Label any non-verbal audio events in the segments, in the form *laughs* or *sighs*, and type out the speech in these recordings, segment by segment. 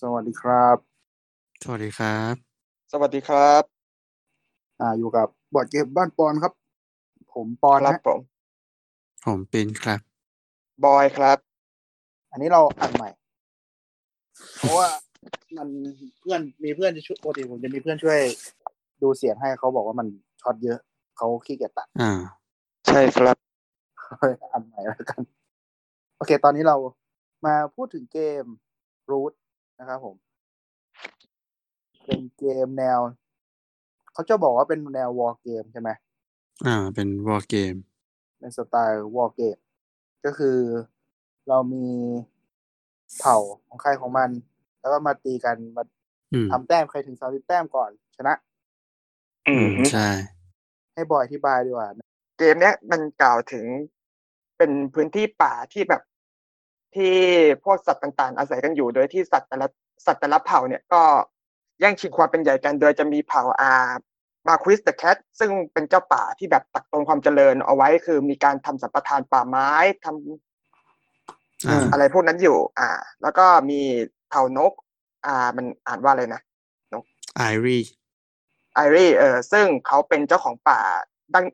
สวัสดีครับ สวัสดีครับ สวัสดีครับ อ่าอยู่กับบอร์ดเกมบ้านปอนครับ ผมปอน ครั นะ บผม ผมปินครับ บอยครับ อันนี้เราอัดใหม่ เพราะว่ามันเพื่อนมีเพื่อนจะช่วยปกติผมจะมีเพื่อนช่วย ดูเสียงให้เขาบอกว่ามันช็อตเยอะเขาขี้เกียจตัด อ่า ใช่ครับ อัดใหม่แล้วกัน โอเค ตอนนี้เรามาพูดถึงเกม Root นะครับผม เป็นเกมแนว เขาจะบอกว่าเป็นแนววอลเกมใช่ไหม อ่า เป็นวอ r g เกม ในสไตล์วอลเกมก็คือเรามีเผ่าของใครของมัน แล้วก็มาตีกันมา อืม ทำแต้มใครถึงสามสิบแต้มก่อน ชนะ อืม ใช่ ให้บอยอธิบายดีกว่านะ เกมเนี้ยมันกล่าวถึงเป็นพื้นที่ป่าที่แบบ ที่พวกสัตว์ต่างๆ อาศัยกันอยู่โดยที่สัตว์แต่ละสัตว์แต่ละเผ่าเนี่ยก็แย่งชิงความเป็นใหญ่กัน โดยจะมีเผ่าอามาควิสเดอะแคทซึ่งเป็นเจ้าป่าที่แบบตักตรงความเจริญเอาไว้คือมีการทำสัมปทานป่าไม้ทำ อ่า อะไรพวกนั้นอยู่ อ่า แล้วก็มีเผ่านก อ่า มันอ่านว่าอะไรนะ ไอรี ไอรีเออซึ่งเขาเป็นเจ้าของป่าตั้ง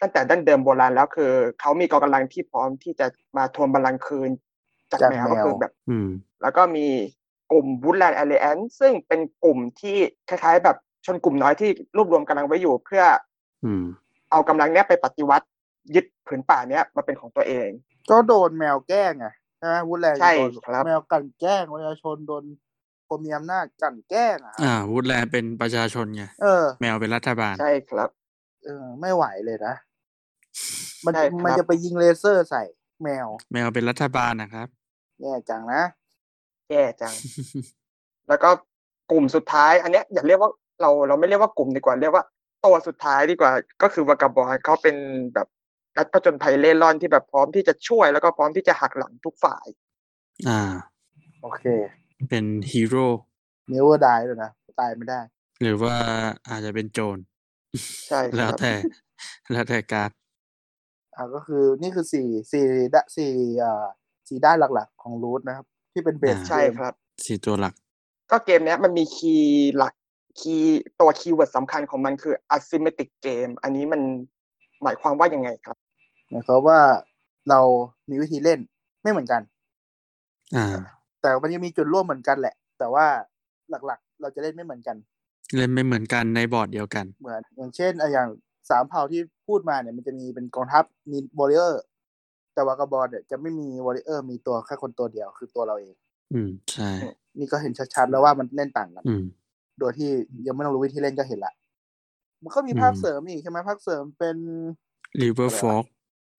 ตั้งแต่ดั้งเดิมโบราณแล้วคือเขามีกองกำลังที่พร้อมที่จะมาทวงบัลลังก์คืน จากแมวก็คือแบบ อืม แล้วก็มีกลุ่ม Woodland Alliance ซึ่งเป็นกลุ่มที่คล้ายๆ แบบชนกลุ่มน้อยที่รวบรวมกำลังไว้อยู่ เพื่อ อืม เอากำลังเนี้ยไปปฏิวัติยึดผืนป่าเนี้ยมาเป็นของตัวเอง ก็โดนแมวแกล้งไงใช่ไหมวุ้นแรง ใช่ โดน ครับ แมวกลันแกล้งประชาชนโดนคนมีอำนาจกลันแกล้งอ่ะ อ่า วูดแลนด์เป็นประชาชนไง เออ แมวเป็นรัฐบาล ใช่ครับ เออ ไม่ไหวเลยนะ มัน ใช่ครับ มันจะไปยิงเลเซอร์ใส่แมว แมวเป็นรัฐบาลนะครับ แย่จังนะ แย่จัง แล้วก็กลุ่มสุดท้าย อันเนี้ยอย่าเรียกว่าเราเราไม่เรียกว่ากลุ่มดีกว่า เรียกว่าตัวสุดท้ายดีกว่า ก็คือวากาบอยเขาเป็นแบบนักผจญภัยเล่ร่อนที่แบบพร้อมที่จะช่วย แล้วก็พร้อมที่จะหักหลังทุกฝ่าย อ่า โอเค เป็นฮีโร่ เนเวอร์ไดเลยนะตายไม่ได้ หรือว่าอาจจะเป็นโจร ใช่ค แล้ว รับ แต่ แล้วแต่การด อ่าก็คือนี่คือสี่สี่ดะสี่อ่าสี่ด้านหลักๆของรูทนะครับ ที่เป็นเบส า ใช่ครับ สี่ตัวหลัก ก็เกมเนี้ยมันมีคีย์หลักคีย์ตัวคีย์เวิร์ดสำคัญของมันคือ asymmetric game อันนี้มันหมายความว่ายังไงครับ หมายความว่าเรามีวิธีเล่นไม่เหมือนกัน อ่า แต่มันยังมีจุดร่วมเหมือนกันแหละ แต่ว่าหลักๆ เราจะเล่นไม่เหมือนกัน เล่นไม่เหมือนกันในบอร์ดเดียวกัน เหมือน อย่างเช่นอ่ะอย่างสามเผ่าที่พูดมาเนี่ย มันจะมีเป็นกองทัพมีวอริเออร์แต่วากาบอลเนี่ยจะไม่มีวอริเออร์มีตัวแค่คนตัวเดียวคือตัวเราเอง อืม ใช่ นี่ก็เห็นชัดๆแล้วว่ามันเล่นต่างกัน อืม โดยที่ยังไม่ต้องรู้วิธีเล่นก็เห็นละ มันก็มีภาคเสริมอีกใช่ไหมภาคเสริมเป็น ริเวอร์ฟอก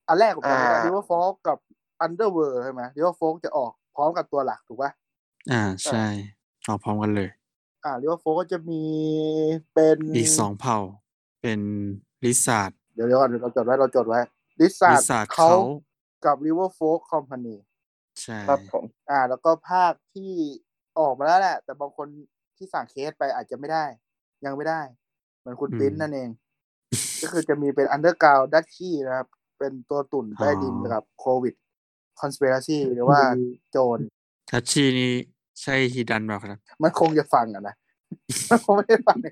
อันแรกผมจำได้ว่า อ่า ริเวอร์ฟอลกับอันเดอร์เวิร์ใช่ไหมริเวอร์ฟอลจะออกพร้อมกับตัวหลักถูกป่ะ อ่า ใช่ออกพร้อมกันเลย อ่าริเวอร์ฟอลก็จะมีเป็น อีกสองเผ่า เป็นลิซาร์ด เดี๋ยวเดี๋ยวก่อนเราจดไว้เราจดไว้ลิซา ลิ ร์ด ซาร์ด เขา เขา กับริเวอร์ฟอลคอมพานี ใช่ ครับผม อ่า แล้วก็ภาคที่ออกมาแล้วแหละ แต่บางคนที่สั่งเคสไปอาจจะไม่ได้ ยังไม่ได้ เหมือนคุณ อืม ปิ้นนั่นเอง *laughs* ก็คือจะมีเป็นอันเดอร์กราวดัชชี่นะครับ เป็นตัวตุ่นใต้ดิน อ๋อ กับโควิดคอน spiracy หรือว่าโจร ทัชชีนี่ใช่ฮีดันเปล่าครับ มันคงจะฟังอะนะ *laughs* มันคงไม่ได้ *laughs* ฟังใน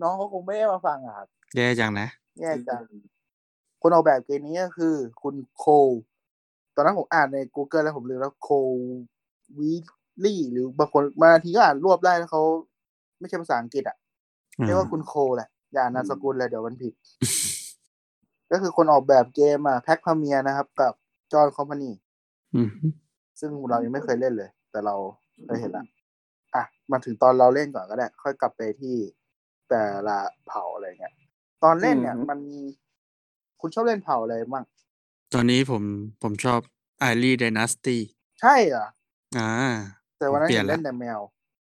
น้องเขาคงไม่ได้มาฟังอะครับ แย่จังนะ แย่จังคนออกแบบเกมนี้ก็คือ คุณโคลตอนนั้นผมอ่านใน Google แล้วผมลืมแล้วโควีลี่หรือบางคนบางทีก็อ่านรวบได้แล้วเขาไม่ใช่ภาษาอังกฤษอ่ะเรียกว่าคุณโคลแหละ อย่าอ่านนามสกุลเลยเดี๋ยวมัน *laughs* ผิด ก็คือคนออกแบบเกมอ่ะแพ็คพาเมียนะครับ กับจอห์นคอมพานี อืม ซึ่งเรายังไม่เคยเล่นเลย แต่เราเคยเห็นละอ่ะมาถึงตอนเราเล่นก่อนก็ได้ ค่อยกลับไปที่แต่ละเผ่าอะไรเงี้ย ตอนเล่นเนี่ย มันคุณชอบเล่นเผ่าอะไรมั่ง ตอนนี้ผมผมชอบไอรีดนาสตี้ ใช่เหรอ อ่า แต่วันนั้น เปลี่ เห็ ยน น ละ เล่นแต่แมว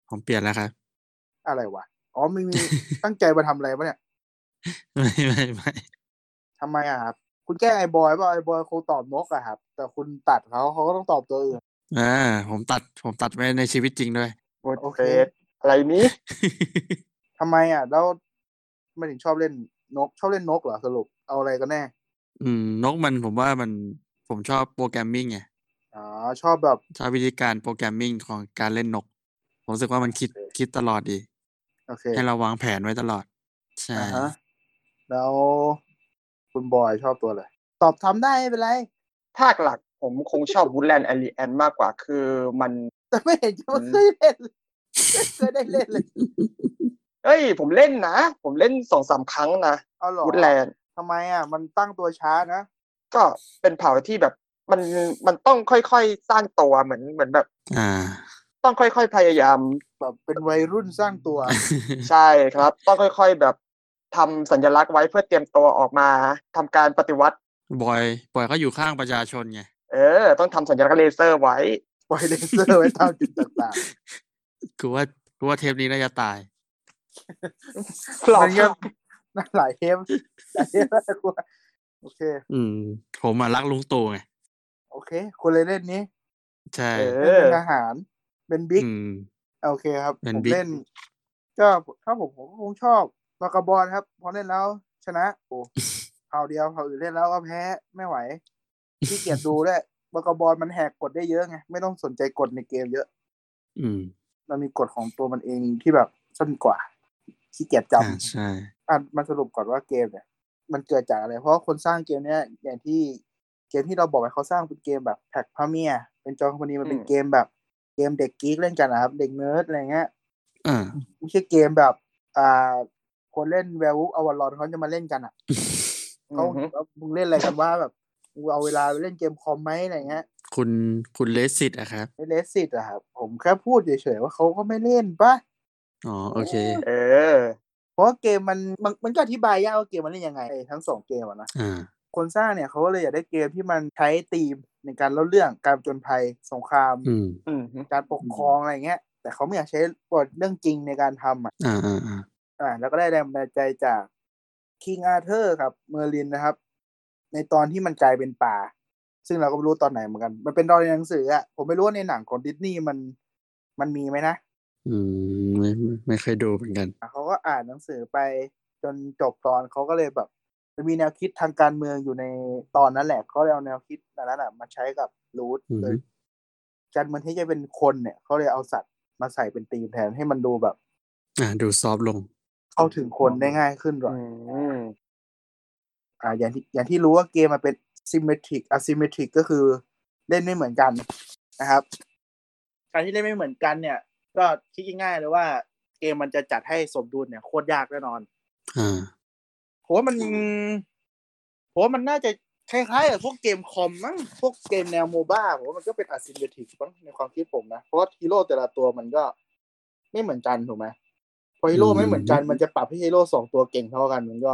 ผมเปลี่ยนแล้วครับ *laughs* อะไรวะอ๋อมีมี ตั้งใจมาทำอะไรปะเนี่ย ไม่ไม่ไม่ ทำไมอะครับ คุณแกล้งไอ้บอยป่ะไอ้บอยคงตอบนกอะครับ แต่คุณตัดเขาเขาก็ต้องตอบตัวอื่น อ่าผมตัดผมตัดไว้ในชีวิตจริงด้วย *laughs* โอ โอ เค เคอะไรนี้ ทำไมอะแล้วทำไมถึงชอบเล่นนก ชอบเล่นนกเหรอสรุปเอาอะไรกันแน่ อืม นกมันผมว่ามันผมชอบโปรแกรมมิ่งไง อ๋อชอบแบบ ชอบวิธีการโปรแกรมมิ่งของการเล่นนก ผมรู้สึกว่ามันคิด โอเค คิดตลอดดี โอเค ให้เราวางแผนไว้ตลอด ใช่ อ่าฮะแล้วคุณบอยชอบตัวอะไรตอบทำได้ไม่เป็นไร ภาคหลักผมคงชอบวูดแลนด์แอลีแอนมากกว่าคือมัน แต่ไม่เห็นจะว่า อืม เคยเล่นเลยไม่เคยได้เล่นเลย เอ้ย ผมเล่นนะ ผมเล่นสองสามครั้งนะ เอาเหรอ วูดแลนด์ ทำไมอ่ะ มันตั้งตัวช้านะ ก็เป็นเผ่าที่แบบมันมันต้องค่อยๆสร้างตัวเหมือนเหมือนแบบ อ่า *laughs* ต้องค่อยๆพยายาม แบบเป็นวัยรุ่นสร้างตัว ใช่ครับ ต้องค่อยๆแบบทำสัญลักษณ์ไว้เพื่อเตรียมตัวออกมาทำการปฏิวัติ บอยบอยเขาอยู่ข้างประชาชนไง เออ ต้องทำสัญลักษณ์เลเซอร์ไว้ ปล่อยเลเซอร์ไว้ตามจุดต่าง *laughs* คือว่าคือว่าเทปนี้น่าจะตาย ๆ หลอก มันก็น่าหลายเทปหลายเทปมากกว่าโอเค อืม ผมอ่ะรักลุงตู่ไง โอเค คนเลยเล่นนี้ ใช่ เอ เล่นเป็นอทหาร เป็นบิ๊ก อืม โอเคครับ เป็น ผม บิ๊ก เล่น ก็ถ้าผมผมก็คงชอบมากาบอลครับ พอเล่นแล้ว ชนะ โอ้ *laughs* เผาเดียวเผาอื่นเล่นแล้วก็แพ้ไม่ไหวขี้เกียจดูด้วยมากาบอลมันแหกกฎได้เยอะไง ไม่ต้องสนใจกฎในเกมเยอะ อืม มันมีกฎของตัวมันเองที่แบบสั้นกว่าขี้เกียจจำ อ่าใช่ อ่ะมันสรุปก่อนว่าเกมเนี่ย มันเกิดจากอะไร เพราะว่าคนสร้างเกมเนี้ยอย่างที่เกมที่เราบอกไปเขาสร้างเป็นเกมแบบแพ็กพาเมียเป็นจอคอมพานีมันเป็น อืม เกมแบบ เกมเด็กกี๊กเล่นกันนะครับ เด็กเนิร์ดอะไรเงี้ย อ่า ไม่ใช่เกมแบบอ่าคนเล่นแวร์วูฟอวารอนเขาจะมาเล่นกันอ่ะเขา อือฮึ ว่ามึงเล่นอะไรกันว่าแบบมึงเอาเวลาไปเล่นเกมคอมไหมอะไรเงี้ย คุณคุณเลสซิตอะครับ เลสซิตอะครับผมแค่พูดเฉยๆว่าเขาก็ไม่เล่นปะ อ๋อ โอเค เออ เพราะว่าเกมมันมันมันก็อธิบายยากว่าเกมมันเล่นยังไงไอ้ทั้งสองเกมอะนะ อ่า คนสร้างเนี่ยเขาก็เลยอยากได้เกมที่มันใช้ธีมในการเล่าเรื่องการผจญภัยสงคราม อืม อืม การปกครองอะไรเงี้ย แต่เขาไม่อยากใช้บทเรื่องจริงในการทำอ่ะ อ่าอ่าอ่า อ่าแล้วก็ได้แรงบันดาลใจจากคิงอาเธอร์กับเมอร์ลินนะครับ ในตอนที่มันกลายเป็นป่า ซึ่งเราก็ไม่รู้ตอนไหนเหมือนกัน มันเป็นตอนในหนังสืออ่ะผมไม่รู้ว่าในหนังของดิสนีย์มันมันมีไหมนะ อืมไม่ไม่ไม่เคยดูเหมือนกัน อ่ะเขาก็อ่านหนังสือไปจนจบตอนเขาก็เลยแบบมันมีแนวคิดทางการเมืองอยู่ในตอนนั้นแหละเขาเลยเอาแนวคิดอันนั้นอ่ะมาใช้กับรูท อืม เลย การเมืองที่จะเป็นคนเนี่ยเขาเลยเอาสัตว์มาใส่เป็นธีมแทนให้มันดูแบบ อ่า ดูซอฟต์ลง เข้าถึงคนได้ง่ายขึ้นหน่อย อืม อ่าอย่างที่อย่างที่รู้ว่าเกมมันเป็น symmetric asymmetric ก็คือเล่นไม่เหมือนกันนะครับ การที่เล่นไม่เหมือนกันเนี่ย ก็คิดง่ายๆเลยว่าเกมมันจะจัดให้สมดุลเนี่ยโคตรยากแน่นอน อ่า ผมว่ามันผมว่ามันน่าจะคล้ายๆกับพวกเกมคอมมั้งพวกเกมแนวโมบ้าผมว่ามันก็เป็น asymmetric มั้งในความคิดผมนะเพราะว่าฮีโร่แต่ละตัวมันก็ไม่เหมือนกันถูกไหมพอฮีโร่ อืม ไม่เหมือนกันมันจะปรับให้ฮีโร่สองตัวเก่งเท่ากันมันก็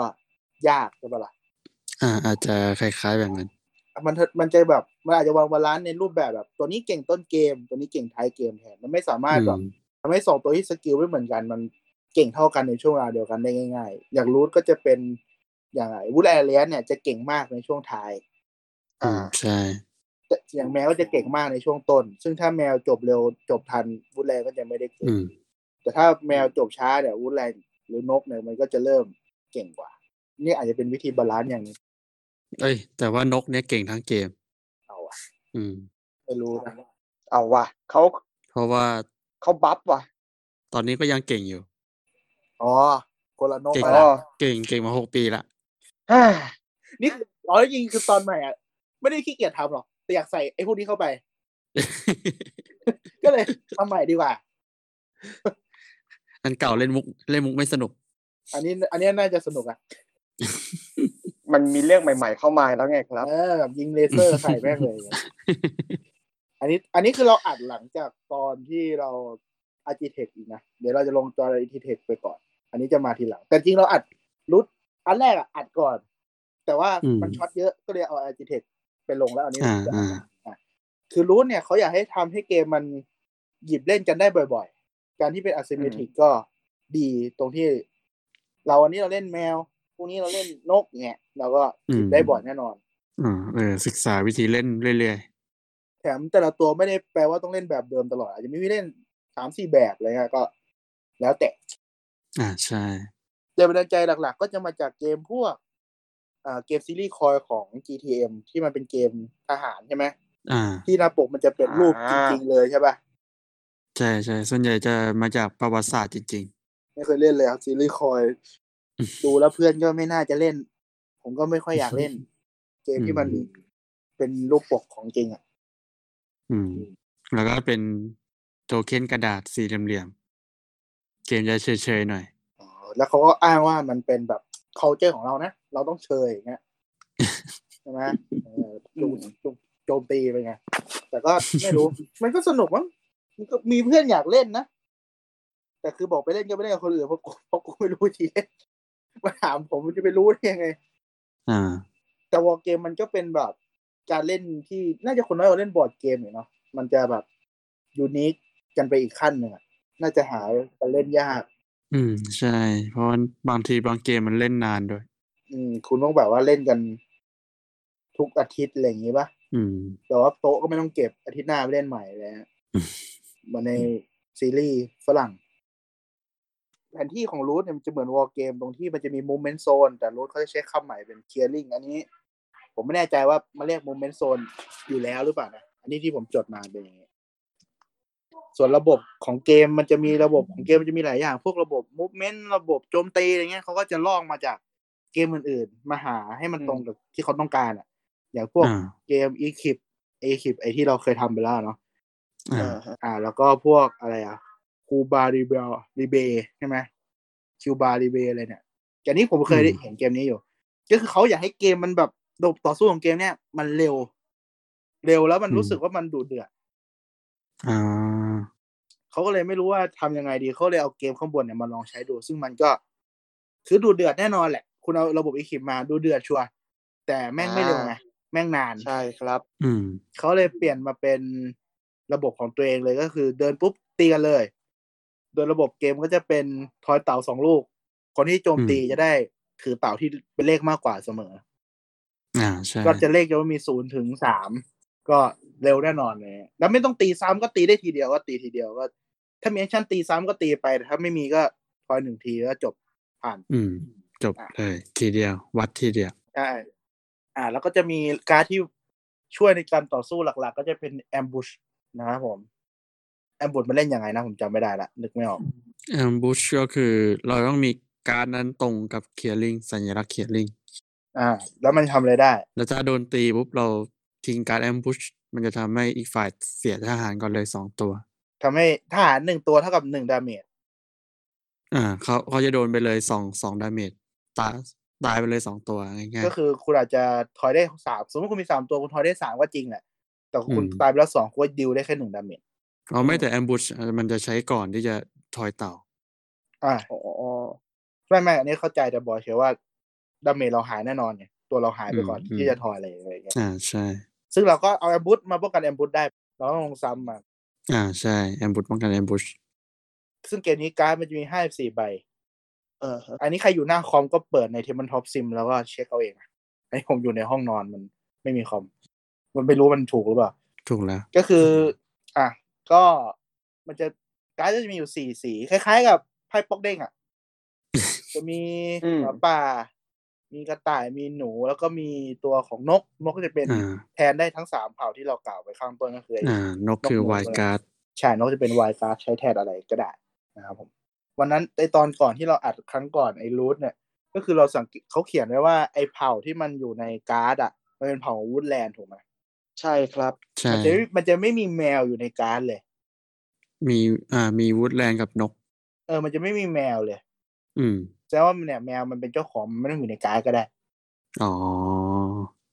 ยากใช่ปะล่ะ อ่า อาจจะคล้ายๆแบบนั้น มันมันจะแบบมันอาจจะวางบาลานซ์ในรูปแบบแบบ ตัวนี้เก่งต้นเกม ตัวนี้เก่งท้ายเกมแทนมันไม่สามารถแบบ อืม ทำให้สองตัวที่สกิลไม่เหมือนกัน มันเก่งเท่ากันในช่วงเวลาเดียวกันได้ง่าย ๆ อย่างรูทก็จะเป็นอย่างไรวูดแอเลียนเนี่ยจะเก่งมากในช่วงท้าย อืม ใช่ แต่อย่างแมวก็จะเก่งมากในช่วงต้น ซึ่งถ้าแมวจบเร็วจบทันวูดแลนด์ก็จะไม่ได้เก่ง อืม แต่ถ้าแมวจบช้าเนี่ยวูดแลนด์หรือนกเนี่ยมันก็จะเริ่มเก่งกว่า นี่อาจจะเป็นวิธีบาลานซ์อย่างหนึง เอ้ย แต่ว่านกเนี้ยเก่งทั้งเกม เอาอะ อืม ไม่รู้นะ เอาว่ะเขา เพราะว่า เขาบัฟว่ะ ตอนนี้ก็ยังเก่งอยู่ อ๋อคนละนก เก่ง แล้ ละ ว เก่งเก่งมาหกปีละ *laughs* เฮ้ย นี่คืออ๋อจริงๆคือตอนใหม่อ่ะ ไม่ได้ขี้เกียจทำหรอก แต่อยากใส่ไอ้พวกนี้เข้าไป ก็เลยทำใหม่ดีกว่า อันเก่าเล่นมุกเล่นมุกไม่สนุก อันนี้ อันนี้น่าจะสนุกอ่ะ *sighs* มันมีเรื่องใหม่ ๆ เข้ามาแล้วไงครับ เออแบบยิงเลเซอร์ใส่แม่งเลยอย่างเงี้ย *laughs* อันนี้ อันนี้คือเราอัดหลังจากตอนที่เราอาร์จิเทคอีกนะ เดี๋ยวเราจะลงจออาร์จิเทคไปก่อน อันนี้จะมาทีหลัง แต่จริงเราอัดรุดอันแรกอ่ะอัดก่อน แต่ว่า อืม มันช็อตเยอะ ก็เลยเอาอาร์จิเทคไปลงแล้วอันนี้ อ่าอ่า อ่ะคือรูทเนี่ยเขาอยากให้ทำให้เกมมันหยิบเล่นกันได้บ่อยๆ การที่เป็น asymmetric ก็ดีตรงที่ เราวันนี้เราเล่นแมวพรุ่งนี้เราเล่นนกเนี่ยเราก็หยิบได้บ่อยแน่นอน อ่าเออ ศึกษาวิธีเล่นเรื่อย แถมแต่ละตัวไม่ได้แปลว่าต้องเล่นแบบเดิมตลอด อาจจะมีวิธีเล่นสามสี่แบบอะไรเงี้ยก็ แล้วแต่ ๆ อ่า ใช่ แรงบันดาลใจหลัก ๆ ก็จะมาจากเกมพวกอ่าเกมซีรีส์คอยของ GTM ที่มันเป็นเกมทหารใช่ไหม อ่า ที่หน้าปกมันจะเป็นรูปจ อ่า ริง ๆ เลยใช่ป่ะ ใช่ใช่ส่วนใหญ่จะมาจากประวัติศาสตร์จริง ไม่เคยเล่นเลยครับซีรีส์คอย อืม ดูแล้วเพื่อนก็ไม่น่าจะเล่น ผมก็ไม่ค่อยอยากเล่น เกมที่มัน อืม เป็นรูปปกของจริงอ่ะ ๆ อืม แล้วก็เป็นโทเค็นกระดาษสี่เหลี่ยมๆเกมจะเฉยๆหน่อย อ๋อแล้วเขาก็อ้างว่ามันเป็นแบบ c u l t u r e ของเรานะ เราต้องเชยอย่างเงี้ย *laughs* ใช่ไหมเออโจมโจมโจมตีไปไง แต่ก็ไม่รู้ มันก็สนุกมั้งมันก็มีเพื่อนอยากเล่นนะ แต่คือบอกไปเล่นก็ไม่เล่นกับคนอื่นเพราะกูเพราะกูไม่รู้ทีเล่นมาถามผมมันจะไปรู้ได้ยังไง อ่า แต่วอลเกมมันก็เป็นแบบการเล่นที่น่าจะคนน้อยกว่าเล่นบอร์ดเกมอยู่เนาะมันจะแบบยูนิคกันไปอีกขั้นหนึ่งอะน่าจะหาไปเล่นยาก อืม ใช่ เพราะว่าบางทีบางเกมมันเล่นนานด้วย อืม คุณต้องแบบว่าเล่นกันทุกอาทิตย์อะไรอย่างงี้ปะ อืม แต่ว่าโต๊ะก็ไม่ต้องเก็บอาทิตย์หน้าไปเล่นใหม่เลยฮะ อืม เหมือนในซีรีส์ฝรั่ง แผนที่ของรูทเนี่ยมันจะเหมือนวอลเกมตรงที่มันจะมีมูเมนต์โซนแต่รูทเขาจะใช้คำใหม่เป็นเคียร์ลิงอันนี้ ผมไม่แน่ใจว่ามาเรียกมูเมนต์โซนอยู่แล้วหรือเปล่านะอันนี้ที่ผมจดมาเป็นอย่างนี้ ส่วนระบบของเกมมันจะมีระบบของเกมมันจะมีหลายอย่าง พวกระบบมูเมนต์ระบบโจมตีอะไรเงี้ยเขาก็จะลอกมาจากเกมอื่นๆ มาหาให้มันตรงกับที่เขาต้องการอ่ะ อย่างพวก อ่า เกมอีคิปเอคิปไอที่เราเคยทำไปแล้วเนาะ อ่า อ่าแล้วก็พวกอะไรอ่ะคูบาริเบลริเบใช่ไหมคิวบาริเบอะไรเนี่ยจากนี้ผมเคยได้ อืม เห็นเกมนี้อยู่ ก็คือเขาอยากให้เกมมันแบบระบบต่อสู้ของเกมเนี่ย มันเร็ว เร็วแล้วมันรู้สึกว่ามันดูเดือด อ่า เขาก็เลยไม่รู้ว่าทำยังไงดีเขาเลยเอาเกมข้างบนเนี่ยมาลองใช้ดู ซึ่งมันก็ คือดูเดือดแน่นอนแหละ คุณเอาระบบอีคิปมาดูเดือดชัวร์แต่แม่งไม่เร็วไงแม่งนาน ใช่ครับ อืม เขาเลยเปลี่ยนมาเป็นระบบของตัวเองเลยก็คือ เดินปุ๊บตีกันเลย โดยระบบเกมก็จะเป็นทอยเต่าสองลูก คนที่โจมตี อืม จะได้ถือเต่าที่เป็นเลขมากกว่าเสมอ อ่า ใช่ ก็จะเลขจะว่ามีศูนย์ถึงสามก็เร็วแน่นอนเลยแล้วไม่ต้องตีซ้ำก็ตีได้ทีเดียวก็ตีทีเดียวก็ ถ้ามีแอคชั่นตีซ้ำก็ตีไปแต่ถ้าไม่มีก็ทอยหนึ่งทีก็จบผ่าน อืม จบเลย ทีเดียว วัดทีเดียว ใช่อ่า แล้วก็จะมีการดที่ช่วยในการต่อสู้หลักๆ ก็จะเป็นแอมบูชนะครับผม แอมบูชมันเล่นยังไงนะผมจำไม่ได้ละ นึกไม่ออก แอมบูชก็คือเราต้องมีการดนั้นตรงกับเคียร์ลิงสัญลักษณ์เคียร์ลิง อ่า แล้วมันทำอะไรได้ แล้วถ้าโดนตีปุ๊บเราทิ้งการแอมบูชมันจะทำให้อีกฝ่ายเสียทหารก่อนเลยสองตัว ทำให้ทหารหนึ่งตัวเท่ากับหนึ่งดาเมจ อ่าเขาเขาจะโดนไปเลยสองสองดาเมจตายตายไปเลยสองตัวง่าย ก็ ๆ คือคุณอาจจะทอยได้สามสมมติคุณมีสามตัวคุณทอยได้สามก็จริงแหละแต่คุณ อืม ตายไปแล้วสองคุณก็ดิวได้แค่หนึ่งดาเมจ เราไม่แต่แอมบูชมันจะใช้ก่อนที่จะทอยเต่า อ่า อ๋อ ไม่ไม่อันนี้เข้าใจแต่บอกเฉยว่าดาเมจเราหายแน่นอนไงตัวเราหายไปก่อน อืม ที่จะทอยอะไรอะไรอย่างเงี้ย อ่าใช่ ซึ่งเราก็เอาแอมบูชมาป้องกันแอมบูชได้เราต้องลงซ้ำมา อ่าใช่แอมบูชป้องกันแอมบูช ซึ่งเกมนี้การ์ดมันจะมีห้าสี่ใบ เออฮะ อันนี้ใครอยู่หน้าคอมก็เปิดในเทมันท็อปซิมแล้วก็เช็คเอาเองอะอันนี้ผมอยู่ในห้องนอนมันไม่มีคอม มันไม่รู้มันถูกหรือเปล่า ถูกแล้ว ก็คือ อ่ะ ก็มันจะการ์ดก็จะมีอยู่สี่สี คล้ายๆกับไพ่ป๊อกเด้งอ่ะ จะมีหมาป่า มีกระต่าย มีหนู แล้วก็มีตัวของนก นกก็จะเป็น อ่า แทนได้ทั้งสามเผ่าที่เรากล่าวไปข้างต้นก็คือไอ้ อ่านกคือน กหนู วายการ์ด ใช่นอกจะเป็นไวายการ์ดใช้แทนอะไรก็ได้นะครับผม วันนั้นในตอนก่อนที่เราอัดครั้งก่อนไอ้รูทเนี่ย ก็คือเราสังเกตเขาเขียนไว้ว่าไอ้เผ่าที่มันอยู่ในการ์ดอ่ะ มันเป็นเผ่าวูดแลนด์ถูกไหม ใช่ครับ ใช่ มันจะไม่มันจะไม่มีแมวอยู่ในการ์ดเลย มีอ่ามีวูดแลนด์กับนก เออ มันจะไม่มีแมวเลย อืม แสดงว่ามันเนี่ยแมวมันเป็นเจ้าของมันไม่ต้องอยู่ในการ์ดก็ได้ อ๋อ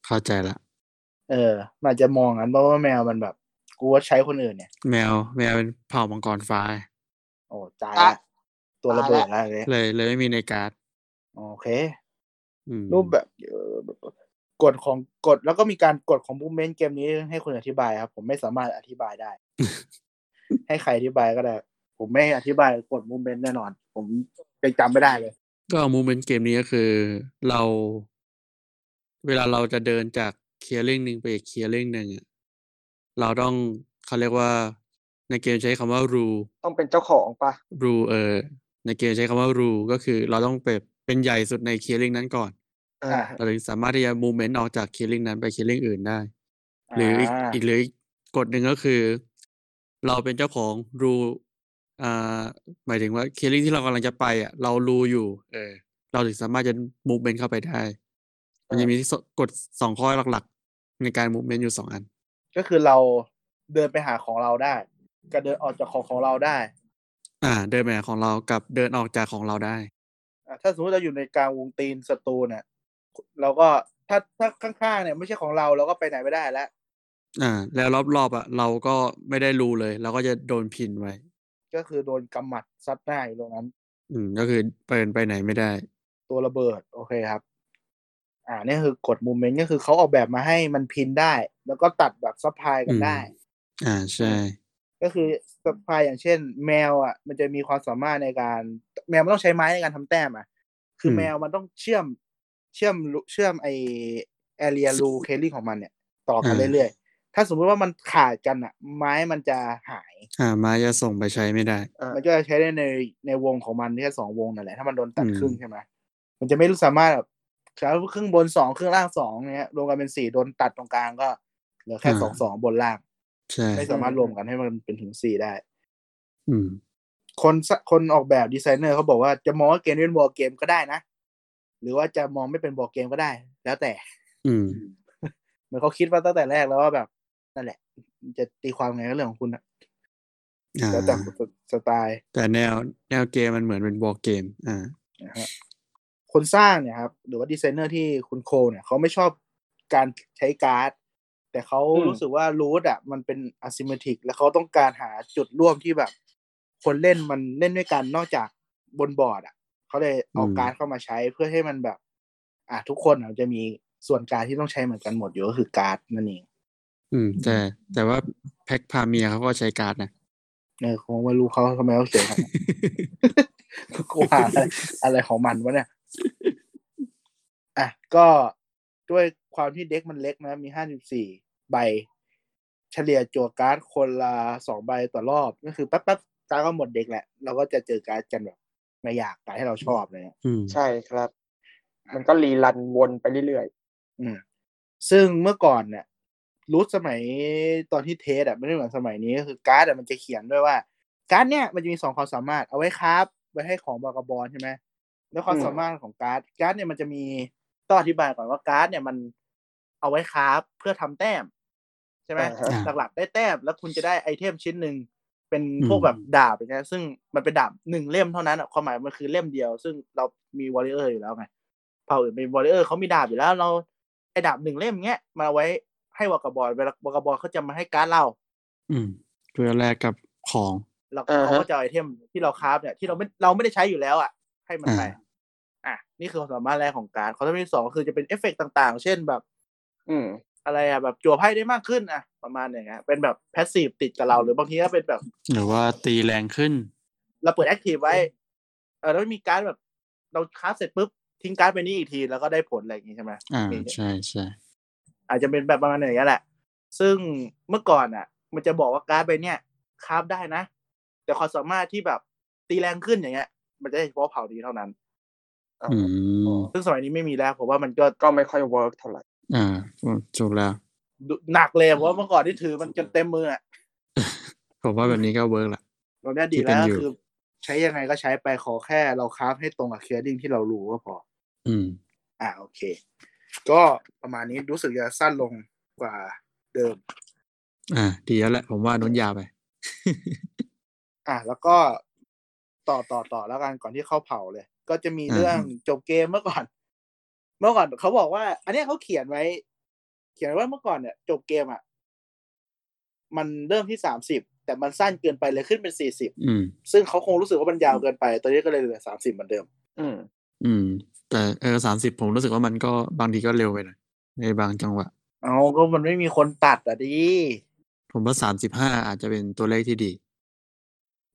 เข้าใจละ เออ มันอาจจะมองงั้นเพราะว่าแมวมันแบบกูว่าใช้คนอื่นเนี่ย แมว แมวเป็นเผ่ามังกรฟ้า โอ้ตายละตัวระเบิดแล้วเนี่ย เลยเลยไม่มีในการ์ด โอเค อืม รูปแบบเอ่อแบบกฎของกฎแล้วก็มีการกฎของบูมเมนเกมนี้ให้คุณอธิบายครับ ผมไม่สามารถอธิบาย *laughs* ได้ ให้ใครอธิบายก็ได้ ผมไม่อธิบายกฎบูมเมนแน่นอน ผมยังจำไม่ได้เลย ก็มูเมนต์เกมนี้ก็คือเรา เวลาเราจะเดินจากเคียร์ลิงหนึ่งไปอีกเคียร์ลิงหนึ่งอะเราต้องเขาเรียกว่า ในเกมใช้คำว่ารู ต้องเป็นเจ้าของปะ รูเออในเกมใช้คำว่ารูก็คือ เราต้องไปเป็นใหญ่สุดในเคียร์ลิงนั้นก่อน อ่าฮะ เราถึงสามารถที่จะมูเมนต์ออกจากเคียร์ลิงนั้นไปเคียร์ลิงอื่นได้ หรืออีก อ่า อีกหรืออีกกฎหนึ่งก็คือ เราเป็นเจ้าของรูอ่าหมายถึงว่าเคลลิ่งที่เรากำลังจะไปอ่ะ เรารู้อยู่ เออ เราถึงสามารถจะมูฟเมนต์เข้าไปได้ มันจะมีที่สกฎสองข้อหลักๆ ในการมูฟเมนต์อยู่สองอัน ก็คือเราเดินไปหาของเราได้กับเดินออกจากของของเราได้ อ่า เดินไปหาของเรากับเดินออกจากของเราได้ อ่ะถ้าสมมติเราอยู่ในกลางวงตีนศัตรูเนี่ยเราก็ถ้าถ้าข้างๆเนี่ยไม่ใช่ของเราเราก็ไปไหนไม่ได้แล้ว อ่า แล้วรอบๆอ่ะ เราก็ไม่ได้รู้เลย เราก็จะโดนพินไว้ ก็คือโดนกำหมัดซัดหน้าอยู่ตรงนั้น อืม ก็คือเปินไปไหนไม่ได้ ตัวระเบิด โอเคครับ อ่าเนี่ยคือกดมูเมนต์ก็คือเขาออกแบบมาให้มันพินได้ แล้วก็ตัดแบบซัพพลายกันได้ อ่าใช่ ก็คือซัพพลายอย่างเช่น แมวอ่ะ มันจะมีความสามารถในการ แมวมันต้องใช้ไม้ในการทำแต้มอ่ะ คืออ ม แมวมันต้องเชื่อมเชื่อมรูเชื่อมไอแอเรียรูเคลลิ่งของมันเนี่ย ต่อกันเรื่อยๆ ถ้าสมมุติว่ามันขาดกันอ่ะ ไม้มันจะหาย อ่าไม้จะส่งไปใช้ไม่ได้ มันก็จะใช้ได้ในในวงของมันแค่สองวงนั่นแหละถ้ามันโดนตัด อืม ครึ่งใช่ไหมมันจะไม่รู้สามารถแบบใช้ครึ่งบนสองครึ่งล่างสองเนี้ยรวมกันเป็นสี่โดนตัดตรงกลางก็เหลือแค่สองสองบนล่าง ใช่ ไม่สามารถรวมกันให้มันเป็นถึงสี่ได้ อืม คนสคนออกแบบดีไซเนอร์เขาบอกว่าจะมองว่าเกมนี้เป็นวอลเกมก็ได้นะ หรือว่าจะมองไม่เป็นวอลเกมก็ได้ แล้วแต่ อืม เหมือนเขาคิดว่าตั้งแต่แรกแล้วว่าแบบนั่นแหละ จะตีความไงก็เรื่องของคุณนะ อ่า แล้วแต่สไตล์ แต่แนวแนวเกมมันเหมือนเป็นวอลเกม อ่า นะฮะคนสร้างเนี่ยครับ หรือว่าดีไซเนอร์ที่คุณโคเนี่ยเขาไม่ชอบการใช้การ์ด แต่เขา อืม รู้สึกว่ารูทอ่ะ มันเป็นอ s ซิ m ม t r ิกแล้วเขาต้องการหาจุดร่วมที่แบบ คนเล่นมันเล่นด้วยกันนอกจากบนบอร์ดอ่ะเขาเลยเอา อืม การ์ดเข้ามาใช้เพื่อให้มันแบบ อ่ะทุกคนอ่ะจะมีส่วนการดที่ต้องใช้เหมือนกันหมดอยู่ก็คือการ์ดนั่นเอง อืม แต่แต่ว่าแพ็คพาเมียเขาก็ใช้การ์ดนะ เออคงไม่รู้เขาทำไมเขาเขียนแบบนั้น กูหาอะไรอะไรของมันวะเนี่ย อ่ะก็ด้วยความที่เด็กมันเล็กนะ มีห้าสิบสี่ใบ เฉลี่ยจั่วการ์ดคนละสองใบต่อรอบ ก็คือแป๊บๆการ์ดก็หมดเด็กแหละ เราก็จะเจอการ์ดกันแบบไม่อยากการ์ดให้เราชอบเลยเนี่ย อืม ใช่ครับ มันก็รีรันวนไปเรื่อย อืม ซึ่งเมื่อก่อนเนี่ยรู้สมัยตอนที่เทสอะไม่ได้เหมือนสมัยนี้ก็คือการ์ดอะมันจะเขียนด้วยว่า การ์ดเนี่ยมันจะมีสองความสามารถเอาไว้ครับ ไว้ให้ของบากบอลใช่ไหมแล้วความสามารถของการ์ดการ์ดเนี่ยมันจะมีต้องอธิบายก่อนว่าการ์ดเนี่ยมันเอาไว้ครับเพื่อทำแต้ม ใช่ ๆ ไหม อ่าฮะ อ่า หลักๆได้แต้มแล้วคุณจะได้ไอเทมชิ้นหนึ่งเป็น อืพมวกแบบดาบอย่างเงี้ยซึ่งมันเป็นดาบหนึ่งเล่มเท่านั้นอะความหมายมันคือเล่มเดียว ซึ่งเรามีวอลเลเยอร์อยู่แล้วไงเผ่าอื่นเป็นวอลเลเยอร์เขามีดาบอยู่แล้วเราไอดาบหนึ่งเล่มเงี้ยมาเอาไว้ให้วากาบอลเวลาวากาบอลเขาจะมาให้การ์ดเรา อืมเพื่อแลกกับของ เรา อ่าฮะ เขาก็จะเอาไอเทมที่เราคราฟเนี่ยที่เราไม่เราไม่ได้ใช้อยู่แล้วอ่ะให้มันไป อ่า อ่ะนี่คือความสามารถแรกของการดความสามารถที่สองก็คือจะเป็นเอฟเฟกต์ต่างๆ เช่นแบบ อืม อะไรอ่ะแบบจั่วไพ่ได้มากขึ้นอ่ะประมาณอย่างเงี้ยเป็นแบบแพสซีฟติดกับเราหรือบางทีก็เป็นแบบ หรือว่าตีแรงขึ้น เราเปิดแอคทีฟไว้ เออแล้วมีการ์ดแบบ เราคราฟเสร็จปุ๊บ ทิ้งการ์ดไปนี่อีกที แล้วก็ได้ผลอะไรอย่างงี้ใช่ไหม อ่า มี ใช่ใช่ อาจจะเป็นแบบประมาณอย่างนี้ยแหละ ซึ่งเมื่อก่อนอ่ะ มันจะบอกว่าการ์ดไปเนี่ยคราฟได้นะ แต่ความสามารถที่แบบตีแรงขึ้นอย่างเงี้ย มันจะได้เฉพาะเผ่านี้เท่านั้น อืม ซึ่งสมัยนี้ไม่มีแล้วผมว่ามันก็ ก็ไม่ค่อยเวิร์กเท่าไหร่ อ่าจบแล้ว ดุหนักเลยเพราะว่าเมื่อก่อนที่ถือมันจนเต็มมืออ่ะ ผมว่าแบบนี้ก็เวิร์กละ ตอนนี้ดีแล้วก็คือ ใช้ยังไงก็ใช้ไปขอแค่เราคราฟให้ตรงกับเคียร์ดิ้งที่เรารู้ก็พอ อืม อ่าโอเค ก็ประมาณนี้รู้สึกจะสั้นลงกว่าเดิม อ่า ดีแล้วแหละ ผมว่านุนยาวไป อ่ะแล้วก็ต่อต่อต่อแล้วกันก่อนที่เข้าเผาเลย ก็จะมี อ่า เรื่องจบเกมเมื่อก่อน เมื่อก่อนเขาบอกว่า อันเนี้ยเขาเขียนไว้ เขียนไว้ว่าเมื่อก่อนเนี่ยจบเกมอ่ะมันเริ่มที่สามสิบแต่มันสั้นเกินไปเลยขึ้นเป็นสี่สิบ อืม ซึ่งเขาคงรู้สึกว่ามันยาวเกินไป ตอนนี้ก็เลยเหลือสามสิบเหมือนเดิม อืม อืม แต่เออสามสิบผมรู้สึกว่ามันก็บางทีก็เร็วไปหน่อยในบางจังหวะ เอาก็มันไม่มีคนตัดอ่ะดิ ผมว่าสามสิบห้าอาจจะเป็นตัวเลขที่ดี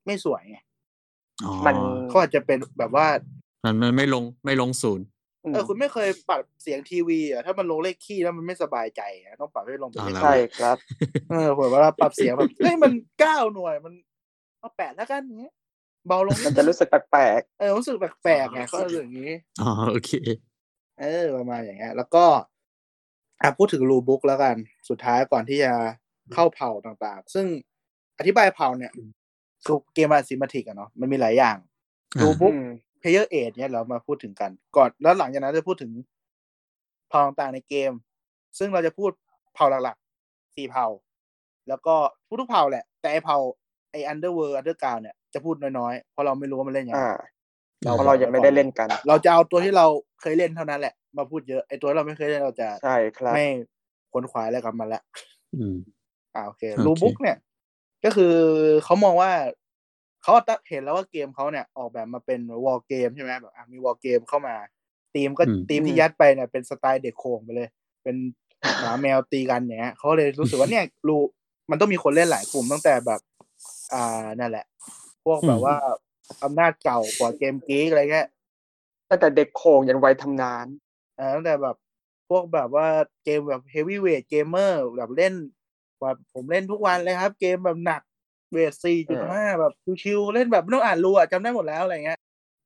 ไม่สวยไง อ๋อ มัน เขาอาจจะเป็นแบบว่า มันมันไม่ลงไม่ลงศูนย์ อืม เออคุณไม่เคยปรับเสียงทีวีอ่ะถ้ามันลงเลขคี่แล้วมันไม่สบายใจอะต้องปรับให้ลงเป็นเลข เอาละ ใช่ครับ เออผมว่าปรับเสียง *laughs* แบบเฮ้ยมันเก้าหน่วยมันเอาแปดแล้วกันอย่างเงี้ยเบาลง มันจะรู้สึกแปลก เออรู้สึกแปลกๆไงก็เลยอย่างงี้ อ๋อ โอเค เออประมาณอย่างเงี้ยแล้วก็ อ่ะพูดถึงรูบุ๊กแล้วกัน สุดท้ายก่อนที่จะเข้าเผ่าต่างๆ ซึ่งอธิบายเผ่าเนี่ยคือเกมอาซิมาติกอะเนาะมันมีหลายอย่าง รูบุ๊ก อืม player a เนี่ยเรามาพูดถึงกัน ก่อนแล้วหลังจากนั้นจะพูดถึงเผ่าต่างๆในเกม ซึ่งเราจะพูดเผ่าหลักๆสี่เผ่า แล้วก็พูดทุกเผ่าแหละ แต่ไอเผ่าไออันเดอร์เวิร์อันเดอร์กาวเนี่ยจะพูดน้อยๆ เพราะเราไม่รู้ว่ามันเล่นยังไง อ่า เรา เพราะเรายังไม่ได้เล่นกัน เราจะเอาตัวที่เราเคยเล่นเท่านั้นแหละ มาพูดเยอะไอตัวที่เราไม่เคยเล่นเราจะ ใช่ครับ ไม่ขนขวายอะไรกับมันละ อืม อ่าโอเค โอเค รูบุ๊กเนี่ย ก็คือเขามองว่าเขาตั้งเห็นแล้วว่าเกมเขาเนี่ยออกแบบมาเป็นวอลเกมใช่ไหมแบบอ่ะมีวอลเกมเข้ามาทีมก็ อืม ทีมที่ อืม ยัดไปเนี่ยเป็นสไตล์เด็กโขงไปเลย เป็นหมาแมวตีกันอย่างเงี้ยเขาเลยรู้สึกว่าเนี่ยรูมันต้องมีคนเล่นหลายกลุ่มตั้งแต่แบบ อ่านั่นแหละ พวกแบบว่าอำนาจเก่ากว่าเกมกีกอะไรเงี้ย ตั้งแต่เด็กโขงยันวัยทำนาน เอ่อตั้งแต่แบบพวกแบบว่าเกมแบบเฮฟวี่เวทเกมเมอร์แบบเล่นแบบผมเล่นทุกวันเลยครับ เกมแบบหนักเวทสี่จุดห้าแบบชิวๆเล่นแบบไม่ต้องอ่านรู้อะจำได้หมดแล้วอะไรเงี้ย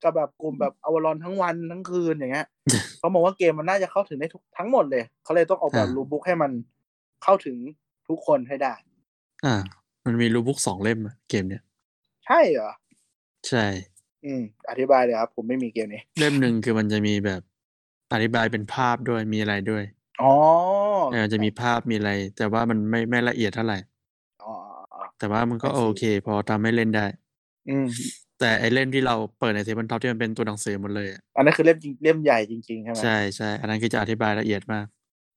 กับแบบกลุ่มแบบอวารอนทั้งวันทั้งคืน *laughs* อย่างเงี้ย เขาบอกว่าเกมมันน่าจะเข้าถึงได้ทุกทั้งหมดเลย เขาเลยต้องออกแบบ อ่า รูบุ๊กให้มันเข้าถึงทุกคนให้ได้ อ่า มันมีรูบุ๊กสองเล่มอะเกมเนี้ย ใช่เหรอ ใช่ อืม อธิบายเลยครับ ผมไม่มีเกมนี้ เล่มหนึ่งคือมันจะมีแบบอธิบายเป็นภาพด้วยมีอะไรด้วย อ๋อ เออจะมีภาพมีอะไร แต่ว่ามันไม่ไม่ละเอียดเท่าไหร่ อ๋ออ๋อ แต่ว่ามันก็ I see โอเค พอทำให้เล่นได้ อืม แต่ไอเล่มที่เราเปิดในเทเบิลท็อปที่มันเป็นตัวหนังสือหมดเลยอะ อันนั้นคือเล่มจริงเล่มใหญ่จริงๆใช่ไหม ใช่ใช่อันนั้นคือจะอธิบายละเอียดมาก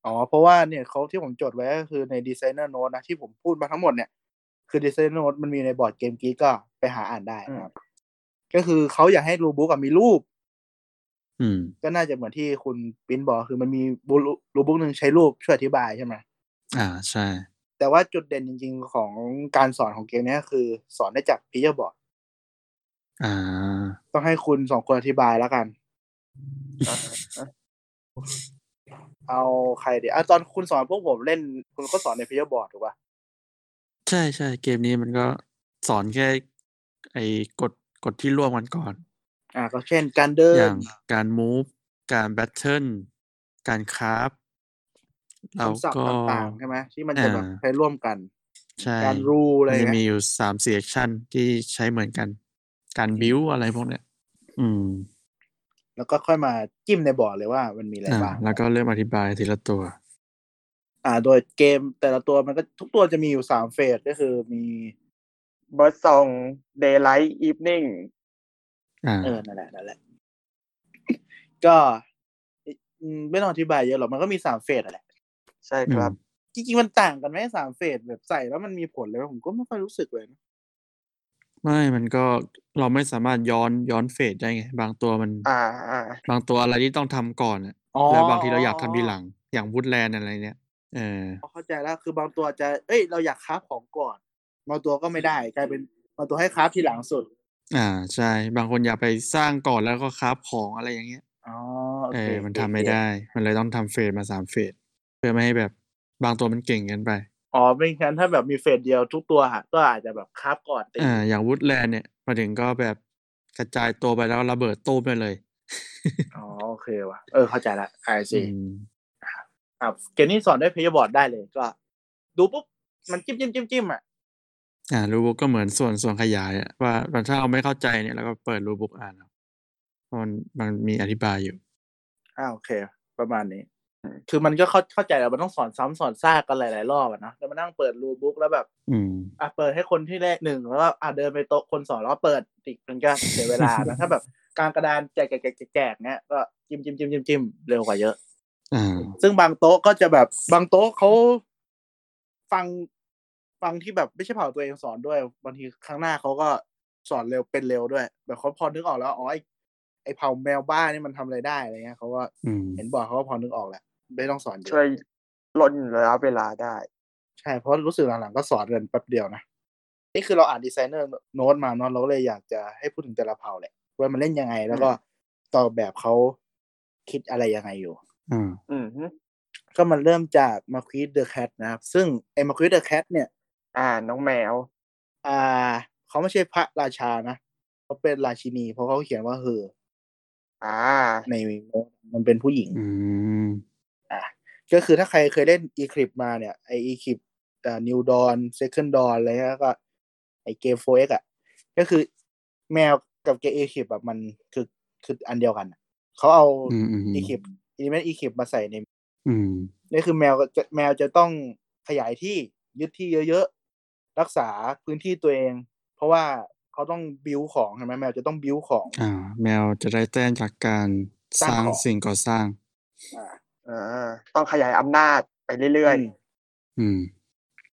อ๋อ เพราะว่าเนี่ยเขาที่ผมจดไว้ก็คือในดีไซเนอร์โน้ตนะ ที่ผมพูดมาทั้งหมดเนี่ย คือดีไซเนอร์โน้ตมันมีในบอร์ดเกมกีก็ไปหาอ่านได้นะครับ ก็คือเขาอยากให้รูบุ๊กอะมีรูป อืม ก็น่าจะเหมือนที่คุณปิ้นบอกคือมันมีบูรูรูบุ๊กหนึ่งใช้รูปช่วยอธิบายใช่ไหม อ่าใช่ แต่ว่าจุดเด่นจริง ๆ ของการสอนของเกมเนี้คือสอนได้จากพิเจอร์บอร์ด อ่า ต้องให้คุณสองคนอธิบายแล้ว *laughs* กัน เอาใครดีอ่ะตอนคุณสอนพวกผมเล่นคุณก็สอนในพิเจอร์บอร์ดถูกปะ ใช่ใช่เกมนี้มันก็สอนแค่ ไอ้กฎกฎที่ร่วมกันก่อน อ่า ก็เช่นการเดิ อย่าน งการมูฟการแบทเทิลการคราฟเรา คำศัพท์ ก็ ต่างๆใช่ไหมที่มันจะแบบ อ่า ใช้ร่วมกัน ใช่ การรูอะไร มันจะมี เงี้ย อยู่สามเซสชันที่ใช้เหมือนกัน การบิวอะไรพวกเนี้ย อืม แล้วก็ค่อยมาจิ้มในบอร์ดเลยว่ามันมีอะไร อ่า บ้าง แล้วก็เริ่มอธิบายทีละตัว อ่า โดยเกมแต่ละตัวมันก็ทุกตัวจะมีอยู่สามเฟสก็คือมี เบิร์ดซองเดย์ไลท์อีฟนิ่ง อ่า เออนั่นแหละนั่นแหละ ก็อืมไม่ต้องอธิบายเยอะหรอกมันก็มีสามเฟสอะแหละ ใช่ครับ จริงๆมันต่างกันไหมสามเฟสแบบใส่แล้วมันมีผลเลยไหมผมก็ไม่ค่อยรู้สึกเลยนะ ไม่มันก็เราไม่สามารถย้อนย้อนเฟสได้ไง บางตัวมัน อ่าอ่า บางตัวอะไรที่ต้องทำก่อนอะ อ๋อ แล้วบางทีเราอยากทำทีหลัง อย่างวูดแลนด์อะไรเนี้ยเออ อ๋อเข้าใจแล้วคือบางตัวจะเอ้ยเราอยากคราฟของก่อนบางตัวก็ไม่ได้กลายเป็นบางตัวให้คราฟทีหลังสุด อ่าใช่ บางคนอยากไปสร้างก่อนแล้วก็คราฟของอะไรอย่างเงี้ย อ๋อโอ เอ เค อ มันทำไม่ได้ มันเลยต้องทำเฟสมาสามเฟสเพื่อไม่ให้แบบบางตัวมันเก่งเกันไป อ๋อไม่งั้นถ้าแบบมีเฟสเดียวทุกตัวอะก็อาจจะแบบคราฟก่อนตี อ่า อย่างวูดแลนด์เนี่ยมาถึงก็แบบกระจายตัวไปแล้วระเบิดตู้มไปเลย อ๋อโอเคว่ะเออเข้าใจละไอ อื ซี ม อ่ะเกมนี้สอนด้วยเพย์บอร์ดได้เลยก็ ดูปุ๊บ มันจิ้มจิ้มจิ้มจิ้มอ่ะ อ่ารูบุ๊กก็เหมือนส่วนส่วนขยายอะว่าว่าถ้าเราไม่เข้าใจเนี่ยเราก็เปิดรูบุ๊กอ่านเอาเพราะมันมันมีอธิบายอยู่ อ่าโอเค ประมาณนี้ คือมันก็เข้าเข้าใจแล้วมันต้องสอนซ้ำสอนซากกันหลาย ๆ รอบอ่ะเนอะแล้วมานั่งเปิดรูบุ๊กแล้วแบบ อืม อ่ะเปิดให้คนที่แรกหนึ่งแล้วก็อ่ะเดินไปโต๊ะคนสอนแล้วเปิดอีกมันก็เสียเวลานะ ถ้าแบบกลางกระดานแจกแจกแจกแจกแจกเนี้ยก็จิ้มจิ้มจิ้มจิ้มจิ้มเร็วกว่าเยอะ อ่า ซึ่งบางโต๊ะก็จะแบบบางโต๊ะเขาฟังฟังที่แบบไม่ใช่เผ่าตัวเองสอนด้วยบางทีข้างหน้าเขาก็สอนเร็วเป็นเร็วด้วย แบบเขาพอนึกออกแล้วอ๋อไอไอเผ่าแมวบ้านนี่มันทำอะไรได้อะไรเงี้ยเขาก็ อืม เห็นบอกเขาก็พอนึกออกแหละไม่ต้องสอนเย ช่วย อะ ลดระยะเวลาได้ ใช่เพราะรู้สึกหลังๆก็สอนเรียนแป๊บเดียวนะนี่คือเราอ่านดีไซเนอร์โน้ตมาเนาะเราก็เลยอยากจะให้พูดถึงแต่ละเผ่าแหละว่ามันเล่นยังไง แล้วก็ต่อแบบเขาคิดอะไรยังไงอยู่ อ่า อืมฮึ ก็มันเริ่มจากมาควีดเดอะแคทนะครับ ซึ่งไอ้มาควีดเดอะแคทเนี่ย อ่า น้องแมว อ่า เขาไม่ใช่พระราชานะเขาเป็นราชินี เพราะเขาเขียนว่าเฮอ อ่า ในมันเป็นผู้หญิง อืม อ่ะ ก็คือถ้าใครเคยเล่นอีคลิปมาเนี่ยไออีคลิปอ่านิวดอนเซคันดอนอะไรเงี้ยก็ ไอเกมโฟเอ็กอ่ะ ก็คือแมวกับเกมอีคลิปแบบมันคือคืออันเดียวกันอะเขาเอา อืมอืม อีคลิปอิเลเมนต์อีคลิปมาใส่ใน อืม นี่คือแมวก็จะแมวจะต้องขยายที่ยึดที่เยอะๆ รักษาพื้นที่ตัวเอง เพราะว่าเขาต้องบิวของใช่ไหมแมวจะต้องบิวของ อ่า แมวจะได้แต้มจากการส สร้า ร้าง ง ของ สิ่งก่อสร้าง อ่า อ่าต้องขยายอำนาจไปเรื่อย อืม อืม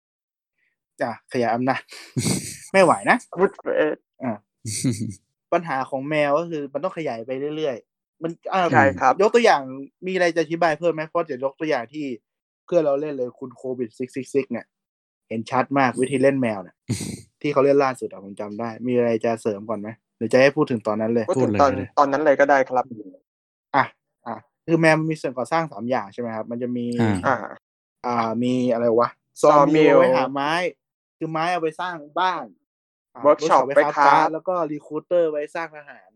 *laughs* จ้ะขยายอำนาจ *laughs* ไม่ไหวนะ ๆพูดเอ่อ ปัญหาของแมวก็คือมันต้องขยายไปเรื่อยๆ มันอ่า ใช่ครับ ยกตัวอย่างมีอะไรจะอธิบายเพิ่มไหมเพราะเดี๋ยวยกตัวอย่างที่เพื่อนเราเล่นเลยคุณโควิดซิกซิกซิกเนี่ย เห็นชัดมากวิธีเล่นแมวเนี่ย ที่เขาเล่นล่าสุดอะผมจำได้ มีอะไรจะเสริมก่อนไหมหรือจะให้พูดถึงตอนนั้นเลย พูด พูด ถึง เลย ตอนตก็ได้อนนั้นเลยก็ได้ครับ อ่ะอ่ะคือแมวมันมีส่วนก่อสร้างสามอย่างใช่ไหมครับ มันจะมี อ่า อ่า อ่ามีอะไรวะ Sawmill เอาไว้หาไม้ คือไม้เอาไปสร้างบ้านอ่ะ Workshop workshop ไว้ ไว้ ครา ค้า ฟ ฟแล้วก็รีคูเตอร์ไว้สร้างทหาร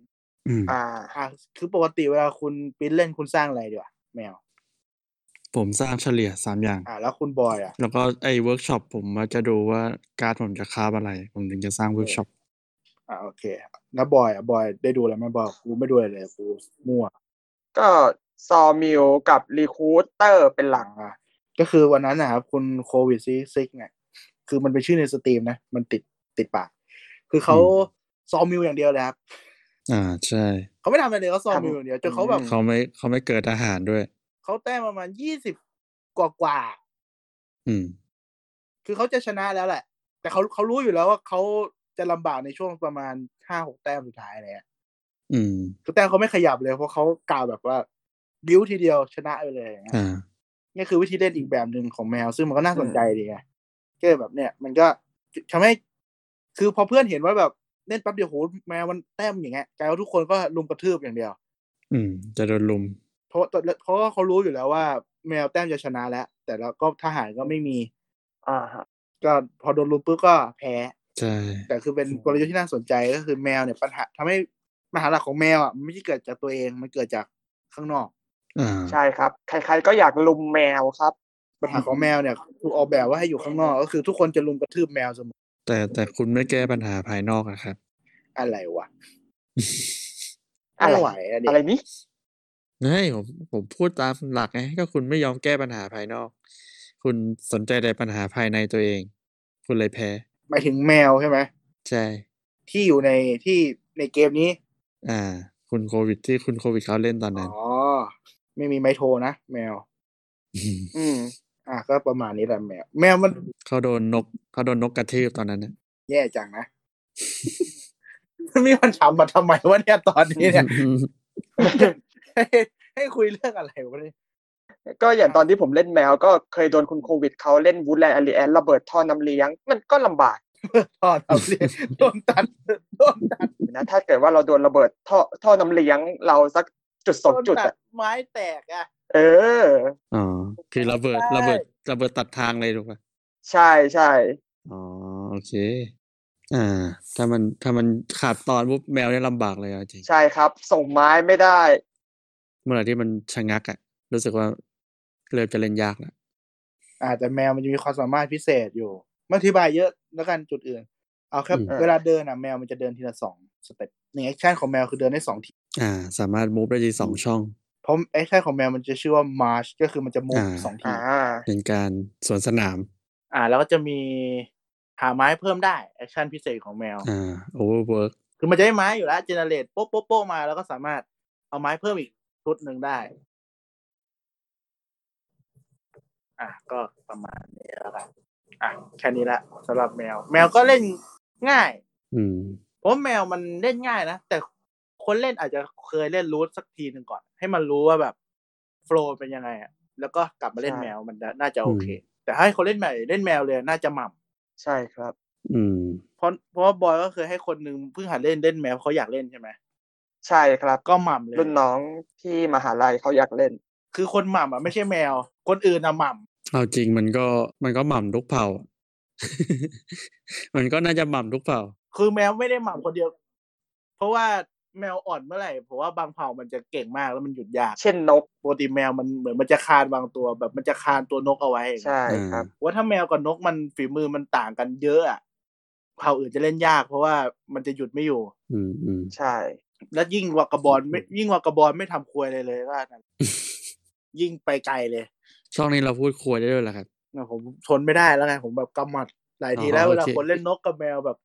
อืม อ่า อ่ะคือปกติเวลาคุณปริ้นเล่นคุณสร้างอะไรดีวะแมว ผมสร้างเฉลี่ยสามอย่าง อ่ะแล้วคุณบอยอ่ะ แล้วก็ไอ้เวิร์กช็อปผมว่าจะดูว่าการ์ดผมจะคาบอะไร ผมถึงจะสร้างเวิร์กช็อป อ่ะโอเคแล้วบอยอ่ะบอยได้ดูอะไรไหมบอยกูไม่ดูอะไรเลยกูมั่ว ก็ซอมิลกับรีคูเตอร์เป็นหลัก อ่ะก็คือวันนั้นนะครับคุณโควิดซิซิกเนี่ยคือมันเป็นชื่อในสตรีมนะ มันติดติดปาก คือเขาซอมมิวอย่างเดียวเลยครับ อ่า ใช่ เขาไม่ทำอะไรเลยเขาซอม ทำ มิวอย่างเดียวจนเขาแบบ อื เขาไม่เขาไม่เกิดอาหารด้วย เขาแต้มประมาณยี่สิบกว่ากว่า อืม ๆคือเขาจะชนะแล้วแหละ แต่เขาเขารู้อยู่แล้วว่าเขาจะลำบากในช่วงประมาณห้าหกแต้มสุดท้ายเลยอะ อืม คือแต้มเขาไม่ขยับเลยเพราะเขากล่าวแบบว่าบิ้วทีเดียวชนะไปเลยอย่างเงี้ย อ่า นี่คือวิธีเล่นอีกแบบหนึ่งของแมว ซึ่งมันก็น่าสนใจดีไงก็แบบเนี่ย มันก็ทำให้ คือพอเพื่อนเห็นว่าแบบเล่นแป๊บเดียวโหแมวมันแต้มอย่างเงี้ยกลายว่าทุกคนก็ลุมกระทืบอย่างเดียว อืม จะโดนลุม เพราะเพราะว่าเขารู้อยู่แล้วว่า แมวแต้มจะชนะแล้ว แต่แล้วก็ทหารก็ไม่มี อ่าฮะ ก็พอโดนลุมปุ๊บก็แพ้ ใช่ แต่คือเป็นกลยุทธ์ที่น่าสนใจก็คือแมวเนี่ยปัญหาทำให้ปัญหาหลักของแมวอ่ะมันไม่ใช่เกิดจากตัวเองมันเกิดจากข้างนอก อ่า ใช่ครับ ใครๆก็อยากลุมแมวครับ ปัญหาของแมวเนี่ยถูกออกแบบว่าให้อยู่ข้างนอก ก็คือทุกคนจะลุมกระทืบแมวเสมอ แต่แต่คุณไม่แก้ปัญหาภายนอกอะครับ อะไรวะ อะไร ไม่ไหวอะ อะไร เด็ก นี้ เฮ้ยผมผมพูดตามหลักไงก็คุณไม่ยอมแก้ปัญหาภายนอก คุณสนใจแต่ปัญหาภายในตัวเอง คุณเลยแพ้ หมายถึงแมวใช่ไหม ใช่ ที่อยู่ในที่ในเกมนี้ อ่า คุณโควิดที่คุณโควิดเขาเล่นตอน อ๋ นั้ อน ไม่มีไมโทรนะแมว อืม อ่ะก็ประมาณนี้แหละแมว แมวมัน เขาโดนนกเขาโดนนกกระทืบตอนนั้นนะ แย่จัง *laughs* นะ มีคนถามมาทำไมวะเนี่ยตอนนี้เนี่ย ให้ให้คุยเรื่องอะไรวะเนี่ย ก็อย่างตอนที่ผมเล่นแมว ก็เคยโดนคุณโควิดเขาเล่นวูดแลนด์อลีแอนระเบิดท่อน้ำเลี้ยง มันก็ลำบาก ตอน *laughs* ทำเรียนโดนตัดโดนตัด อยู่นะ ถ้าเกิดว่าเราโดนระเบิดท่อท่อน้ำเลี้ยงเราสักจุดส โด อง น จุด ตัด อะ ไม้แตกอ่ะ เออ อ๋อคือระเบิด ได้ ระเบิดระเบิดตัดทางเลยถูกป่ะ ใช่ใช่ อ๋อโอเค อ่า ถ้ามันถ้ามันขาดตอนปุ๊บแมวเนี่ยลำบากเลยอะจริง ใช่ครับ ส่งไม้ไม่ได้ เมื่อไหร่ที่มันชะงักอะรู้สึกว่าเริ่มจะเล่นยากแล้ว อ่าแต่แมวมันจะมีความสามารถพิเศษอยู่ไม่อธิบายเยอะแล้วกันจุดอื่น เอาแค่ อืม เวลาเดินอ่ะแมวมันจะเดินทีละสองสเต็ปหนึ่งแอคชั่นของแมวคือเดินได้สองที อ่า สามารถมูฟได้ทีสองช่อง เพราะแอคชั่นของแมวมันจะชื่อว่ามาร์ชก็คือมันจะมุฟ อ่า สองที อ่า เป็นการสวนสนาม อ่า แล้วก็จะมีหาไม้เพิ่มได้แอคชั่นพิเศษของแมว อ่าโอเวอร์เวิร์ก คือมันจะได้ไม้อยู่แล้วเจเนเรตโป๊ะโป๊ะโป๊ะมาแล้วก็สามารถเอาไม้เพิ่มอีกชุดหนึ่งได้ อ่ะก็ประมาณนี้แล้วกันอ่ะแค่นี้ละสำหรับแมว แมวก็เล่นง่าย อืม เพราะแมวมันเล่นง่ายนะ แต่คนเล่นอาจจะเคยเล่นรูทสักทีหนึ่งก่อน ให้มันรู้ว่าแบบโฟลเป็นยังไงอะแล้วก็กลับมาเล่น ใช่ แมวมันน่าจะโอเค แต่ให้คนเล่นใหม่เล่นแมวเลยน่าจะหม่ำ ใช่ครับ อืม เพราะเพราะว่าบอยก็เคยให้คนหนึ่งเพิ่งหัดเล่นเล่นแมวเขาอยากเล่นใช่ไหม ใช่ครับ ก็หม่ำเลย รุ่นน้องที่มหาลัยเขาอยากเล่น คือคนหม่ำอ่ะไม่ใช่แมว คนอื่นอ่ะหม่ เอาจริงมันก็มันก็หม่ำทุกเผ่าอะ *laughs* มันก็น่าจะหม่ำทุกเผ่า ำคือแมวไม่ได้หม่ำคนเดียว เพราะว่า แมวอ่อนเมื่อไหร่ผมว่าบางเผ่ามันจะเก่งมากแล้วมันหยุดยาก เช่นนก ปกติแมวมันเหมือนมันจะคานบางตัวแบบมันจะคานตัวนกเอาไว้ ใช่ครับ ว่าถ้าแมวกับนกมันฝีมือมันต่างกันเยอะอะเผ่าอื่นจะเล่นยาก เพราะว่ามันจะหยุดไม่อยู่ อืมอืม ใช่ แล้วยิ่งวากาบอลไม่ยิ่งวากาบอลไม่ทำควยเลยเลยว่า *laughs* นั่นยิ่งไปไกลเลย ช่องนี้เราพูดคุยได้ด้วยเหรอครับ นะผมทนไม่ได้แล้วไงผมแบบกำหมัดหลายที อ๋อ แล้วเวลา โอเค คนเล่นนกกับแมวแบบ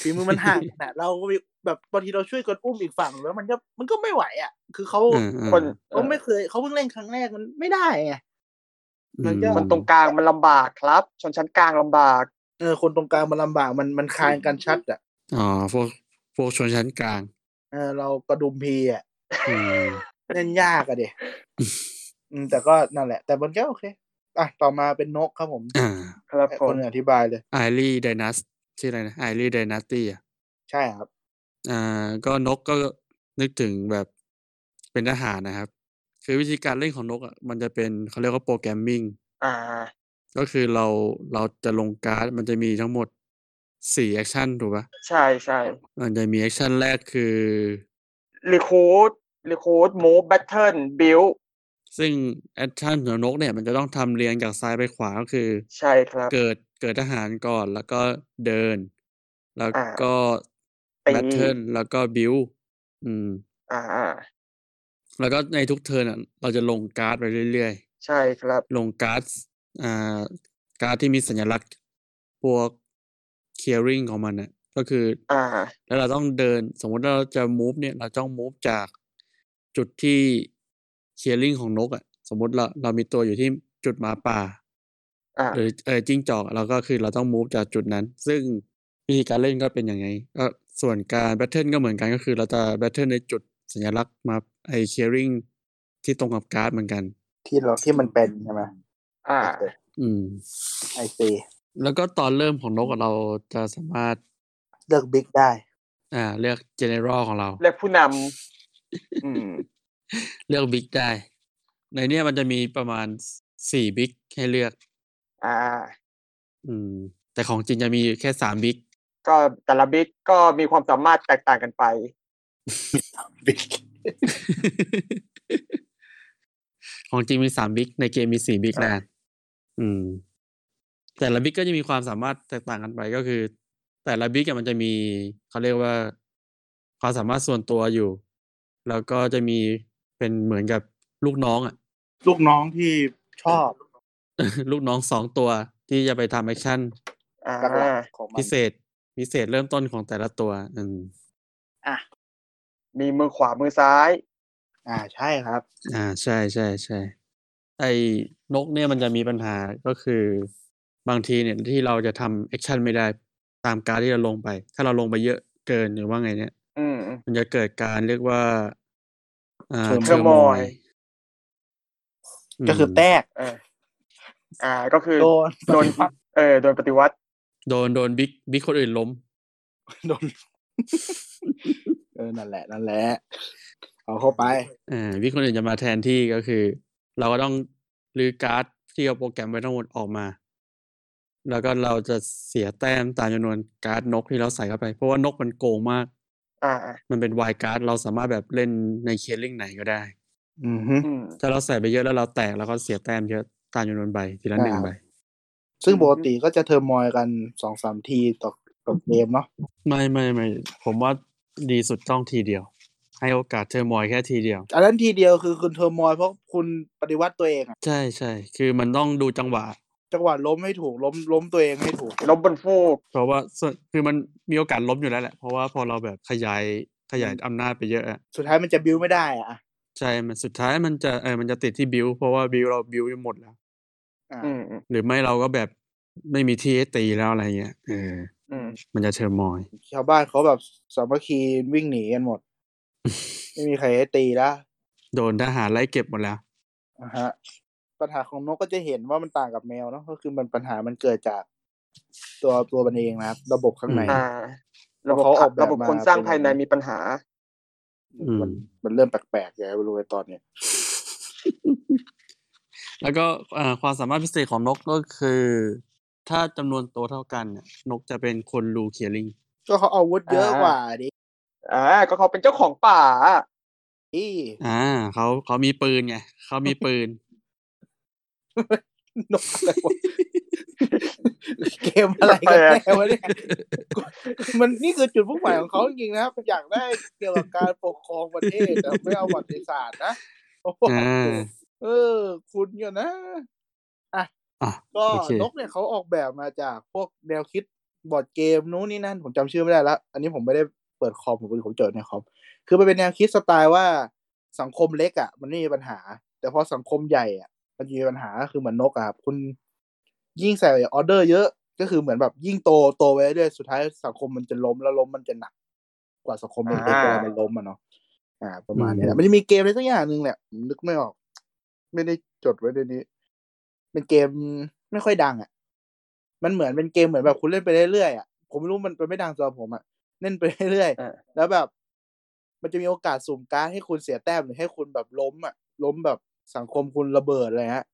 ฝีมือมันห่างกันอะเราก็มีแบบบางทีเราช่วยกันอุ้มอีกฝั่งแล้วมันก็มันก็ไม่ไหวอ่ะ คือเขา อ่าอ่า คน เขาไม่เคยเขาเพิ่งเล่นครั้งแรกมันไม่ได้ไง อื มันก็ คนตรงกลางมันลำบากครับ ชนชั้นกลางลำบาก เออคนตรงกลางมันลำบากมันมันคานกันชัดอ่ะ อ๋อพวกพวกชนชั้นกลาง เออเรากระดุมพีอ่ะ อืม เล่นยากอะเด็อืมแต่ก็นั่นแหละ แต่มันก็โอเคอ่ะต่อมาเป็นนกครับผม อ่า ครับผ ค ม นอธิบายเลย ไอรีไดนัสชื่ออะไรนะไอรีไดนัสตี้อ่ะ ใช่ครับ อ่า ก็นกก็นึกถึงแบบเป็นทหารนะครับ คือวิธีการเล่นของนกอ่ะมันจะเป็นเขาเรียกว่าโปรแกรมมิ่ง อ่า ก็คือเราเราจะลงการ์ดมันจะมีทั้งหมดสี่แอคชั่นถูกปะ ใช่ใช่ มันจะมีแอคชั่นแรกคือ รีคูดรีคูดมูฟแบทเทิลบิล ซึ่งแอคชั่นของนกเนี่ยมันจะต้องทำเรียงจากซ้ายไปขวาก็คือ ใช่ครับ เกิดเกิดทหารก่อนแล้วก็เดิน แล้ว อ่า ก็ ตี แบทเทิลแล้วก็บิวอืม อ่าอ่า แล้วก็ในทุกเทิร์นอ่ะ เราจะลงการ์ดไปเรื่อย ใช่ครับ ๆ ลงการ์ดอ่าการ์ดที่มีสัญลักษณ์พวกเคียริงของมันน่ะก็คือ อ่า แล้วเราต้องเดินสมมติว่าเราจะ move เนี่ย เราต้อง move จากจุดที่ clearing ของนกอะ่ะ สมมติเราเรามีตัวอยู่ที่จุดหมาป่า อ่า หรือเออจิ้งจอกเราก็คือเราต้อง move จากจุดนั้น ซึ่งวิธีการเล่นก็เป็นอย่างไงก็ส่วนการ battle ก็เหมือนกันก็คือเราจะ battle ในจุดสัญลักษณ์มาไอ clearing ที่ตรงกับการ์ดเหมือนกัน ที่เราที่มันเป็นใช่ไหม อ่า อืม ไอซี แล้วก็ตอนเริ่มของนกอะเราจะสามารถ เลือกบิ๊กได้ อ่าเลือก general ของเรา เลือกผู้นำอืม เลือกบิ๊กได้ ในเนี้ยมันจะมีประมาณสี่บิ๊กให้เลือก อ่า อืม แต่ของจริงจะมีแค่สามบิ๊ก ก็แต่ละบิ๊กก็มีความสามารถแตกต่างกันไป บิ๊ก *laughs* ของจริงมีสามบิ๊กในเกมมีสี่บิ๊ก ครับ นะอืม แต่ละบิ๊กก็จะมีความสามารถแตกต่างกันไปก็คือ แต่ละบิ๊กอะมันจะมีเขาเรียกว่าความสามารถส่วนตัวอยู่ แล้วก็จะมีเป็นเหมือนกับลูกน้องอ่ะ *laughs* ลูกน้องที่ชอบ ลูกน้องสองตัวที่จะไปทำแอคชั่น อ่า หลักๆของมั พิ น เศษพิเศษเริ่มต้นของแต่ละตัว อืม อ่ะ มีมือขวามือซ้าย อ่าใช่ครับ อ่าใช่ใช่ใช่ไอ้นกเนี่ยมันจะมีปัญหาก็คือบางทีเนี่ยที่เราจะทำแอคชั่นไม่ได้ตามการดที่เราลงไป ถ้าเราลงไปเยอะเกินหรือว่าไงเนี่ย อืม มันจะเกิดการเรียกว่าอ่า Turmoil เทอร์มอย ก็คือแตก เออ อ่า ก็คือ โดน *laughs* โดนเออโดนปฏิวัติ โดนโดนบิ๊กบิ๊กคนอื่นล้ม โดน *laughs* เออนั่นแหละ นั่นแหละเอาเข้าไป อ่าบิ๊กคนอื่นจะมาแทนที่ก็คือ เราก็ต้องรื้อการ์ดที่เอาโปรแกรมไว้ทั้งหมดออกมา แล้วก็เราจะเสียแต้มตามจำนวนการ์ดนกที่เราใส่เข้าไป เพราะว่านกมันโกงมาก อ่า มันเป็นวายการ์ดเราสามารถแบบเล่นในเคสลิงไหนก็ได้ อือฮึ อืม ถ้าเราใส่ไปเยอะแล้วเราแตกเราก็เสียแต้มเยอะตามจำนวนใบทีละหนึ่ง อ่า ใบ ซึ่งปกติก็จะเทอร์มอยกันสองสามทีต่อต่อเกมเนาะ ไม่ไม่ไม่ผมว่าดีสุดต้องทีเดียว ให้โอกาสเธอมอยแค่ทีเดียว อันนั้นทีเดียวคือคุณเทอร์มอยเพราะคุณปฏิวัติตัวเองอะ ใช่ใช่คือมันต้องดูจังหวะ จังหวะล้มให้ถูกล้มล้มตัวเองให้ถูก ลบบนฟูก เพราะว่าส่วนคือมันมีโอกาสล้มอยู่แล้วแหละ เพราะว่าพอเราแบบขยายขยายอำนาจไปเยอะอะ สุดท้ายมันจะบิวไม่ได้อะอ่ะ ใช่มันสุดท้ายมันจะเออมันจะติดที่บิวเพราะว่าบิวเราบิวไปหมดแล้ว อ่า อืม อืม หรือไม่เราก็แบบไม่มีที่ให้ตีแล้วอะไรเงี้ยเออ อืม มันจะเทอร์มอย ชาวบ้านเขาแบบสามัคคีวิ่งหนีกัน *laughs* หมด ไม่มีใครให้ตีแล้ว โดนทหารไล่เก็บหมดแล้ว อ่าฮะปัญหาของนกก็จะเห็นว่ามันต่างกับแมวเนาะก็คือมันปัญหามันเกิดจากตัวตัวมันเองนะครับ ระบบข้างใน ม อ่า ระบบ เขาออกแบบ ระบบ มา โครงสร้างภายในมีปัญหา อืม มันมันเริ่มแปลกๆอย่างไม่รู้ไอ้ตอนเนี้ย แล้วก็เอ่อความสามารถพิเศษของนกก็คือ ถ้าจำนวนตัวเท่ากันเนี่ยนกจะเป็นคนรูเคียริง ก็เขาเอาอาวุธเยอะกว่าดิ อ่าก็เขาเป็นเจ้าของป่า อี อ่าเขาเขามีปืนไงเขามีปืน *laughs* นกอะไรวะเกมอะไรกันแน่วะเนี่ยมันนี่คือจุดมุ่งหมายของเขาจริงๆนะครับอยากได้เกี่ยวกับการปกครองประเทศแต่ไม่เอาประวัติศาสตร์นะ *laughs* โอ้โห อ่า เออ คุณอยู่นะ อ่ะ ก็ โอเคน กเนี่ยเขาออกแบบมาจากพวกแนวคิดบอร์ดเกมนู้นนี่นั่นผมจำชื่อไม่ได้ละอันนี้ผมไม่ได้เปิดคอมผมผมเจอในคอมคือมันเป็นแนวคิดสไตล์ว่าสังคมเล็กอะ่ะ มันไม่มีปัญหา แต่พอสังคมใหญ่อะ่ะ มันจะมีปัญหาคือเหมือนนกอะครับคุณยิ่งใส่ออเดอร์เยอะก็คือเหมือนแบบยิ่งโตโตไปเรื่อยๆสุดท้ายสังคมมันจะล้มแล้วล้มมันจะหนัก กว่าสังคมเล็กๆ อ่า เวลามันล้มอะเนาะอ่า ประมาณนี้แห อื ละ ม มันจะมีเกมอะไรสักอย่างหนึ่งแหละผมนึกไม่ออก ไม่ได้จดไว้ในนี้ เป็นเกมไม่ค่อยดังอ่ะ มันเหมือนเป็นเกมเหมือนแบบคุณเล่นไปเรื่อยๆอ่ะ ผมไม่รู้มันเป็นไม่ดังสำหรับผมอ่ะ เล่นไปเรื่อย เออ ๆ แล้วแบบ มันจะมีโอกาสสุ่มการ์ดให้คุณเสียแต้มหรือให้คุณแบบล้มอ่ะ ล้มแบบสังคมคุณระเบิดอะไรฮะ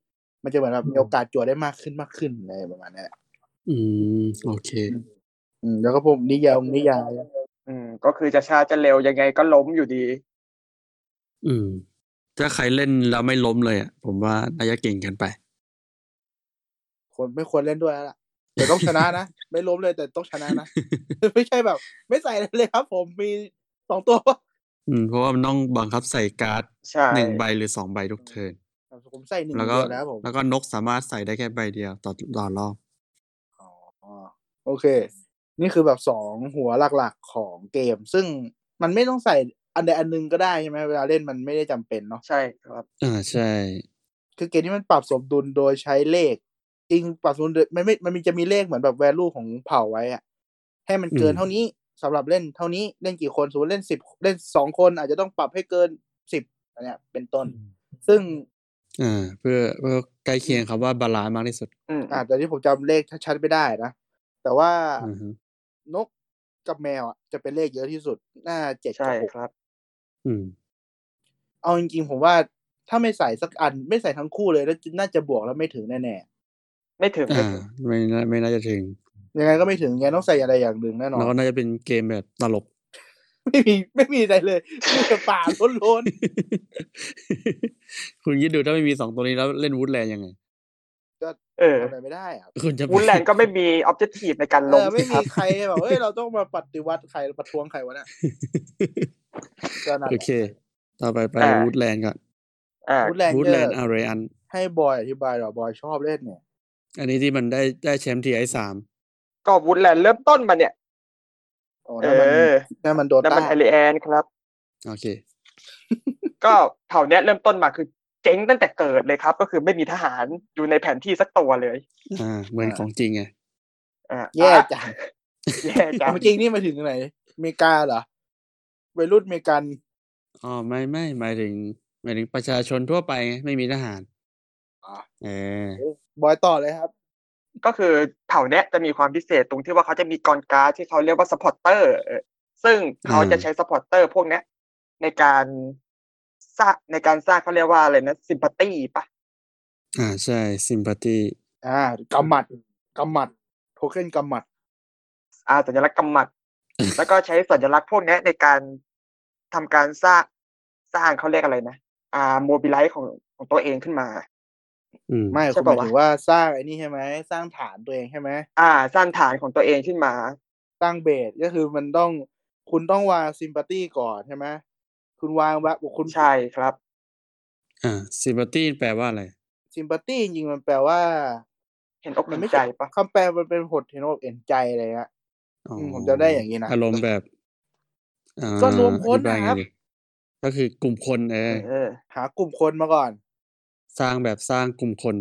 มันจะเหมือนแบบมีโอกาสจั่วได้มากขึ้นมากขึ้นอะไรประมาณนี้แหละ อืม โอเค อืมแล้วก็พวกนิยายนิยาย อืม ก็คือจะช้าจะเร็วยังไงก็ล้มอยู่ดี อืม ถ้าใครเล่นแล้วไม่ล้มเลยอ่ะ ผมว่าน่าจะเก่งกันไป คนไม่ควรเล่นด้วยแล้วล่ะแต่ต้องชนะ *laughs* นะ ไม่ล้มเลยแต่ต้องชนะนะ ไม่ใช่แบบ ไม่ใส่อะไรเลยครับ ผมมีสองตัว อืม เพราะว่ามันต้องบังคับใส่การ์ด ใช่ หนึ่งใบหรือสองใบทุกเทิร์น ผมใส่หนึ่ง แล้ว เดี ก็ ยวนะครับผม แล้วก็นกสามารถใส่ได้แค่ใบเดียวต่อต่อรอบ อ๋อโอเค นี่คือแบบสองหัวหลักๆของเกม ซึ่งมันไม่ต้องใส่อันใดอันหนึงก็ได้ใช่ไหมเวลาเล่นมันไม่ได้จำเป็นเนาะ ใช่ครับ อ่าใช่ คือเกมนี้มันปรับสมดุลโดยใช้เลข จริงปรับสมดุลโดยมันไม่มันมีจะมีเลขเหมือนแบบ value ของเผ่าไว้อะให้มันเกิน อืม เท่านี้สำหรับเล่นเท่านี้เล่นกี่คนสมมติเล่นสิบเล่นสองคนอาจจะต้องปรับให้เกินสิบอันเนี้ยเป็นต้น ซึ่ง อ่า เพื่อเพื่อใกล้เคียงคำว่าบาลานซ์มากที่สุด อืม อ่าแต่ที่ผมจำเลขชัดๆไม่ได้นะ แต่ว่า อือฮึ นกกับแมวอะจะเป็นเลขเยอะที่สุดน่าเจ็ด ใช่ กับหก ครับ อืม เอาจริงๆผมว่าถ้าไม่ใส่สักอันไม่ใส่ทั้งคู่เลยแล้วน่าจะบวกแล้วไม่ถึงแน่ ไม่ถึงไม่ อ่า ถึง ไม่น่าไม่น่าจะถึง ๆยังไงก็ไม่ถึงยังไงต้องใส่อะไรอย่างหนึ่งแน่นอ แล้วก็ น น่าจะเป็นเกมแบบตลก *laughs* ไม่มีไม่มีอะไรเลยมีแต่ป่าล้น คุณคิดดูถ้าไม่มีสองตัวนี้แล้วเล่นวูดแลนด์ยังไง เอ ๆ อ ทำอะไรไม่ได้อะ คุณจะไป วูดแลนด์ก็ไม่มีออบเจกตีฟในการ เอ ล้อมสิ ไม่ ครั มี บ ใครแบบเฮ้ยเราต้องมาปฏิวัติใครประท้วงใครวะเนี่ยก็นั่น โอ แหละ เค ต่อไปไป อ่า วูดแลนด์ก่อน อ่า วูดแลนด์ วูด เย แลน อะ ด์อารีอัน ให้บอยอธิบายหน่อยบอยชอบเล่นเนี่ย อันนี้ที่มันได้ได้แชมป์ทีไอสาม ก็วูดแลนด์เริ่มต้นมาเนี่ย โอ้ เอ นั่นมัน อ นั่นมันโดต้านั่นมันเอลิแอนครับ โอเค ก็เผ่าเนี้ยเริ่มต้นมาคือเจ๊งตั้งแต่เกิดเลยครับ ก็คือไม่มีทหารอยู่ในแผนที่สักตัวเลย อ่า เหมือนของจริงไง อ่า แย่จัง แย่จัง เมื่อกี้นี่มาถึงไหนอเมริกาเหรอวัยรุ่นอเมริกัน อ๋อ ไม่ไม่หมายถึง หมายถึงประชาชนทั่วไปไงไม่มีทหาร อ่า เออบ อยต่อเลยครับ ก็คือเผ่าเนี้ยจะมีความพิเศษตรงที่ว่าเขาจะมีกองการ์ดที่เขาเรียกว่าสปอร์เตอร์ซึ่งเขาจะใช้สปอร์เตอร์พวกเนี้ยในการสร้างในการสร้างเขาเรียกว่าอะไรนะซิมพัตตี้ปะ อ่าใช่ซิมพัตตี อ่ากำหมัดกำหมัดโทเค็นกำหมัด อาสัญลักษณ์กำ *laughs* หมัด แล้วก็ใช้สัญลักษณ์พวกเนี้ยในการทำการสร้างสร้างเขาเรียกอะไรนะ อ่าโมบิไลซ์ของของตัวเองขึ้นมา อืม ไม่คุใช่ณห ปะ มายถึง วะ ว่าสร้างไอ้นี่ใช่ไหมสร้างฐานตัวเองใช่ไหม อ่า สร้างฐานของตัวเองขึ้นมา สร้างเบสก็คือมันต้องคุณต้องวางซิมพัตตี้ก่อนใช่ไหมคุณวางแบบคุณ ใช่ครับ อ่าซิมพัตตีแปลว่าอะไร ซิมพัตตี้จริงๆมันแปลว่า เห็นอก มั เห็ น น ไม่ ใจ ใช่ ปะ คำแปลมันเป็นหดเห็นอกเห็นใจอะไรเงี้ย อ๋อ มผมจำได้อย่างนี้นะ อารมณ์แบบ ก็รวมคน อ่าอธิายไง นะครับ ดีก็คือกลุ่มคนเออ เออ หากลุ่มคนมาก่อน สร้างแบบสร้างกลุ่มคน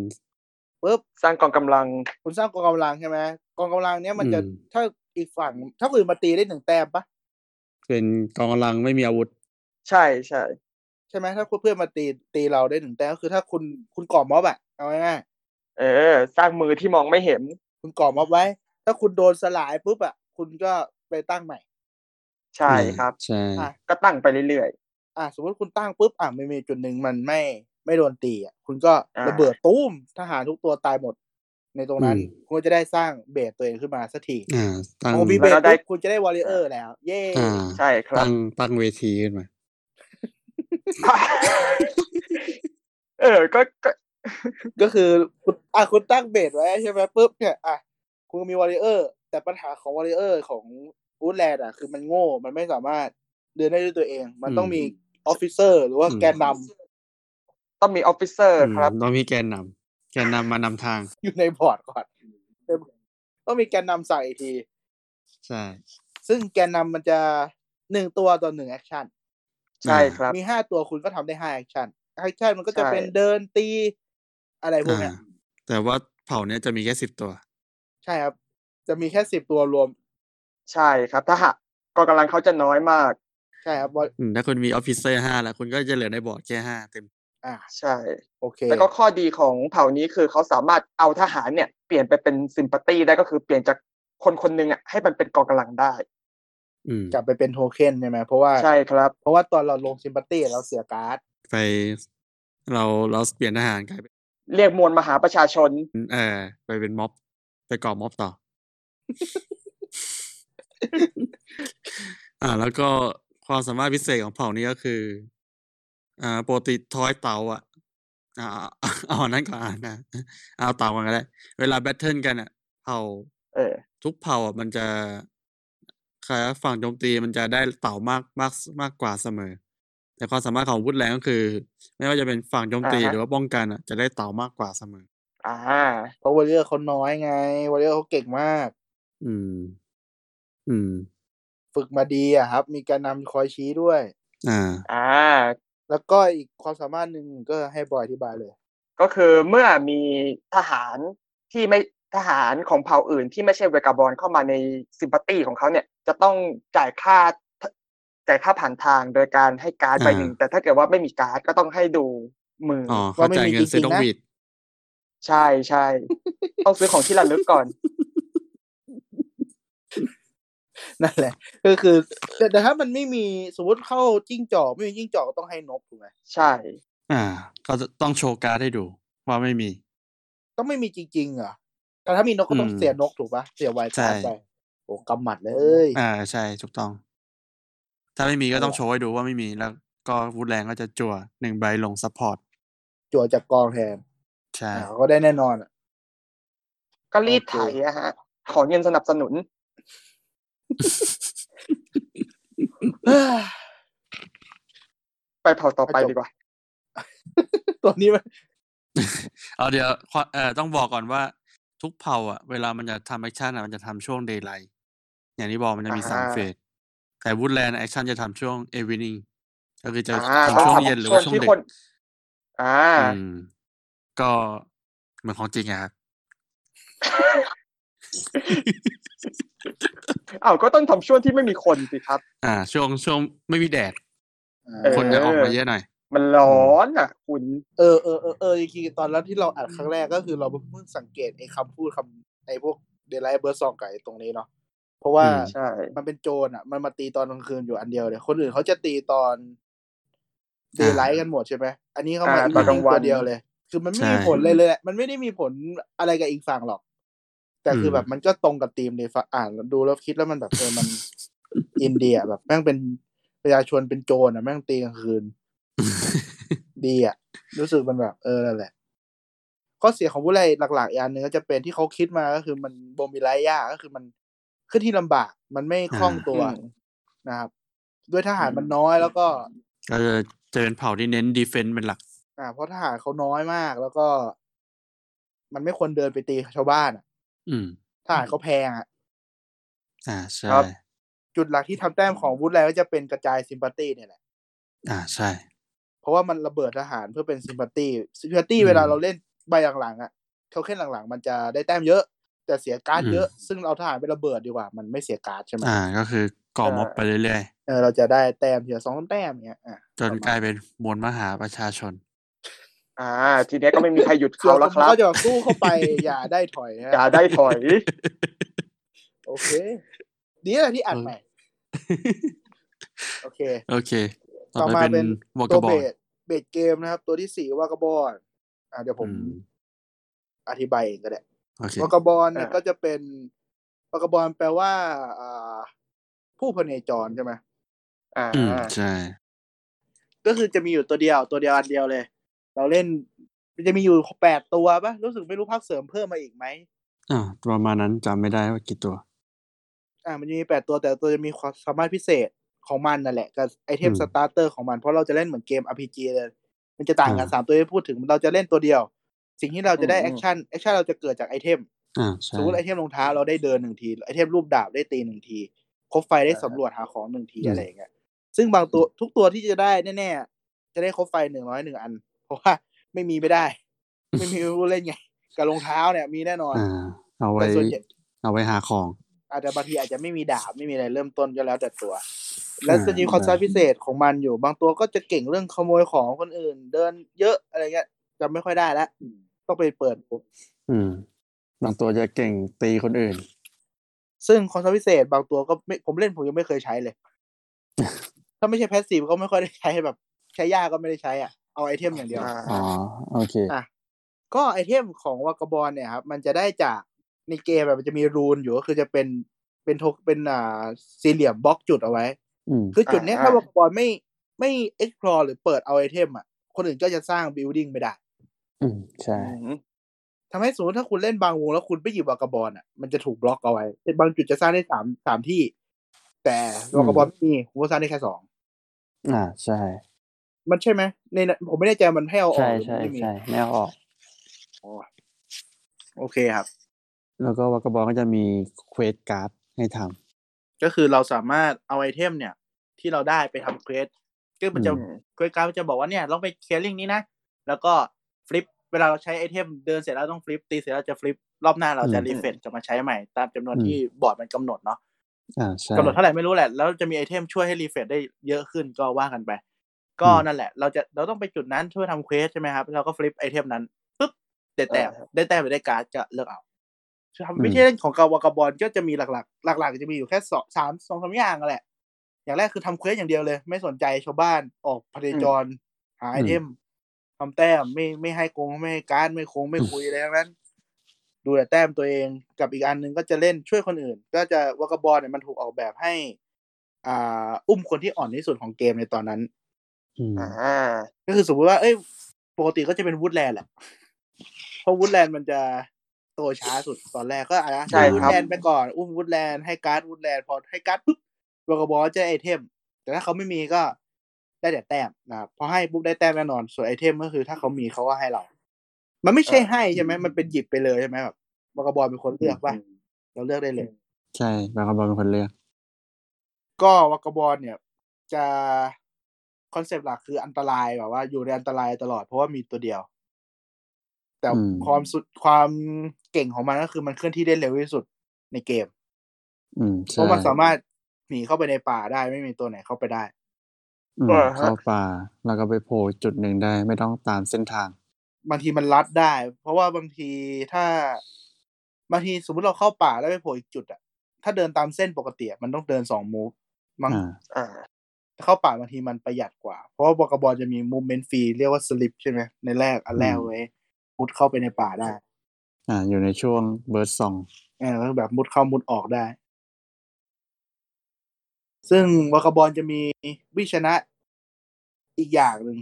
ปุ๊บ สร้างกองกำลัง คุณสร้างกองกำลังใช่ไหมกองกำลังเนี้ยมันจะ อืม ถ้าอีกฝั่งถ้าคนอื่นมาตีได้หนึ่งแต้มปะ เป็นกองกำลังไม่มีอาวุธ ใช่ใช่ ใช่ไหมถ้าเพื่อนมาตีตีเราได้หนึ่งแต้มก็คือถ้าคุณคุณก่อม็อบอะเอาง่าย เออ สร้างมือที่มองไม่เห็น ๆคุณก่อม็อบไว้ ถ้าคุณโดนสลายปุ๊บอะคุณก็ไปตั้งใหม่ ใช่ อ่า ครับ ใช่ อ่ะ ก็ตั้งไปเรื่อย อ่ะสมมติคุณตั้งปุ๊บอ่ะไม่มีจุดหนึ่งมันไม่ไม่โดนตีอะคุณก็ อ่า ระเบิดตู้มทหารทุกตัวตายหมด ในตรงนั้น อืม คุณก็จะได้สร้างเบสตัวเองขึ้นมาสักที อ่า ตั้ง พอมีเบสแล้วก็ได้ ปุ๊บคุณจะได้วอลเลเยอร์แล้ว เย่ อ่า ใช่ครับ ตั้งตั้งเวทีขึ้นมา เออก็ก็ ก็คือคุณอ่ะคุณตั้งเบสไว้ใช่ไหมปุ๊บเนี่ยอ่ะคุณมีวอลเลเยอร์แต่ปัญหาของวอลเลเยอร์ของอูดแลนด์อ่ะคือมันโง่มันไม่สามารถเดินได้ด้วยตัวเอง มันต้องมีออฟฟิเซอร์หรือว่า อืม แกนนำ ต้องมีออฟฟิเซอร์ครับ อืมต้องมีแกนนำแกนนำมานำทาง อยู่ในบอร์ดก่อนต้องมีแกนนำใส่อีกที ใช่ ซึ่งแกนนำมันจะหนึ่งตัวต่อหนึ่งแอคชั่น ใช่ครับ มีห้าตัวคุณก็ทำได้ห้าแอคชั่นแอคชั่นมันก็จะ ใช่ เป็นเดินตีอะไรพวกเนี้ย อ่าแต่ว่าเผ่าเนี้ยจะมีแค่สิบตัว ใช่ครับ จะมีแค่สิบตัวรวม ใช่ครับถ้าหากกองกำลังเขาจะน้อยมาก ใช่ครับบอ อืมถ้าคุณมีออฟฟิเซอร์ห้าแล้วคุณก็จะเหลือในบอร์ดแค่ห้าเต็ม อ่า ใช่ โอเค แล้วก็ข้อดีของเผ่านี้คือเขาสามารถเอาทหารเนี่ย เปลี่ยนไปเป็นซิมพัตตีได้ก็คือเปลี่ยนจากคนคนหนึ่งอ่ะให้มันเป็นกองกำลังได้ อืม กลับไปเป็นโทเค็นใช่ไหมเพราะว่า ใช่ครับ เพราะว่าตอนเราลงซิมพัตตี้เราเสียการ์ด ไปเราเราเปลี่ยนทหารกลายเป็น เรียกมวลมหาประชาชน เออไปเป็นม็อบ ไปก่อม็อบ *laughs* ต่อ อ่า แล้วก็ความสามารถพิเศษของเผ่านี้ก็คือ อ่าปกติทอยเต่าอ่ะ อ่าเอาเอาอันนั้นก่อนอ่านนะเอาเต่ากันก็ได้ เวลาแบทเทิลกันอ่ะ เผ่า เออ ทุกเผ่าอ่ะมันจะใครว่าฝั่งโจมตีมันจะได้เต่ามากมากมากกว่าเสมอ แต่ความสามารถของอาวุธแรงก็คือ ไม่ว่าจะเป็นฝั่งโจมตี อ่าฮะ หรือว่าป้องกันอ่ะ จะได้เต่ามากกว่าเสมอ อ่า เพราะวอลเลอร์เขาน้อยไงวอลเลอร์เขาเก่งมาก อืม อืม ฝึกมาดีอะครับ มีการนำคอยชี้ด้วย อ่า อ่า แล้วก็อีกความสามารถหนึ่งก็ให้บอยอธิบายเลย *laughs* ก็คือเมื่อมีทหารที่ไม่ทหารของเผ่าอื่นที่ไม่ใช่เวกาบอลเข้ามาในซิมพัตตีของเขาเนี่ย จะต้องจ่ายค่าจ่ายค่าผ่านทางโดยการให้การ์ดใบหนึ่ง อ่า แต่ถ้าเกิดว่าไม่มีการ์ดก็ต้องให้ดูมืออ อ๋อเข้าใจเงินซื้อต้องหวีด ใช่ใช่ต้องซื้อของที่ระลึกก่อน นั่นแหละก็คือแต่แต่ถ้ามันไม่มีสมมติเข้าจิ้งจอกไม่มีจิ้งจอกก็ต้องให้นกถูกไหม ใช่ อ่า เขาจะต้องโชว์การ์ดให้ดู ว่าไม่มี ต้องไม่มีจริงๆเหรอแต่ถ้ามีนกก็ต้อง อืม เสียนกถูกปะเสียไวท์การ์ด ใช่ ไปโอ้กำหมัดเลย อ่าใช่ถูกต้อง ถ้าไม่มีก็ต้องโชว์ให้ดูว่าไม่มี แล้วก็อาวุธแรงก็จะจั่วหนึ่งใบลงซัพพอร์ต จั่วจากกองแทน ใช่ อ่าก็ได้แน่นอนอะ *laughs* ก็รีด โอเค ไถอะฮะ ขอเงินสนับสนุน เฮ้ย ไปเผ่าต่อไป อ่ะจบ ดีกว่า ตัวนี้มัน เอาเดี๋ยวขอเอ่อต้องบอกก่อนว่าทุกเผ่าอ่ะ เวลามันจะทำแอคชั่นอ่ะมันจะทำช่วงเดย์ไลท์อย่างที่บอกมันจะมีสาม อ่า เฟสแต่วูดแลนด์แอคชั่นจะทำช่วงเอวินิงก็คือจะ อ่า ทำช่วงเย็นหรือ ช่ว ว่าง ช่วง ที่ ดึ ค ก น อ่า อืมก็เหมือนของจริงอะครับ เอ้าวก็ต้องทำช่วงที่ไม่มีคนสิครับ อ่า ช่วงช่วงไม่มีแดด เออ คนจะออกมาเยอะหน่อย มันร้อนอ่ะ คุณ เออเออเออเออจริงๆตอนแล้วที่เราอัดครั้งแรกก็คือเราเพิ่งสังเกตไอ้คำพูดคำไอ้พวกเดลไลเบอร์ซองไก่ตรงนี้เนาะเพราะว่า อืม ใช่ มันเป็นโจรอ่ะ มันมาตีตอนกลางคืนอยู่อันเดียวเลย คนอื่นเขาจะตีตอนเดย์ไลท์กันหมดใช่ไหม อันนี้เขามา อ่า อี ตอนก นิ่ ลาง งวัน ตัวเดียวเลย คือมันไม่มี ใช่ ผลเลยเลยแหละ มันไม่ได้มีผลอะไรกับอีกฝั่งหรอก แต่คือ ม แบบมันก็ตรงกับธีมในฝั่งอ่านแล้วดูแล้วคิดแล้วมันแบบเออมัน อินเดียแบบแม่งเป็นประชาชนเป็นโจรอ่ะแม่งตีกลางคื *laughs* น ดีอ่ะ รู้สึกมันแบบเออนั่นแหละข้อเสียของผู้ไรหลักๆอย่างหนึ่งก็จะเป็นที่เขาคิดมาก็คือมันบมีไรยากก็คือมันขึ้นที่ลำบาก มันไม่คล่องตัว อืม นะครับ ด้วยทหาร อืม มันน้อยแล้วก็ ก็จะจะเป็นเผ่าที่เน้นดีเฟนต์เป็นหลัก อ่า เพราะทหารเขาน้อยมากแล้วก็ มันไม่ควรเดินไปตีชาวบ้านอะ อืม ทหารเขาแพงอ่ะ อ่าใช่ ครับ จุดหลักที่ทำแต้มของวูดแลนด์ก็จะเป็นกระจายซิมพัตตีเนี่ยแหละ อ่าใช่ เพราะว่ามันระเบิดทหารเพื่อเป็นซิมพัตตีซิมพัตตี อืม เวลาเราเล่นใบหลังๆอ่ะเทเค็นหลังๆ มันจะได้แต้มเยอะ แต่เสียการ์ด อืม เยอะ ซึ่งเราทหารไประเบิดดีกว่า มันไม่เสียการ์ดใช่ไหม อ่า ก็คือก่อม็อบไปเรื่อย เออเราจะได้แต้มทีละสองสามแต้มเนี้ยอ่ะ ๆ จนกลายเป็นมวลมหาประชาชน อ่า ทีเนี้ยก็ไม่มีใครหยุด ส่ว เขา น แล้ว ผ ค ม รับ ก็จะแบบสู้เข้าไป อย่าได้ถอยนะ อย่าได้ถอย โอเคดีแหละที่อัดใหม่โอเค โอเค ต่ ต่ อ อ ไป มาเป็ เป็น น วอก ตัว บอ เบ ล สเบสเกมนะครับ ตัวที่สี่ว่ากระบอนอ่าเดี๋ยวผม อืม อธิบายเองก็ได้ โ โอเค วากาบอลเนี่ย เออ ก็จะเป็นวากาบอลแปลว่าอ่าผู้พเนจรใช่ไหม อ่า อืมใช่ ก็คือจะมีอยู่ตัวเดียวตัวเดียวอันเดียวเลย เราเล่นมันจะมีอยู่แปดตัวปะรู้สึกไม่รู้ภาคเสริมเพิ่มมาอีกไหม อ่าประมาณนั้นจำไม่ได้ว่ากี่ตัว อ่ามันจะมีแปดตัวแต่ตัวจะมีความสามารถพิเศษของมันนั่นแหละกับไอเทม อืม สตาร์เตอร์ของมันเพราะเราจะเล่นเหมือนเกม RPG เลยมันจะต่างกัน อ่า สามตัวที่พูดถึงเราจะเล่นตัวเดียว สิ่งที่เราจะได้แอคชั่นแอคชั่นเราจะเกิดจากไอเทม อ่าใช่ สมมติไอเทมรองเท้าเราได้เดินหนึ่งทีไอเทมรูปดาบได้ตีหนึ่งทีคบไฟได้สำรวจหาของหนึ่งทีอะไรอย่างเงี้ยซึ่งบางตัวทุกตัวที่จะได้แน่ๆจะได้คบไฟหนึ่งร้อยหนึ่งอัน เพราะว่าไม่มีไม่ *laughs* ได้ ไม่มีผู้เล่นไงกับรองเท้าเนี่ยมีแน่นอน อ่า เอาไว้ แต่ส่วนใหญ่ เอาไว้หาของ อาจจะบางทีอาจจะไม่มีดาบไม่มีอะไรเริ่มต้นก็แล้วแต่ตัว และ อ่า จะมีความ ได้ สามารถพิเศษของมันอยู่ บางตัวก็จะเก่งเรื่องขโมยของคนอื่น เดินเยอะอะไรเงี้ยจำไม่ค่อยได้ละต้องไปเปิดดู อืม บางตัวจะเก่งตีคนอื่น ซึ่งคอนโซลพิเศษบางตัวก็ไม่ผมเล่นผมยังไม่เคยใช้ *laughs* เลย ถ้าไม่ใช่แพสซีฟก็ไม่ค่อยได้ใช้แบบ ใช้ยากก็ไม่ได้ใช้อ่ะ เอาไอเทมอย่างเดียว อ่า อ๋อ โอเค อ่ะ ก็ไอเทมของวากาบอลเนี่ยครับ มันจะได้จากในเกมแบบมันจะมีรูนอยู่ก็คือจะเป็นเป็นโทเป็นอ่าสี่เหลี่ยมบล็อกจุดเอาไว้ อืม คือจุดเนี้ยถ้า อ่า วากาบอลไม่ไม่ explore หรือเปิดเอาไอเทมอ่ะ คนอื่นก็จะสร้าง building ไม่ได้ อืม ใช่ อืม ทำให้สมมติถ้าคุณเล่นบางวงแล้วคุณไปหยิบวากาบอลอ่ะมันจะถูกบล็อกเอาไว้บางจุดจะสร้างได้สามสามที่ แต่วากาบอลไม่มีคุณก็สร้างได้แค่สอง อ่า ใช่ มันใช่ไหมในนั้นผมไม่แน่ใจมันให้เอาออ ใช่ กหรือมั ใช่ นไม่มี ใช่แนวออก อ๋อโอเคครับ แล้วก็วากาบอลก็จะมีเควสการ์ดให้ท ก็คือเราสามารถเอาไอเทมเนี่ย ที่เราได้ไปทำเควสก็มันจะ อืม เควสการ์ดมันจะบอกว่าเนี่ยต้องไปเคลียร์ลิงนี้นะ แล้วก็ฟลิปเวลาเราใช้ไอเทมเดินเสร็จแล้วต้องฟลิปตีเสร็จแล้วจะฟลิปรอบหน้าเราจะ อืม รีเฟซจะมาใช้ใหม่ตามจำนวน อืม ที่บอร์ดมันกำหนดเนาะ ำอ่า ใช่ กำหนดเท่าไหร่ไม่รู้แหละ แล้วจะมีไอเทมช่วยให้รีเฟซได้เยอะขึ้นก็ว่ากันไป ก็ อืม นั่นแหละ เราจะเราต้องไปจุดนั้นเพื่อทำเควสใช่ไหมครับเราก็ฟลิปไอเทมนั้นปุ๊บได้แต้มได้แต้มหรือได้การ์ดก็เลือกเอา ทำวิธีเล่นของกาวากาบอลก็จะมีหลักๆ หลัก ๆ จะมีอยู่แค่สองสามสองสามอย่างอะแหละ อย่างแรกคือทำเควสอย่างเดียวเลย ไม่สนใจชาวบ้านออกพเนจร หาไอเทมทำแต้มไม่ไม่ให้โกงไม่ให้การดไม่โคงไม่คุยอะไรทั้งนั้น ดูแต่แต้มตัวเองกับอีกอันหนึ่งก็จะเล่นช่วยคนอื่น ก็จะวากาบอลเนี่ยมันถูกออกแบบให้ อ่า อุ้มคนที่อ่อนที่สุดของเกมในตอนนั้น อืม อ่า ก็คือสมมติว่า เอ้ย ปกติก็จะเป็นวูดแลนด์แหละ เพราะวูดแลนด์มันจะโตช้าสุดตอนแรกก็อาจจะ ใช่ครัวูบดแลนด์ไปก่อน อุ้มวูดแลนด์ให้การ์ดวูดแลนด์พอให้การ์ดปุ๊บวากาบอลจะไอเทม แต่ถ้าเขาไม่มีก็ได้แต่แต้มนะครับพอให้ปุ๊บได้แต้มแน่นอน ส่วนไอเทมก็คือถ้าเขามีเขาก็ให้เรา มันไม่ใช่ให้ใช่ไหมมันเป็นหยิบไปเลยใช่ไหมแบบวากาบอลเป็นคนเลือกว่าเราเลือกได้เลย ใช่วากาบอลเป็นคนเลือก ก็วากาบอลเนี่ยจะคอนเซปต์หลักคืออันตรายแบบว่าอยู่ในอันตรายตลอดเพราะว่ามีตัวเดียว แต่ อืม ความสุดความเก่งของมันก็คือมันเคลื่อนที่ได้เร็วที่สุดในเกม อืม เพ ใช่ ราะมันสามารถหนีเข้าไปในป่าได้ไม่มีตัวไหนเข้าไปได้ อืม เออฮะ เข้าป่า แล้วก็ไปโผล่จุดหนึ่งได้ ไม่ต้องตามเส้นทาง บางทีมันลัดได้ เพราะว่าบางทีถ้าบางทีสมมติเราเข้าป่าแล้วไปโผล่อีกจุดอะถ้าเดินตามเส้นปกติอะมันต้องเดินสองมูฟมั้ง อ่า อ่า แต่เข้าป่าบางทีมันประหยัดกว่า เพราะว่าบอกบอลจะมีมูเมนต์ฟรีเรียกว่าสลิปใช่ไหมในแรกอันแรก อืม ไว้มุดเข้าไปในป่าได้ อ่า อยู่ในช่วงเบิร์ดซอง เออแล้วแบบมุดเข้ามุดออกได้ ซึ่งวากาบอลจะมีวิชนะอีกอย่างหนึ่ง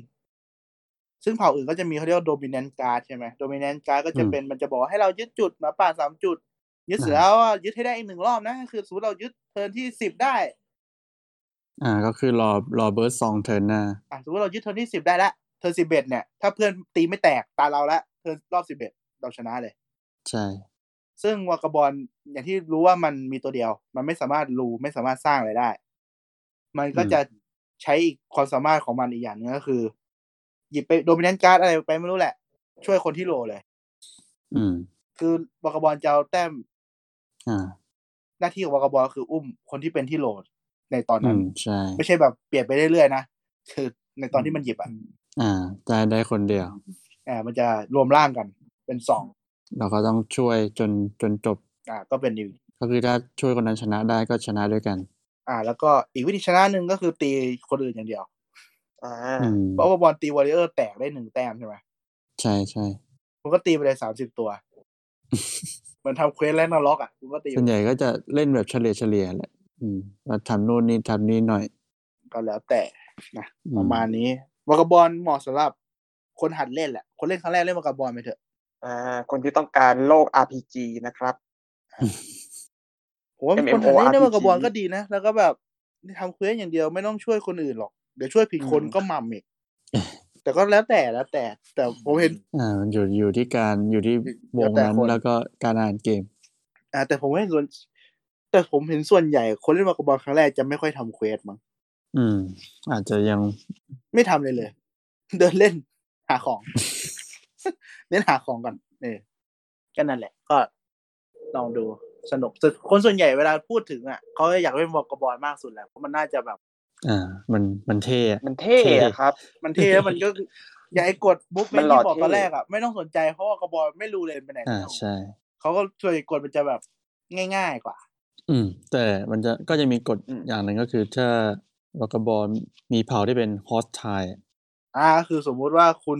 ซึ่งเผ่าอื่นก็จะมีเขาเรียกว่าโดมิเนนการ์ดใช่ไหมโดมิเนนการ์ดก็จะเป็นมันจะบอกให้เรายึดจุดหมาป่าสามจุด ยึดเสร็จ อ่า แล้วอ่ะยึดให้ได้อีกหนึ่งรอบนะ คือสมมติเรายึดเทิร์นที่สิบได้ อ่า ก็คือรอรอเบิร์ดซองเทิร์นหน้า อ่ะสมมติเรายึดเทิร์นที่สิบได้ละเทิร์นสิบเอ็ดเนี่ยถ้าเพื่อนตีไม่แตกตาเราละเทิร์นรอบสิบเอ็ดเราชนะเลย ใช่ ซึ่งวากาบอลอย่างที่รู้ว่ามันมีตัวเดียว มันไม่สามารถรู้ไม่สามารถสร้างอะไรได้ มันก็ อืม จะใช้อีกความสามารถของมันอีกอย่างหนึงก็คือ หยิบไปโดมิเนนการ์ดอะไรไปไม่รู้แหละ ช่วยคนที่โหลเลย อืม คือวากาบอลจะเอาแต้ม อ่า หน้าที่ของวากาบอลคืออุ้มคนที่เป็นที่โหลในตอน อื นั้น ม ใช่ ไม่ใช่แบบเปลี่ยนไปเรื่อยๆนะคือในตอนที่มันหยิบอ่ะ อ่า ได้ได้คนเดียว เอ่ามันจะรวมร่างกันเป็นสอง เราก็ต้องช่วยจนจนจบ อ่า ก็เป็นนิว ก็คือถ้าช่วยคนนั้นชนะได้ก็ชนะด้วยกัน อ่า แล้วก็อีกวิธีชนะหนึ่งก็คือตีคนอื่นอย่างเดียว อ่า อืม เพราะว่าบอลตีวอริเออร์แตกได้หนึ่งแต้มใช่ไหม ใช่ใช่ *laughs* ผมก็ตีไปเลยสามสิบตัว มือนทำเควสแลกนาล็อกอ่ะคุณก็ตี ส่วนใหญ่ก็จะเล่นแบบเฉลี่ยเฉลี่ยแหละอืมมาทำนู่นนี่ทำนี่หน่อย ก็แล้วแต่นะ อื ประมาณนี้วากาบอลเหมาะสำหรับคนหัดเล่นแหละ คนเล่นครั้งแรกเล่นวากาบอลไปเถอะ อ่าคนที่ต้องการโลก RPG นะครับ ผมว่า MMORPG คนหัดเล่นเล่นวากาบอลก็ดีนะ แล้วก็แบบทำเควสอย่างเดียวไม่ต้องช่วยคนอื่นหรอกเดี๋ยวช่วยผิดคน อืม ก็หมั่มอีกแต่ก็แล้วแต่แล้วแต่ แต่ผมเห็น อ่ามันอยู่อยู่ที่การอยู่ที่วงนั้น แล้วแต่คน แล้วก็การอ่านเกม อ่าแต่ผมเห็นส่วน แต่ผมเห็นส่วนใหญ่ คนเล่นวากาบอลครั้งแรกจะไม่ค่อยทำเควสมั้ง อืม อาจจะยัง ไม่ทำเลยเลย *laughs* เดินเล่นหาของ *laughs* เล่นหาของก่อนเออก็นั่นแหละ ก็ลองดูสนุกแต่คนส่วนใหญ่เวลาพูดถึงอ่ะเขาอยากเล่นวากาบอลมากสุดแหละเพราะมันน่าจะแบบ อ่า มันมันเท่อะ มันเท่ เท่ อะครับ มันเท่แล้วมันก็ *laughs* คืออย่าไอ้กดบุ๊ก มั ไม่ นหล่อ ที่บอกตอน เท่ แรกอ่ะไม่ต้องสนใจเพราะว่ากระบอลไม่รู้เลยไปไหน อ่า ไม่รู้ ใช่ เขาก็ช่วยกดมันจะแบบง่ายๆกว่า อืม แต่มันจะก็จะมีกฎ อืม อย่างหนึ่งก็คือถ้าวากาบอลมีเผ่าที่เป็นฮอสไท อ่าคือสมมุติว่าคุณ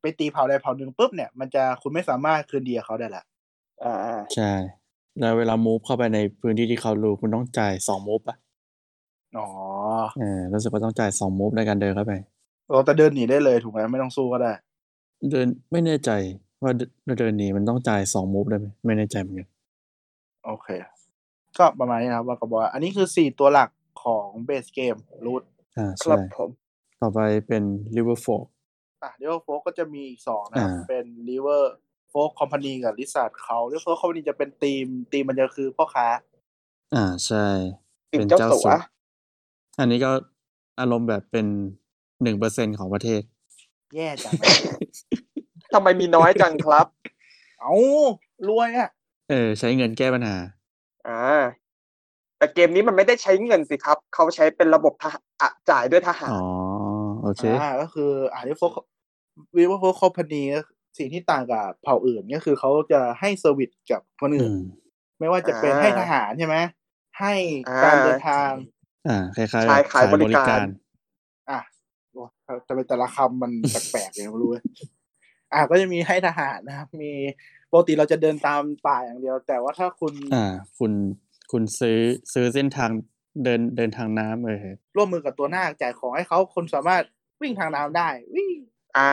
ไปตีเผาใดเผาหนึ่งปุ๊บเนี่ยมันจะคุณไม่สามารถคืนดีกับเขาได้ละ อ่า ใช่ แล้วเวลามูฟเข้าไปในพื้นที่ที่เขารู้คุณต้องจ่ายสองมูฟป่ะ อ๋อ เออรู้สึกว่าต้องจ่ายสองมูฟในการเดินเข้าไป เราแต่เดินหนีได้เลยถูกไหมไม่ต้องสู้ก็ได้ เดินไม่แน่ใจว่าเดินเดินหนีมันต้องจ่ายสองมูฟได้ไหมไม่แน่ใจเหมือนกัน โอเค ก็ประมาณนี้นะครับว่ากระบอลอันนี้คือสี่ตัวหลักของเบสเกมรูท อ่า ครั ใช่ บผม ต่อไปเป็น Riverfork อ่ะเดี๋ยวโฟก็จะมีอีกสองนะครับ อ่า เป็นลิเวอร์โฟคอมพานีกับลิซาร์ดเขาลิเวอร์โฟคอมพานีจะเป็นทีมทีมมันจะคือพ่อค้า อ่าใช่ เป็น เป็น เจ้า เจ้า สัว *laughs* สัวอันนี้ก็อารมณ์แบบเป็นหนึ่งเปอร์เซ็นของประเทศ แย่จัง ทำไมมีน้อยจังครับ เอารวยอ่ะ เออ ใช้เงินแก้ปัญหา อ่า แต่เกมนี้มันไม่ได้ใช้เงินสิครับ เขาใช้เป็นระบบทหารอ่ะจ่ายด้วยทหาร อ๋อ โอเค อ่า ก็คืออ่าที่โฟกวิวโฟกคอมพานีสิ่งที่ต่างกับเผ่าอื่นก็คือเขาจะให้เซอร์วิสกับคน อื อื่น ม ไม่ว่าจะเป็น อ่า ให้ทหารใช่ไหมให้การ อ่า เดินทาง อ่า คล้ายๆ ใช่ แบบ ขายบริการ อ่ะโอ้ทำไมแต่ละคำมัน แปลกๆเลยไม่รู้เว้ย *laughs* อ่าก็จะมีให้ทหารนะครับ มีปกติเราจะเดินตามป่าอย่างเดียว แต่ว่าถ้าคุณ อ่า คุณ คุณซื้อ ซื้อเส้นทางเดิน เดินทางน้ำเออ ร่วมมือกับตัวหน้าคจ่ายของให้เขาคุณสามารถวิ่งทางน้ำได้วิ่ง อ่า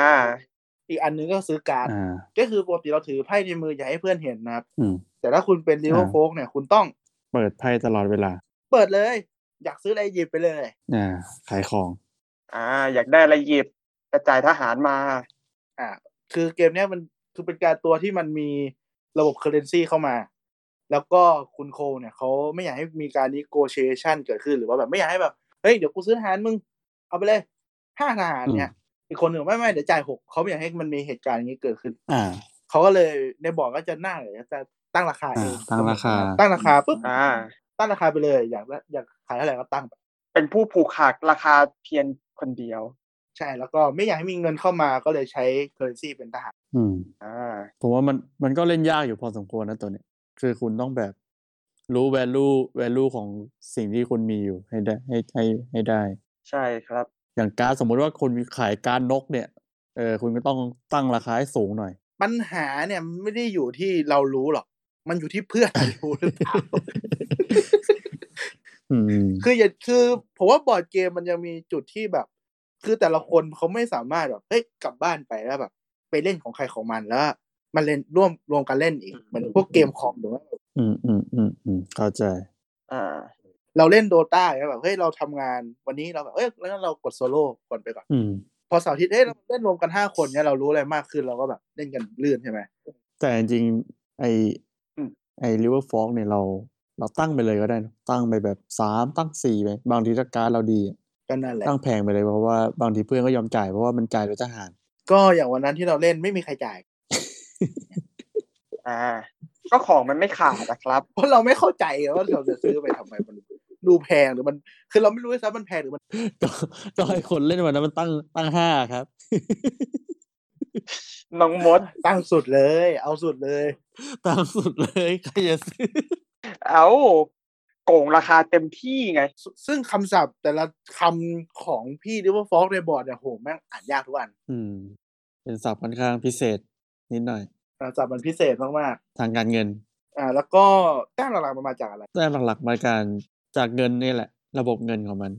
อีกอันหนึงก็ซื้อการ์ด อ่า ก็คือปกติเราถือไพ่ในมืออย่าให้เพื่อนเห็นนะครับ อืม แต่ถ้าคุณเป็นริเวอ อ่า ร์โฟกเนี่ยคุณต้อง เปิดไพ่ตลอดเวลา เปิดเลย อยากซื้ออะไรหยิบไปเลย อ่า ขายของ อ่า อยากได้อะไรหยิบแต่จ่ายทหารมา อ่า คือเกมเนี้ยมันคือเป็นการตัวที่มันมีระบบเคอร์เรนซีเข้ามา แล้วก็คุณโคเนี่ยเขาไม่อยากให้มีการนิโกเชชันเกิดขึ้นหรือว่าแบบไม่อยากให้แบบ เฮ้ย เดี๋ยวกูซื้อทหารมึง เอาไปเลยห้าทหารเนี่ยอีกคนหนึ่งไม่ไม่เดี๋ยวจ่ายหกเขาไม่อยากให้มันมีเหตุการณ์อย่างนี้เกิดขึ้น อ่า เขาก็เลยในบอร์ดก็จะหน้าเลยจะตั้งราคาเอง อ่าตั้งราคา ตั้งราคาปุ๊บ อ่า ตั้งราคาไปเลยอยากได้อยากขายเท่าไหร่ก็ตั้งไป เป็นผู้ผูกขาดราคาเพียงคนเดียว ใช่แล้วก็ไม่อยากให้มีเงินเข้ามาก็เลยใช้เคอร์เรนซีเป็นทหาร อืม อ่า ผมว่ามันมันก็เล่นยากอยู่พอสมควรนะตัวเนี้ยคือคุณต้องแบบรู้ value value ของสิ่งที่คุณมีอยู่ให้ได้ให้ให้ให้ได้ ใช่ครับ อย่างการดสมมุติว่าคุณขายการดนกเนี่ยเออคุณก็ต้องตั้งราคาให้สูงห *laughs* น่อย ปัญหาเนี่ยมันไม่ได้อยู่ที่เรารู้หรอก มันอยู่ที่เพื่อน รู้หรือเปล่า *laughs* อืม คืออย่าคือผมว่าบอร์ดเกมมันยังมีจุดที่แบบ คือแต่ละคนเขาไม่สามารถแบบเฮ้ยกลับบ้านไปแล้วแบบ ไปเล่นของใครของมันแล้วมันเล่นร่วมรวมกันเล่นอีกเหมือนพวกเกมคอมหรือว่า อืมอืมอืมอืมเข้าใจ อ่า เราเล่นโดตาอย่างเงี้ยแบบเฮ้ยเราทำงานวันนี้เราแบบเอ้ยแล้วงั้นเรากดโซโล่ก่อนไปก่อน อืม พอเสาร์อาทิตย์เอ้ยเราเล่นรวมกันห้าคนเนี่ยเรารู้อะไรมากขึ้นเราก็แบบเล่นกันลื่นใช่ไหม แต่จริงๆไอ อืม ไอริเวอร์ฟอกเนี่ยเรา เราตั้งไปเลยก็ได้นะตั้งไปแบบสามตั้งสี่ไปบางทีถ้าการดเราดีอะ ก็นั่นแหละ ตั้งแพงไปเลยเพราะว่าบางทีเพื่อนก็ยอมจ่ายเพราะว่ามันจ่ายโดยทหาร *laughs* ก็อย่างวันนั้นที่เราเล่นไม่มีใครจ่าย อ่า ก็ของมันไม่ขาดนะครับ เพราะเราไม่เข้าใจไงว่าเราจะซื้อไปทำไมมันดูแพงหรือมัน คือเราไม่รู้ด้วยซ้ำมันแพงหรือมัน ก็ก็ให้คนเล่นวันนั้นมันตั้งตั้งห้าครับ *laughs* น้องมด ตั้งสุดเลย เอาสุดเลย ตามสุดเลยใครจะซื้อ *laughs* เอาโกงราคาเต็มที่ไง ซซึ่งคำศัพท์แต่ละคำของพี่ดิวฟอกในบอร์ดเนี่ยโหแม่งอ่านยากทุกอัน อืม เป็นศัพท์ค่อนข้างพิเศษนิดหน่อย คำศัพท์มันพิเศษมาก ทางการเงิน อ่า แล้วก็แต้มหลักๆมันมาจากอะไร แต่หลักๆมาการจากเงินนี่แหละ ระบบเงินของมัน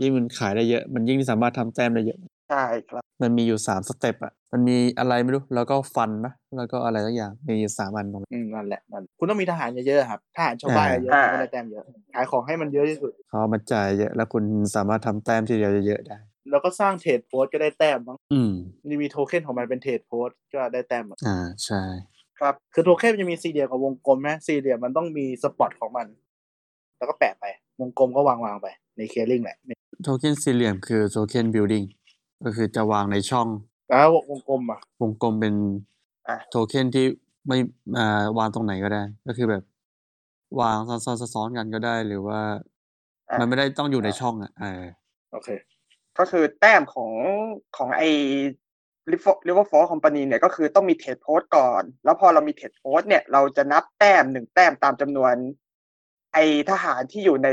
ยิ่งมันขายได้เยอะ มันยิ่งสามารถทำแต้มได้เยอะ ใช่ครับ มันมีอยู่สามสเต็ปอ่ะ มันมีอะไรไม่รู้ แล้วก็ฟันนะแล้วก็อะไรสักอย่าง มีอยู่สามอันตรงนั้น อืมนั่นแหละนั่นคุณต้องมีทหารเยอะๆครับทหารชาวบ้านเยอะ อ่า ๆคุณได้แต้มเยอะ ขายของให้มันเยอะที่สุด เขาเอามาจ่ายเยอะ แล้วคุณสามารถทำแต้มทีเดียวเยอะๆได้ แล้วก็สร้างเทรดโพสต์ก็ได้แต้มมั้ง อืม นี่มีโทเค็นของมันเป็นเทรดโพสต์ก็ได้แต้มหมด อ่า ใช่ ครับ คือโทเค็นมันจะมีสี่เหลี่ยมกับวงกลมไหมสี่เหลี่ยมมันต้องมีสปอตของมัน แล้วก็แปะไป วงกลมก็วางวางๆไปในเคลิงแหละ โทเค็นสี่เหลี่ยมคือโทเค็นบิลดิ่ง ก็คือจะวางในช่อง แล้ววงกลมอ่ะ วงกลมเป็น อ่ะ โทเค็นที่ไม่อ่าวางตรงไหนก็ได้ ก็คือแบบ วางซ้อนๆซ้อนๆกันก็ได้ หรือว่า อ่ะ มันไม่ได้ต้องอยู่ในช่องอ่ะเออ โอเค ก็คือแต้มของของไอ้ลิเวอร์ฟอร์คอมพานีเนี่ยก็คือต้องมีเทรดโพสต์ก่อน แล้วพอเรามีเทรดโพสต์เนี่ย เราจะนับแต้มหนึ่งแต้มตามจำนวน ไอ้ทหารที่อยู่ใน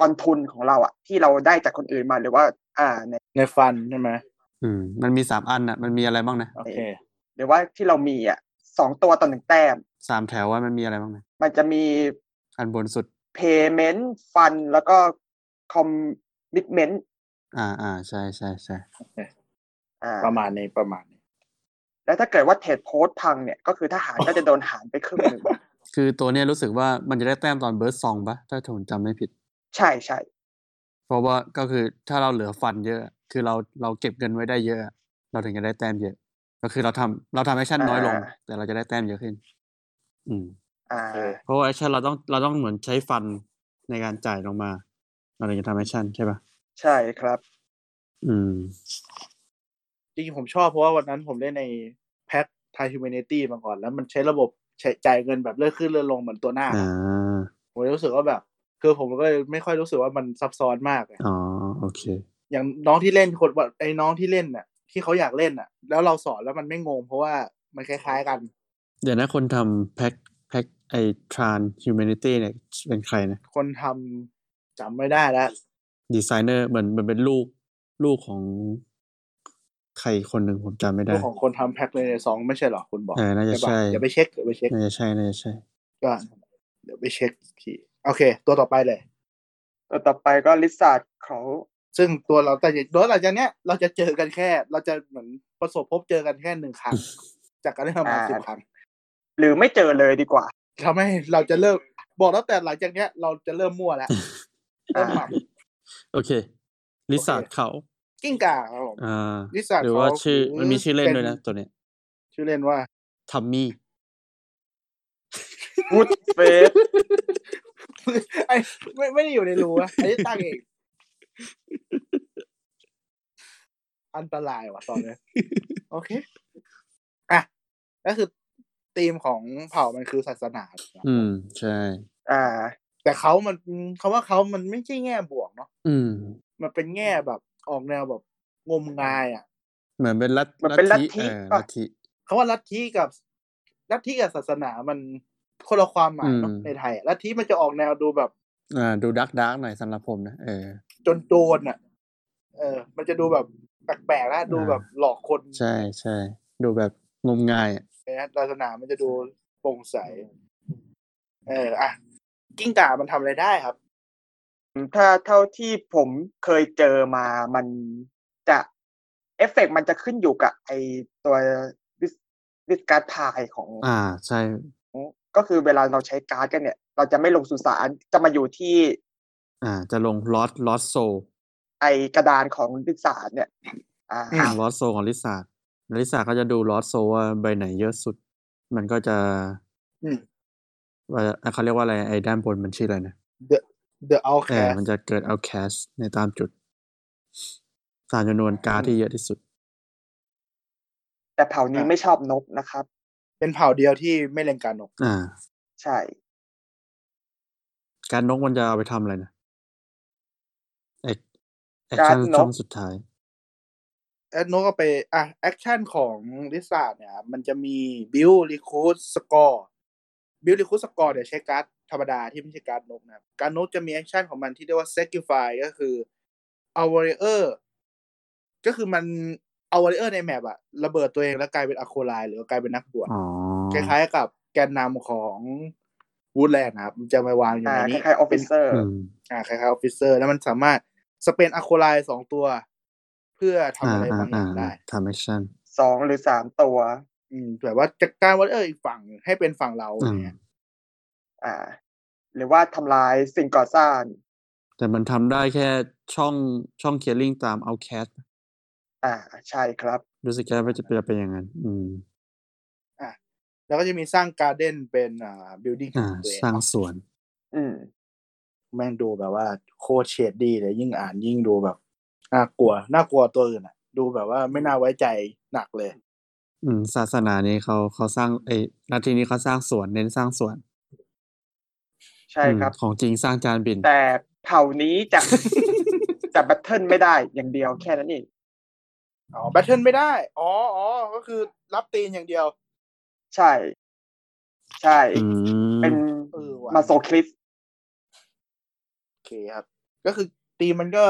กองทุนของเราอะที่เราได้จากคนอื่นมาหรือว่า อ่าใน ในฟันใช่ไหม อืม มันมีสามอันอ่ะ มันมีอะไรบ้างนะ โอเค หรือว่าที่เรามีอะสองตัวต่อหนึ่งแต้ม สามแถวว่ามันมีอะไรบ้างนะ มันจะมี อันบนสุด payment fund แล้วก็ commitment อ่าอ่าใช่ใช่ใช่ อ่า ประมาณนี้ประมาณนี้ แล้วถ้าเกิดว่าเทรดโพสต์พังเนี่ยก็คือทหารก็จะโดนหารไปครึ่งหนึ่ง คือตัวเนี้ยรู้สึกว่ามันจะได้แต้มตอนเบิร์ดซองปะถ้าผมจำไม่ผิด ใช่ใช่ เพราะว่าก็คือถ้าเราเหลือฟันเยอะ คือเราเราเก็บเงินไว้ได้เยอะ เราถึงจะได้แต้มเยอะ ก็คือเราทำเราทำแอคชั่นน้อยลง แต่เราจะได้แต้มเยอะขึ้น อืม อ่า เพราะว่าแอคชั่นเราต้องเราต้องเหมือนใช้ฟันในการจ่ายลงมา เราถึงจะทำแอคชั่นใช่ปะ ใช่ครับ อืม จริงๆผมชอบเพราะว่าวันนั้นผมเล่นในแพ็คไทฮิวเมเนตี้มาก่อน แล้วมันใช้ระบบใช้จ่ายเงินแบบเลื่อนขึ้นเลื่อนลงเหมือนตัวหน้า อ่า ผมเลยรู้สึกว่าแบบ คือผมก็เลยไม่ค่อยรู้สึกว่ามันซับซ้อนมากอะ อ๋อ โอเค อย่างน้องที่เล่นคนว่าไอ้น้องที่เล่นน่ะ ที่เขาอยากเล่นน่ะ แล้วเราสอนแล้วมันไม่งง เพราะว่ามันคล้ายๆกัน เดี๋ยวนะคนทำแพ็คแพ็คไอทรานฮิวแมนิตี้เนี่ยเป็นใครนะ คนทำจำไม่ได้แล้ว ดีไซเนอร์เหมือนเหมือนเป็นลูก ลูกของใครคนหนึ่งผมจำไม่ ตั ได้ วของคนทำแพ็คเลยในซองไม่ใช่เหรอคุณบอก เออน่าจะ ป ใช่ อย่าไปเช็คอย่าไปเช็ค น่าจะใช่น่าจะใช่ ก็เดี๋ยวไปเช็คอีกทีโอเค ตัวต่อไปเลย ตัวต่อไปก็ลิซาร์ดเขา ซึ่งตัวเราแต่โดยหลังจากเนี้ยเราจะเจอกันแค่ เราจะเหมือนประสบพบเจอกันแค่หนึ่งค *laughs* รั้ง จากการได้ทำงานสิบครั้ง หรือไม่เจอเลยดีกว่า ทำให้เราจะเริ่มบอกแล้วแต่หลังจากเนี้ย เราจะเริ่มมั่ว *laughs* แล้วเริ่มหมัก โอเค ลิซาร์ด โอเค เขา กิ้งก่าครับผม อ่า Lizard หรือว่า เขา ชื่อ หรือ มันมีชื่อเล่น เป็น ด้วยนะตัวเนี้ย ชื่อเล่นว่า *laughs* ทัมมี่ o ูดเฟส ไอ้ไม่ไม่ได้อยู่ในรู *laughs* อะไอ้นี่ตั้งเอง อันตรายว่ะตอนเนี้ย *laughs* โอเค อ่ะก็คือธีมของเผ่ามันคือศาสนาครับ อืม ใช่ อ่า แต่เขามันคำว่าเขามันไม่ใช่แง่บวกเนาะ อืม มันเป็นแง่แบบออกแนวแบบงมงายอ่ะ เหมือนเป็นลัท มันเป็นลัทธิ เออ ป่ะ ลัทธิ คำว่าลัทธิกับลัทธิกับศาสนามันคนละความหมายเนอะ อืม ในไทยอะลัทธิมันจะออกแนวดูแบบ อ่า ดูดักดักหน่อยสำหรับผมนะ เออ จนโจรอ่ะ เออ มันจะดูแบบแปลกๆนะดูแบบหลอกคน ใช่ใช่ ดูแบบงมงายอะ นะศาสนามันจะดูโปร่งใส เอออ่ะกิ้งก่ามันทำอะไรได้ครับ ถ้าเท่าที่ผมเคยเจอมามันจะเอฟเฟกมันจะขึ้นอยู่กับไอตัวดิสการ์ดพายของ อ่า ใช่ ก็คือเวลาเราใช้การ์ดกันเนี่ย เราจะไม่ลงสุสานจะมาอยู่ที่ อ่า จะลงลอสลอสโซ ไอกระดานของดิสารเนี่ย อ่า อืม ลอสโซของลิซาร์ดลิซาร์ดก็จะดูลอสโซว่าใบไหนเยอะสุด มันก็จะ อืม ว่าอ่ะเขาเรียกว่าอะไรไอ้ด้านบนมันชื่ออะไรนะ The เออ Outcast มันจะเกิด outcast ในตามจุด ตามจำนวนการ์ดที่เยอะที่สุด แต่เผ่านี้ไม่ชอบนกนะครับ เป็นเผ่าเดียวที่ไม่เล็งการนก อ่า ใช่ การดนกมันจะเอาไปทำอะไรนะแอคแอค การ์ ชั่ ด น น ช่อก งสุดท้าย แอดนกก็ไปอ่ะแอคชั่นของลิซ่าเนี่ยครับมันจะมีบิลรีคูดสกอร์บิลรีคูดสกอร์เดี๋ยวใช้การ์ดธรรมดาที่ไม่ใช่การ์ดนกนะครับการดนกจะมีแอคชั่นของมันที่เรียกว่า sacrifice ก็คือเอา warrior ก็คือมันเอา warrior ในแมปอะระเบิดตัวเองแล้วกลายเป็นอะโคไลหรือกลายเป็นนักบวช อ๋อ คล้ายๆกับแกนนำของ วูดแลนด์นะครับมันจะมาวางอยู่ อ่า ใน ค นี้ ล้ายๆออฟฟิเซอร์ อืม อ่าคล้ายๆออฟฟิเซอร์ แล้วมันสามารถสเปนอะโคไลสองตัว เพื่อทำอะไรบางอย่างได้ ทำแอคชั่น สองหรือสามตัว อืมแบบว่าจัดการว่าเอออีกฝั่งให้เป็นฝั่งเรา อืม เนี่ย อ่า หรือว่าทำลายสิ่งก่อสร้าง แต่มันทำได้แค่ช่องช่องเคลียร์ลิงตามเอาแคส อ่า ใช่ครับ รู้สึกแค่ว่าจะเป็นเป็นอย่างนั้น อืม แล้วก็จะมีสร้างการ์เด้นเป็นอ่าบิลดิ้ง อ่า สร้างสวน อืม แม่งดูแบบว่าโคตรเชดดี้เลยยิ่งอ่านยิ่งดูแบบน่ากลัวน่ากลัวตัวอื่นอ่ะ ดูแบบว่าไม่น่าไว้ใจหนักเลย อืม ศาสนานี้เขาเขาสร้างไอ้นาทีนี้เขาสร้างสวนเน้นสร้างสวน ใช่ อืม ครับ ของจริงสร้างจานบิน แต่เผ่านี้ *laughs* จะ จะแบทเทิลไม่ได้อย่างเดียวแค่นั้นเอง อ๋อแบทเทิลไม่ได้ อ๋ออ๋อก็คือรับตีนอย่างเดียว ใช่ ใช่ อืม เป็น เออว่ะ มาโซคลิส โอเคครับ ก็คือตีมมันก็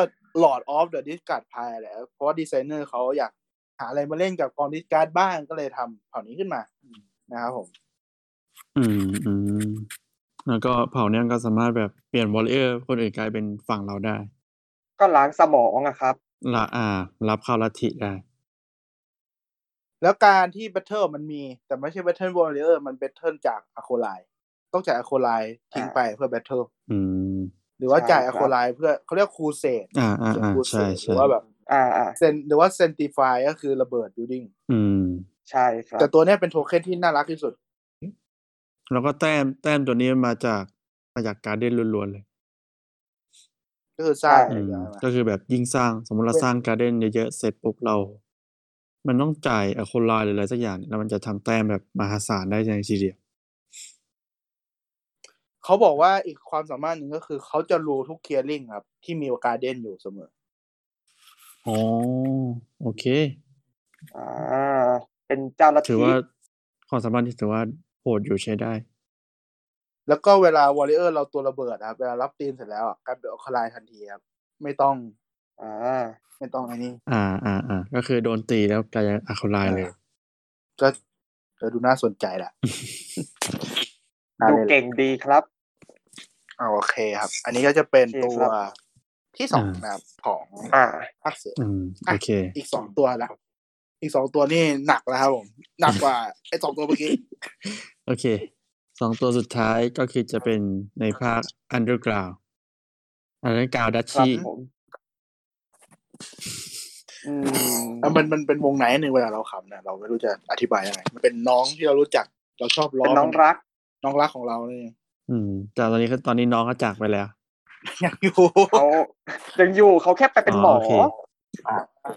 Lord of the Discard Pile แหละเพราะว่าดีไซเนอร์เขาอยากหาอะไรมาเล่นกับกองดิสการ์ดบ้างก็เลยทำเผ่านี้ขึ้นมานะครับผม อืมอืมแล้วก็เผ่าเนี้ยก็สามารถแบบเปลี่ยนวอลเลอร์คนอื่นกลายเป็นฝั่งเราได้ ก็ล้างสมองอะครับ ละอ่า รับเข้าลัทธิได้ แล้วการที่ Battle มันมี แต่ไม่ใช่ Battle Warrior มัน Battle จาก a c o l i ต้องจ่าย a c o l i ทิ้งไปเพื่อ Battle อืม หรือว่าจ่าย a ใช่ครับ c o l i เพื่อเขาเรียก Crusade อ่าอ่า เขียน อ่าใช่ Crusade หรื ใช่ อว่าแบบ อ่าอ่า เซนหรือว่า Sanctify ก็คือระเบิด building อืม ใช่ครับ แต่ตัวเนี้ยเป็นโทเค็นที่น่ารักที่สุด แล้วก็แต้มแต้มตัวนี้มาจากมาจากการเด่นล้วนๆเลย ก็คือสร้างอะใช่อื ไรอ ม ย่างเงี้ยมา ก็คือแบบยิ่งสร้างสมมติเรา เว้น สร้างการ์เด้นเยอะๆเสร็จปุ๊บเรา มันต้องจ่ายอะโคนลายหรืออะไรสักอย่างเนี่ยแล้วมันจะทำแต้มแบบมหาศาลได้ในทีเดียว เขาบอกว่าอีกความสามารถหนึ่งก็คือเขาจะรู้ทุกเคลียร์ลิงครับ ที่มีการเด่นอยู่เสมอ อ๋อ โอเค อ่า เป็นเจ้าลัท ถือ ธิ ว่าความสามารถที่ถือว่าโหดอยู่ใช้ได้ แล้วก็เวลาวอริเออร์เราตัวระเบิดครับ เวลารับตีนเสร็จแล้วอะกลายเป็นอคลายทันทีครับ ไม่ต้อง อ่า ไม่ต้องไอ้นี่ อ่าอ่าอ่าก็คือโดนตีแล้วกลายเป็นอะโคนลายเลย ก็ก็ดูน่าสนใจแหละน่า ดู เล่นแหละ เก่งดีครับ อ่าโอเคครับ อันนี้ก็จะเป็น โอเค ตัว ครับ ที่สอง อ่า นะครับของ อ่า ภาคเสือ อืม อ่ะ โอเค อีกสองตัวละอีกสองตัวนี่หนักแล้วครับผมหนักกว่า *laughs* ไอ้สองตัวเมื่อกี้ *laughs* โอเค สองตัวสุดท้ายก็คือจะเป็นในภาค Underground Underground ดัช ครับ ชี่ ผม อืม แล้วมันมันเป็นวงไหนหนึ่งเวลาเราขำเนี่ยเราไม่รู้จะอธิบายยังไงมันเป็นน้องที่เรารู้จักเราชอบล้อ เป็นน้อง มั รัก น้องรักของเราเนี่ย *laughs* อืม แต่ตอนนี้ก็ตอนนี้น้องก็จากไปแล้ว ยังอยู่ เขายังอยู่เขาแค่ไปเป็นหมอ โอเค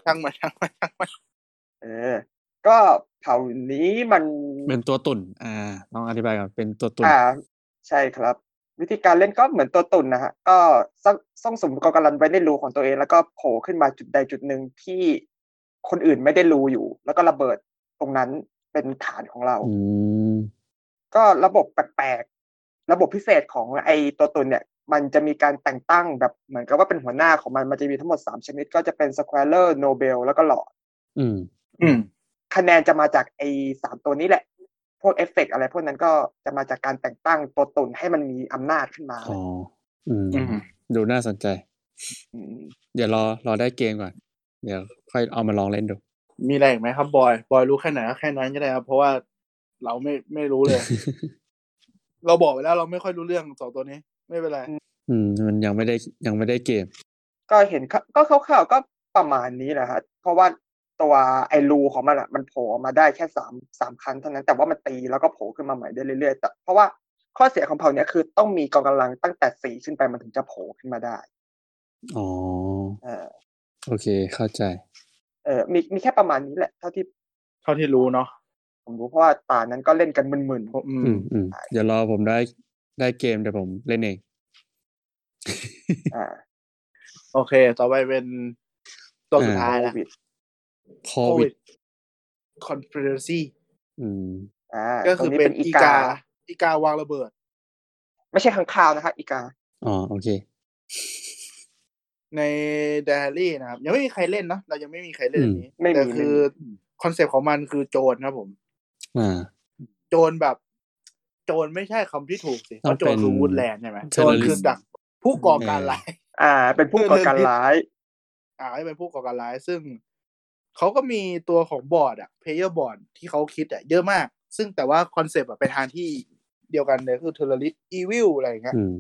ช่างมันช่างมันช่างมัน เออ ก็เผ่านี้มัน เป็นตัวตุ่น อ่า ต้องอธิบายก่อน เป็นตัวตุ่น อ่า ใช่ครับ วิธีการเล่นก็เหมือนตัวตุ่นนะฮะ ก็ซ่องซ่องสมกอกำลันไว้ในรูของตัวเอง แล้วก็โผล่ขึ้นมาจุดใดจุดหนึ่งที่คนอื่นไม่ได้รูอยู่ แล้วก็ระเบิดตรงนั้นเป็นฐานของเรา อืม ก็ระบบแปลกๆ ระบบพิเศษของไอตัวตุนเนี่ย มันจะมีการแต่งตั้งแบบเหมือนกับว่าเป็นหัวหน้าของมัน มันจะมีทั้งหมด 3 ชนิด ก็จะเป็นสแควเลอร์โนเบลแล้วก็หลอด อืม อืม คะแนนจะมาจากไอสามตัวนี้แหละ พวกเอฟเฟกต์อะไรพวกนั้นก็จะมาจากการแต่งตั้งตัวตุนให้มันมีอำนาจขึ้นมา อ๋อ อืม อืม ดูน่าสนใจ ม เดี๋ยวรอ รอได้เกมก่อน เดี๋ยวค่อยเอามาลองเล่นดู มีอะไรอีกไหมครับบอย บอยรู้แค่ไหนก็แค่นั้นก็ได้ครับ เพราะว่าเราไม่ไม่รู้ *laughs* เลย เราบอกไปแล้วเราไม่ค่อยรู้เรื่องสองตัวนี้ ไม่เป็นไร อืม มันยังไม่ได้ ยังไม่ได้เกม ก็เห็นเขาก็คร่าวๆก็ประมาณนี้แหละฮะเพราะว่าตัวไอรูของมันอะมันโผล่ออกมาได้แค่สามสามครั้งเท่านั้น แต่ว่ามันตีแล้วก็โผล่ขึ้นมาใหม่ได้เรื่อยๆแต่เพราะว่าข้อเสียของเผ่าเนี้ยคือต้องมีกองกำลังตั้งแต่สี่ขึ้นไปมันถึงจะโผล่ขึ้นมาได้ อ๋อ เออ โอเค เข้าใจ เออมีมีแค่ประมาณนี้แหละเท่าที่ เท่าที่รู้เนาะ ผมรู้เพราะว่าตานั้นก็เล่นกันมึน เพราะอื อื ม มอืม เดี๋ยวรอผมได้ ได้เกมเดี๋ยวผมเล่นเอง ๆอ่า โอเค ต่อไปเป็นตัวสุดท้าย โค ละ วิด โค โค วิ วิ ด ด conspiracy อืม อ่า ก็ ตร คืองนี้ เป็ เป็น นอี อี กาก า อีกาวางระเบิด ไม่ใช่ข้างคาวนะคะอีกา อ๋อ โอเค ในเดลี่นะครับ ยังไม่มีใครเล่นนะเรายังไม่มีใครเล่นอันนี้ อืมไม่มี แต่คือ ไม่มี คอนเซปต์ของมันคือโจรครับผม อ่า โจรแบบ โจรไม่ใช่คำที่ถูกสิเพ ต้อ ราะ ง โจ เป็ ร น คือวูดแลนด์ใช่ไหมโจรคือ terrorist ดักผู้ก่อการร้าย อ่า เป็นผู้ก่อการร้าย อ่าให้เป็นผู้ก่อการร้าย ซึ่งเขาก็มีตัวของบอร์ดอะเพเยอร์บอร์ดที่เขาคิดอะเยอะมาก ซึ่งแต่ว่าคอนเซปต์อะไปทางที่เดียวกันเลยคือเทอร์ริสอีวิลอะไรอย่างเงี้ย อืม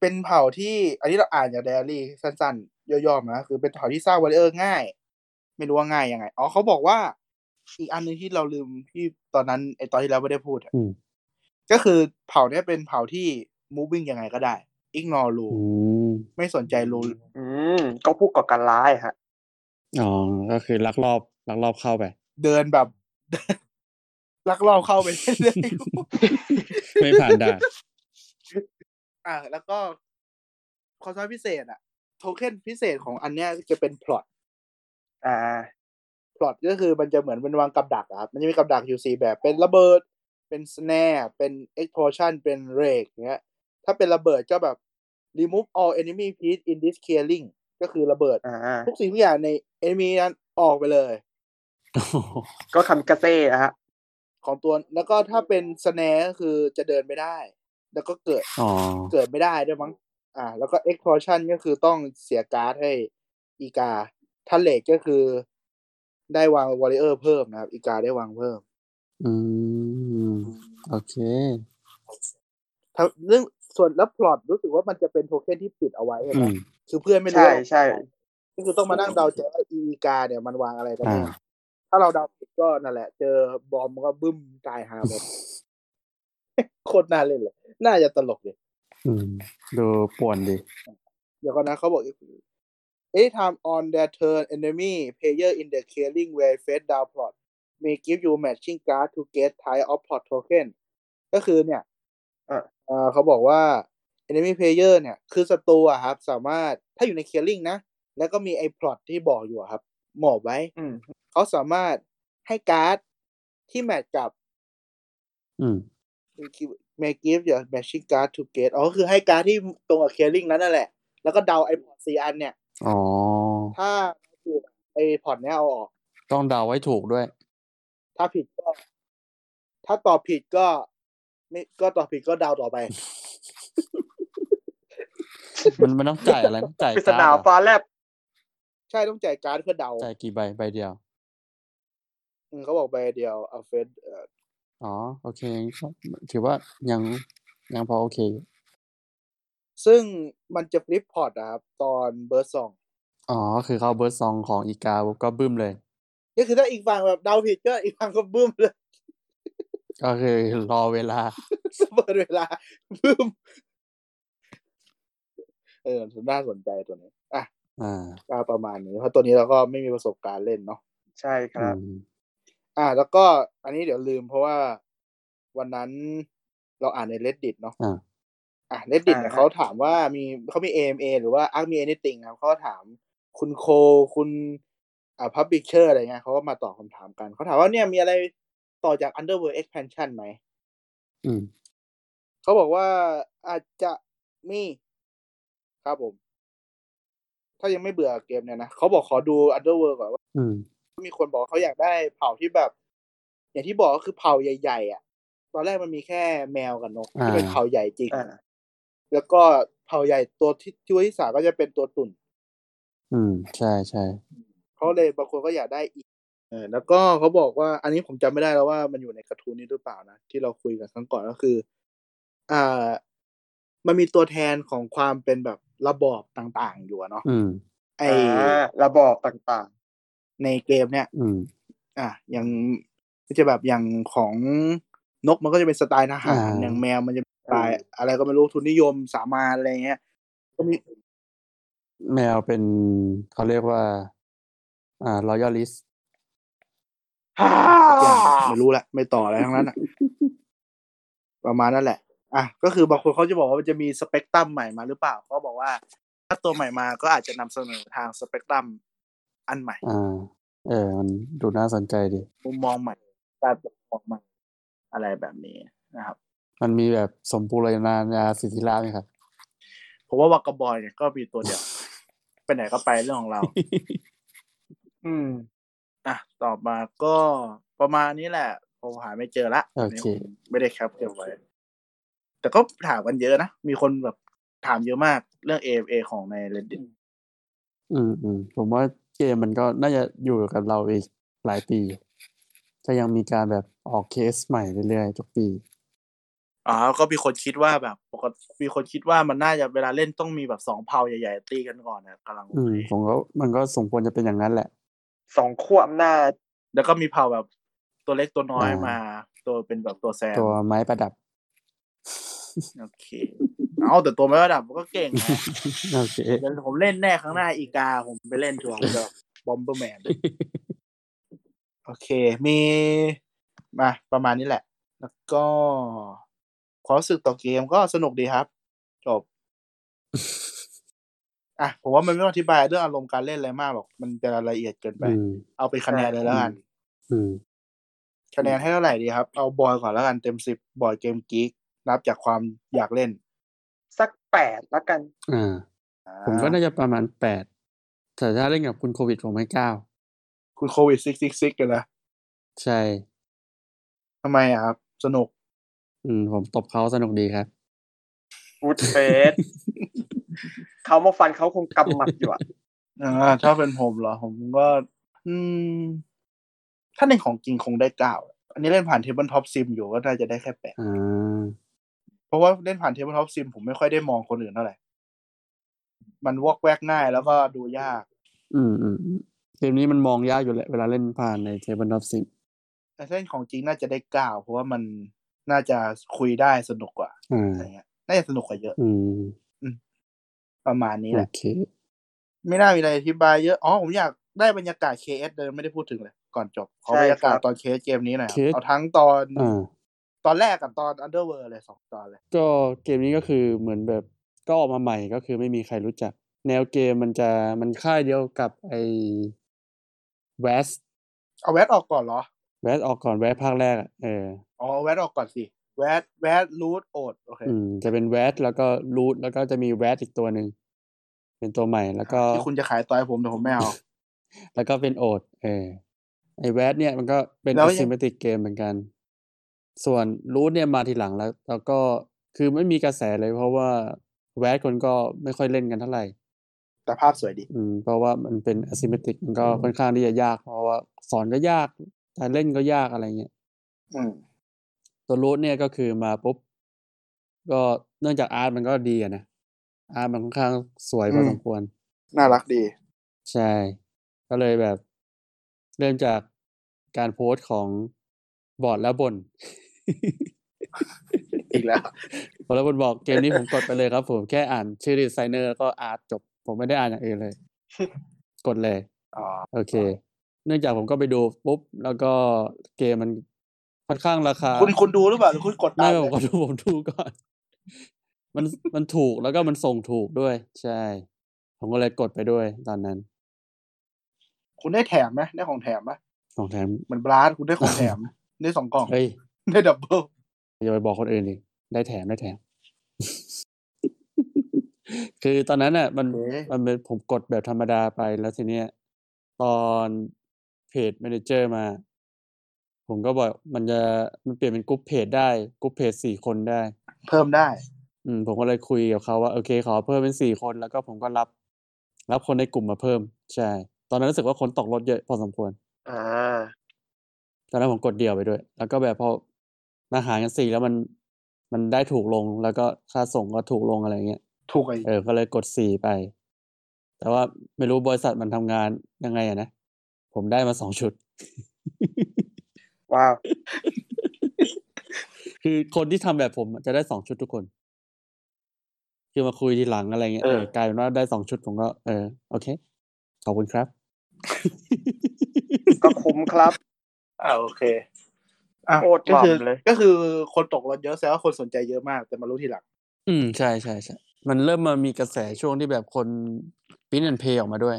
เป็นเผ่าที่อันนี้เราอ่านจากไดอารี่สั้นๆ ย่อๆมานะคือเป็นเผ่าที่สร้างวอลเลอร์ง่าย ไม่รู้ว่าง่ายยังไงอ๋อเขาบอกว่า อีกอันหนึงที่เราลืมที่ตอนนั้นไอตอนที่เราไม่ได้พูดอะ อืม ก็คือเผ่าเนี้ยเป็นเผ่าที่ moving ยังไงก็ได้ ignore rule อืม ไม่สนใจ rule อืม ก็ผู้ก่อการร้ายฮะ อ๋อก็คือลักลอบลักลอบเข้าไป *laughs* เดินแบบ *laughs* ลักลอบเข้าไปเรื่อย ไม่ผ่านด่าน ๆอ่ะแล้วก็ความสามารถพิเศษอะโทเค็นพิเศษของอันเนี้ยจะเป็น plot อ่า พล็อตก็คือมันจะเหมือนเป็นวางกับดักอะครับ มันจะมีกับดักอยู่สี่แบบ เป็นระเบิด เป็นสแนร์เป็น explosion เป็นเรกเงี้ย ถ้าเป็นระเบิดก็แบบ remove all enemy piece in this clearing ก็คือระเบิด อ่า ทุกสิ่งทุกอย่างใน enemy นั้นออกไปเลย โอ้โห ก็คำกระเซ่อะฮะ ของตัว แล้วก็ถ้าเป็นสแนร์ก็คือจะเดินไม่ได้ แล้วก็เกิด อ๋อ เกิดไม่ได้ด้วยมั้ง อ่า แล้วก็ explosion ก็คือต้องเสียการ์ดให้อีกา ถ้าเลกก็คือได้วางวอริเออร์เพิ่มนะครับ อีกาได้วางเพิ่ม อืมโอเค ถ้าเรื่องส่วนแล้วพลอตรู้สึกว่ามันจะเป็นโทเค็นที่ปิดเอาไว้ใช่ อื ไหม ม คือเพื่อนไม่รู้ ใช่ ว่า ใช่ ก็คือต้องมานั่งเดาใจว่าอีกาเนี่ยมันวางอะไรกันแน่ อ่า ถ้าเราเดาผิดก็นั่นแหละ เจอบอมก็บึ้มตายหาหมดโคตรน่าเล่นเลย น่าจะตลกเลย อืมดูป่วนดี เดี๋ยวก่อนนะเขาบอกเอ้ time on their turn enemy player in the clearing where face down plot may give you matching card to get type of plot token ก็คือเนี่ย อ่ะ เอ่อเขาบอกว่า enemy player เนี่ย คือศัตรูอะครับ สามารถถ้าอยู่ใน clearing นะ แล้วก็มีไอ้ plot ที่บอกอยู่อะครับ หมอบไว้ อืม เขาสามารถให้การ์ดที่แมทกับ อืม may give your matching card to get อ๋อ คือให้การ์ดที่ตรงกับ clearing นั้นนั่นแหละ แล้วก็เดาไอ้ plot สี่อันเนี่ย อ๋อ ถ้าถูกไอ้ plot เนี้ยเอาออก ต้องเดาไว้ถูกด้วย ถ้าผิดก็ ถ้าตอบผิดก็ ไม่ก็ตอบผิดก็เดาต่อ *laughs* ไป มันมันต้องจ่าย *laughs* อะไรนะจ่าย ปริศ การ์ด นา เหรอ ฟ้าแลบ ใช่ต้องจ่ายการ์ดเพื่อเดา จ่ายกี่ใบใบเดียว อืมเขาบอกใบเดียวเอาเฟส อ๋อ โอเคครับถือว่ายังยังพอโอเคอยู่ ซึ่งมันจะฟลิปพอร์ตนะครับ ตอนเบอร์สอง อ๋อ คือเข้าเบิร์ดซองของอีกาปุ๊บก็บึ้มเลย ก็คือถ้าอีกฝั่งแบบเดาผิดก็อีกฝั่งก็บึ้มเลย *laughs* ก็คือรอเวลา เปิดเวลา *laughs* บึ้มเออน่าสนใจตัวนี้อ่ะ อ่า ก็ประมาณนี้ เพราะตัวนี้เราก็ไม่มีประสบการณ์เล่นเนาะ ใช่ค อื รับ ม อ่ะแล้วก็อันนี้เดี๋ยวลืมเพราะว่าวันนั้นเราอ่านใน reddit เนาะ อ่า อ่ะ reddit เนี่ย อ่าฮะ เขาถามว่ามีเขามี AMA หรือว่า a r k มี anything ครับเขาถามคุณโคคุณอ่า publisher อะไรเงี้ยเขาก็มาตอบคำถามกันเขาถามว่าเนี่ยมีอะไรต่อจาก underworld expansion ไหม อืม เขาบอกว่าอาจจะมีครับผม ถ้ายังไม่เบื่อเกมเนี่ยนะเขาบอกขอดู Underworld ก่อนว่า อืม มีคนบอกเขาอยากได้เผ่าที่แบบ อย่างที่บอกก็คือเผ่าใหญ่ๆอ่ะ ตอนแรกมันมีแค่แมวกับนกที่เป็น อ่า เผ่าใหญ่จริง อ่า แล้วก็เผ่าใหญ่ตัวที่ตัวที่สามก็จะเป็นตัวตุ่น อืม ใช่ใช่ เขาเลยบางคนก็อยากได้อีกเออแล้วก็เขาบอกว่า อันนี้ผมจำไม่ได้แล้วว่ามันอยู่ในกระทู้นี้หรือเปล่านะที่เราคุยกันครั้งก่อนก็คือ อ่า มันมีตัวแทนของความเป็นแบบระบอบต่างๆ อยู่อะเนาะ อืม ไอ อ่า ระบอบต่าง ในเกมเนี่ย อืม อ่ะอย่างก็จะแบบอย่างของนกมันก็จะเป็นสไตล์ทหาร อ่า อย่างแมวมันจะเป็นสไตล์อะไรก็ไม่รู้ทุนนิยมสามานอะไรเงี้ยก็มี แมวเป็นเขาเรียกว่า อ่ารอยัลลิส ๆฮ่า อย่างไม่รู้แหละไม่ต่ออะไรทั้งนั้นอะ ประมาณนั่นแหละ อ่ะ ก็คือบางคนเขาจะบอกว่ามันจะมีสเปกตรัมใหม่มาหรือเปล่า เขาบอกว่า ถ้าตัวใหม่มาก็อาจจะนำเสนอทางสเปกตรัมอันใหม่ อ่า เออ มันดูน่าสนใจดี มุมมองใหม่ การปกครองใหม่อะไรแบบนี้นะครับ มันมีแบบสมบูรณาญาสิทธิราชไหมครับ *laughs* ผมว่าวากาบอยเนี่ยก็มีตัวเดียว ไปไหนก็ไปเรื่องของเรา อืม อ่ะ ต่อมาก็ประมาณนี้แหละ ผมหาไม่เจอละ โอเค ไม่ได้แคปเก็บไว้ แต่ก็ถามกันเยอะนะ มีคนแบบถามเยอะมากเรื่อง AFA ของใน reddit อืมอืมผมว่าเกมมันก็น่าจะอยู่กับเราอีกหลายปีถ้ายังมีการแบบออกเคสใหม่เรื่อยๆทุกปี อ๋อก็มีคนคิดว่าแบบปกติมีคนคิดว่ามันน่าจะเวลาเล่นต้องมีแบบสองเผ่าใหญ่ๆตีกันก่อนนะกำลังโอ อืม เค ผมก็มันก็สมควรจะเป็นอย่างนั้นแหละ สองขั้วอำนาจ แล้วก็มีเผ่าแบบตัวเล็กตัวน้อย อ่าม มา ตัวเป็นแบบตัวแซม ตัวไม้ประดับ โอเคเอาแต่ตัวไม่ระดับมันก็เก่ง *laughs* นะ โอเค เดี๋ยวผมเล่นแน่ครั้งหน้าอีกา ผมไปเล่นตัวแบบบอมเบอร์แมนโอเค มีมาประมาณนี้แหละ แล้วก็ความรู้สึกต่อเกมก็สนุกดีครับ จ *laughs* บ อ่ะผมว่ามันไม่ต้องอธิบายเรื่องอารมณ์การเล่นอะไรมากหรอก มันจะละเอียดเกินไป อืม เอาเป็นคะแนนเลยแล้วกัน อืม คะแนนให้เท่าไหร่ดีครับ เอาบอยก่อนแล้วกันเต็มสิบบอยเกมกิ๊กนับจากความอยากเล่น สักแปดแล้วกัน อ่า อ่า ผมก็น่าจะประมาณแปดแต่ถ้าเล่นกับคุณโควิดผมให้เก้า คุณโควิดซิกซิกซิกกันนะ ใช่ ทำไมอะครับ สนุก อืม ผมตบเขาสนุกดีครับ ฟูดเฟ *laughs* ส เขามาฟันเขาคงกำหมัดอยู่อะ อ่า ถ้าเป็นผมเหรอ ผมก็อืม ถ้าในของจริงคงได้เก้าอันนี้เล่นผ่านเทเบิลท็อปซิมอยู่ก็น่าจะได้แค่แปด อ่า เพราะว่าเล่นผ่านเทเบิลท็อปซิมผมไม่ค่อยได้มองคนอื่นเท่าไหร่ มันวอกแวกง่ายแล้วก็ดูยาก อืมอืมอืมเกมนี้มันมองยากอยู่แหละเวลาเล่นผ่านในเทเบิลท็อปสิบ แต่เส้นของจริงน่าจะได้เก้าเพราะว่ามันน่าจะคุยได้สนุกกว่า อ่า อะไรเงี้ยน่าจะสนุกกว่าเยอะ อืม ประมาณนี้แห โอ ละ เค ไม่น่ามีอะไรอธิบายเยอะ อ๋อ ผมอยากได้บรรยากาศ KS เลยไม่ได้พูดถึงเลย ก่อนจบ ขอบรรยากาศตอน KS เกมนี้หน่อยครับ KS เอาทั้งตอน อ่า ตอนแรกกับตอน Underworld เลยสองตอนเลย ก็เกมนี้ก็คือเหมือนแบบก็ออกมาใหม่ก็คือไม่มีใครรู้จัก แนวเกมมันจะมันค่ายเดียวกับไอ้แวส เอาแวดออกก่อนเหรอ แวสออกก่อนแวสภาคแรกอะเออ อ๋อแวดออกก่อนสิ แวดแวดรูทโอดโอเค อืม จะเป็นแวสแล้วก็รูทแล้วก็จะมีแวสอีกตัวหนึ่งเป็นตัวใหม่แล้วก็ ที่คุณจะขายต่อยผมแต่ผมไม่เอา *laughs* แล้วก็เป็นโอด เออ ไอแวดเนี่ยมันก็เป็น แล้วยัง asymmetric เกมเหมือนกัน ส่วนรูทเนี่ยมาทีหลังแล้ว แล้วก็คือไม่มีกระแสเลยเพราะว่าแวดคนก็ไม่ค่อยเล่นกันเท่าไหร่ แต่ภาพสวยดี อืม เพราะว่ามันเป็น asymmetric มันก็ค่อนข้างที่จะยาก เพราะว่าสอนก็ยากการเล่นก็ยากอะไรเงี้ย อืม ตัวรูทเนี่ยก็คือมาปุ๊บ ก็เนื่องจากอาร์ตมันก็ดีอะนะ อาร์ตมันค่อนข้างสวยพอ ม สมควร น่ารักดี ใช่ ก็เลยแบบเริ่มจากการโพสต์ของบอร์ดแล้วบน *laughs* อีกแล้ว บอร์ดแล้วบนบอกเกมนี้ผมกดไปเลยครับ ผมแค่อ่านชื่อดีไซเนอร์แล้วก็อาร์ตจบ ผมไม่ได้อ่านอย่างอื่ *laughs* นเลย กดเลย อ๋อ โอเค เนื่องจากผมก็ไปดูปุ๊บ แล้วก็เกมมันค่อนข้างราคา คุณคุณดูหรือเปล่าหรือคุณกดตา ไม่ ม ผ เล ม ย ก็ดูผมดูก่อน *laughs* มันมันถูกแล้วก็มันส่งถูกด้วย ใช่ ผมก็เลยกดไปด้วยตอนนั้น คุณได้แถมไหมได้ของแถมไหม ของแถม เหมือนบลัสคุณได้ของแถม *laughs* ได้สองกล่อง เฮ้ย ได้ดับเบิล อย่าไปบอกคนอื่นดิได้แถมได้แถม *laughs* คือตอนนั้นอ่ะ มัน โอเค มันเป็นผมกดแบบธรรมดาไปแล้วทีเนี้ย ตอนเพจแมเนเจอร์มา ผมก็บอกมันจะมันเปลี่ยนเป็นกรุ๊ปเพจได้กรุ๊ปเพจสี่คนได้ เพิ่มได้ อืม ผมก็เลยคุยกับเขาว่าโอเค ขอเพิ่มเป็นสี่คนแล้วก็ผมก็รับ รับคนในกลุ่มมาเพิ่ม ใช่ ตอนนั้นรู้สึกว่าคนตกรถเยอะพอสมควร อ่า ตอนนั้นผมกดเดี่ยวไปด้วย แล้วก็แบบพอมาหารกันสี่แล้วมันมันได้ถูกลงแล้วก็ค่าส่งก็ถูกลงอะไรเงี้ย ถูกไอ้ เออ ก็เลยกดสี่ไป แต่ว่าไม่รู้บริษัทมันทำงานยังไงอะนะ ผมได้มาสองชุด ว้าว คือคนที่ทำแบบผมอะจะได้สองชุดทุกคน คือมาคุยทีหลังอะไรเงี้ย เอ เอ อ อกลายเป็นว่าได้สองชุดผมก็ เออ โอเค ขอบคุณครับ *laughs* ก็คุ้มครับ อ่าโอเค อ่ะ โคตร ก็คื หม่ำเลย ก็คือคนตกรถเยอะแสดงว่าคนสนใจเยอะมาก แต่มารู้ทีหลัง อืม ใช่ใช่ใช่มันเริ่มมามีกระแสช่วงที่แบบคนพินแอนเพย์ออกมาด้วย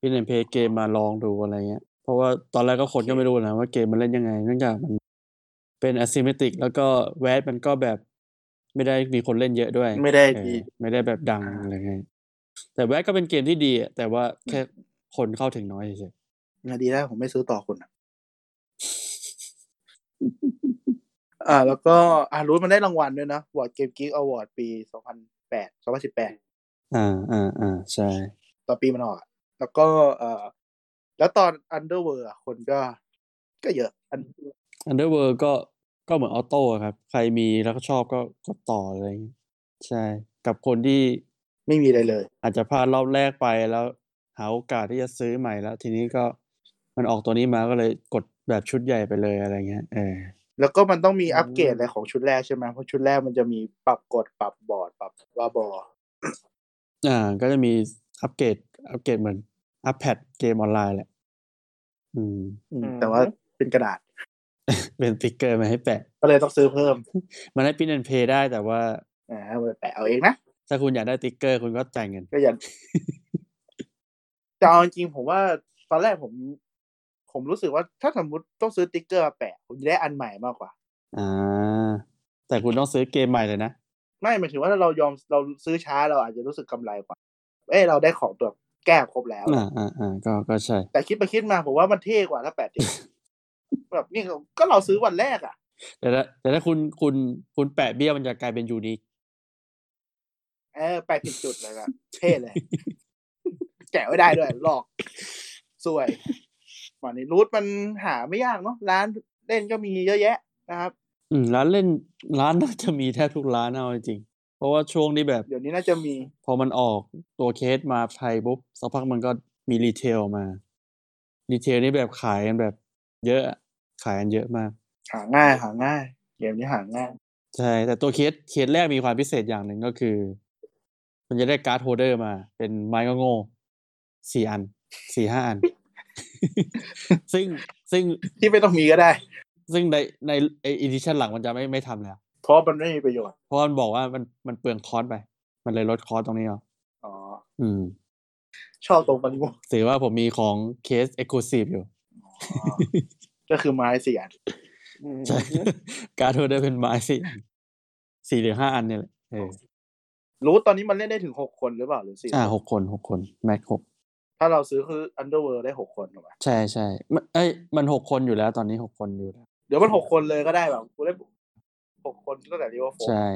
พินแอนเพย์เกมมาลองดูอะไรเงี้ย เพราะว่าตอนแรกก็คนก็ไม่รู้นะว่าเกมมันเล่นยังไง เนื่องจากมันเป็น asymmetric แล้วก็แวดมันก็แบบไม่ได้มีคนเล่นเยอะด้วย ไม่ได้ เออ ดี ไม่ได้แบบดัง อ่า อะไรเงี้ยแต่แวดก็เป็นเกมที่ดีอะแต่ว่าแค่คนเข้าถึงน้อยเฉย งานดีแล้วผมไม่ซื้อต่อคุณอะ ๆ อ่า แล้วก็อ่ารูทมันได้รางวัลด้วยนะวอร์ดเกมกิ๊กอวอร์ดปีสองพันแปดสองพันสิบแปด อ่าอ่าอ่าใช่ ต่อปีมันออกอะแล้วก็เอ่อแล้วตอน Underworld อะคนก็ ก็เยอะอัน อันเดอร์เวิร์ก็ก็เหมือนออโต้ครับ ใครมีแล้วก็ชอบก็กดต่ออะไรอย่างเงี้ยใช่ กับคนที่ ไม่มีอะไรเลย อาจจะพลาดรอบแรกไปแล้ว หาโอกาสที่จะซื้อใหม่แล้ว ทีนี้ก็มันออกตัวนี้มาก็เลยกดแบบชุดใหญ่ไปเลยอะไรเงี้ยเออ แล้วก็มันต้องมี อืม อัปเกรดอะไรของชุดแรกใช่ไหมเพราะชุดแรกมันจะมีปรับกดปรับบอร์ดปรับว่าบอร์ด อ่า ก็จะมีอัปเกรดอัปเกรดเหมือนอัปแพดเกมออนไลน์แหละ อืม อืม อืม แต่ว่าเป็นกระดาษ เป็นสติ๊กเกอร์มาให้แปะ ก็เลยต้องซื้อเพิ่ม มันให้พินแอนเพย์ได้แต่ว่า อ่าเอาไปแปะเอาเองนะ ถ้าคุณอยากได้สติ๊กเกอร์คุณก็จ่ายเงิน ก็ *laughs* อย่า แต่เอาจริงๆผมว่าตอนแรกผม ผมรู้สึกว่าถ้าสมมติต้องซื้อติ๊กเกอร์มาแปะ ผมจะได้อันใหม่มากกว่า อ่า แต่คุณต้องซื้อเกมใหม่เลยนะ ไม่หมายถึงว่าถ้าเรายอมเราซื้อช้าเราอาจจะรู้สึกกำไรกว่า เอ้ยเราได้ของตัวแก้ครบแล้ว อ่าอ่าอ่าก็ก็ใช่ แต่คิดไปคิดมาผมว่ามันเท่กว่าถ้าแปดติ๊ก แบบนี่ก็ก็เราซื้อวันแรกอ่ะ แต่ถ้าแต่ถ้าคุณคุณคุณแปะเบี้ยมันจะกลายเป็นยูนิค เออแปดผิดจุดเลยนะเท่เลย *laughs* แกะไม่ได้ด้วยหลอกสวยวันนี้รูทมันหาไม่ยากเนาะร้านเล่นก็มีเยอะแยะนะครับ อืมร้านเล่นร้านน่าจะมีแทบทุกร้านเอาจริงๆเพราะว่าช่วงนี้แบบ เดี๋ยวนี้น่าจะมี พอมันออกตัวเคสมาไทยปุ๊บสักพักมันก็มีรีเทลมา รีเทลนี่แบบขายกันแบบ เยอะอะขายกันเยอะมาก หาง่ายหาง่ายเกมนี้หาง่าย ใช่ แต่ตัวเคสเคสแรกมีความพิเศษอย่างหนึ่งก็คือ มันจะได้การ์ดโฮลเดอร์มา เป็นไม้ก็โง่สี่อันสี่ห้าอัน *laughs* ซึ่งซึ่ง ที่ไม่ต้องมีก็ได้ ซึ่งในในไอดิชันหลังมันจะไม่ไม่ทำแล้ว เพราะมันไม่มีประโยชน์ เพราะมันบอกว่ามันมันเปลืองคอสไป มันเลยลดคอสตรงนี้เนาะ อ๋อ อืม ชอบตรงมันงง ถือว่าผมมีของเคสเอ็กซ์คลูซีฟอยู่ อ๋อก็คือไม้เสียน อืม ใช่ *laughs* การ์ดโฮลเดอร์เป็นไม้สี่อันสี่หรือห้าอันเนี่ยแหละเออ รูทตอนนี้มันเล่นได้ถึงหกคนหรือเปล่าหรือสี่ อ่า คน หกคนหกคนแม็กหก ถ้าเราซื้อคือ Underworld ได้หกคนถูกไหม ใช่ใช่มันเอ้ยมันหกคนอยู่แล้วตอนนี้หกคนอยู่แล้ว เดี๋ยวมันหกคนเลยก็ได้แบบกูเล่นหกคนตั้งแต่รีวอร์โฟ ใช่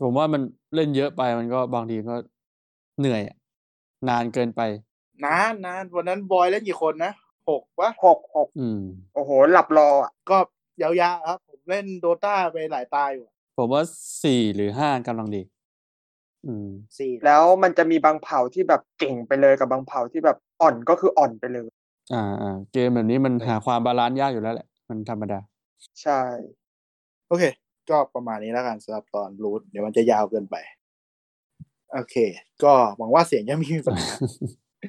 ผมว่ามันเล่นเยอะไปมันก็บางทีก็เหนื่อยอะนานเกินไป นานนานวันนั้นบอยเล่นกี่คนนะหกวะ หกหก อืม โอ้โห หลับรออ่ะ ก็ยาวๆครับ ผมเล่นโดตาไปหลายตาอยู่อะ ผมว่าสี่หรือห้ากำลังดี อืม สี่นะ แล้วมันจะมีบางเผ่าที่แบบเก่งไปเลยกับบางเผ่าที่แบบอ่อนก็คืออ่อนไปเลย อ่าอ่าเกมแบบนี้มันหาความบาลานซ์ยากอยู่แล้วแหละ มันธรรมดา ใช่ โอเค ก็ประมาณนี้แล้วกันสำหรับตอนรูทเดี๋ยวมันจะยาวเกินไป โอเค ก็หวังว่าเสียงจะไมมี *laughs* ปัญหา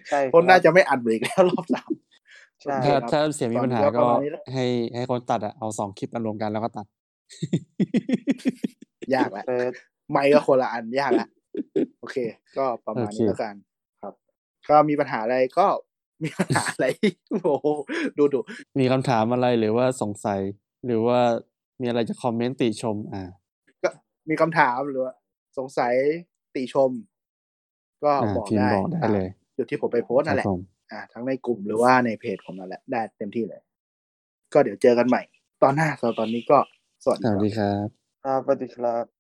ใช่ เพราะน่าจะไม่อัดเบรกแล้วรอบสาม *laughs* ใช่ ถ้า ครับ ถ้าเสียงมีปัญหา ตอนนี้ก็ป ก็ ระมาณนี้แหละ ให้ให้คนตัดอะเอาสองคลิปมารวมกันแล้วก็ตัด *laughs* ยากแล้ว เออ ไม่ก็คนละอันยากแล้วโอเค ก็ประมาณนี้ โอเค แล้วกันครับ ก็มีปัญหาอะไรก็ *laughs* มีปัญหาอะไร โอ้โหดูดู มีคำถามอะไรหรือว่าสงสัย หรือว่ามีอะไรจะคอมเมนต์ติชม อ่า มีคำถามหรือว่าสงสัยติชม ก็ อ่า บอก พิมพ์ ได้ บอกได้ ตาม เลย จุดที่ผมไปโพสต์ ค นั่นแหรับละ ผม อ่า ทั้งในกลุ่มหรือว่าในเพจผมนั่นแหละ ได้เต็มที่เลย ก็เดี๋ยวเจอกันใหม่ ตอนหน้าสำหรับตอนนี้ก็สวัส ส ดีค วัส รับ ดีครับ ครับสวัสดีครับ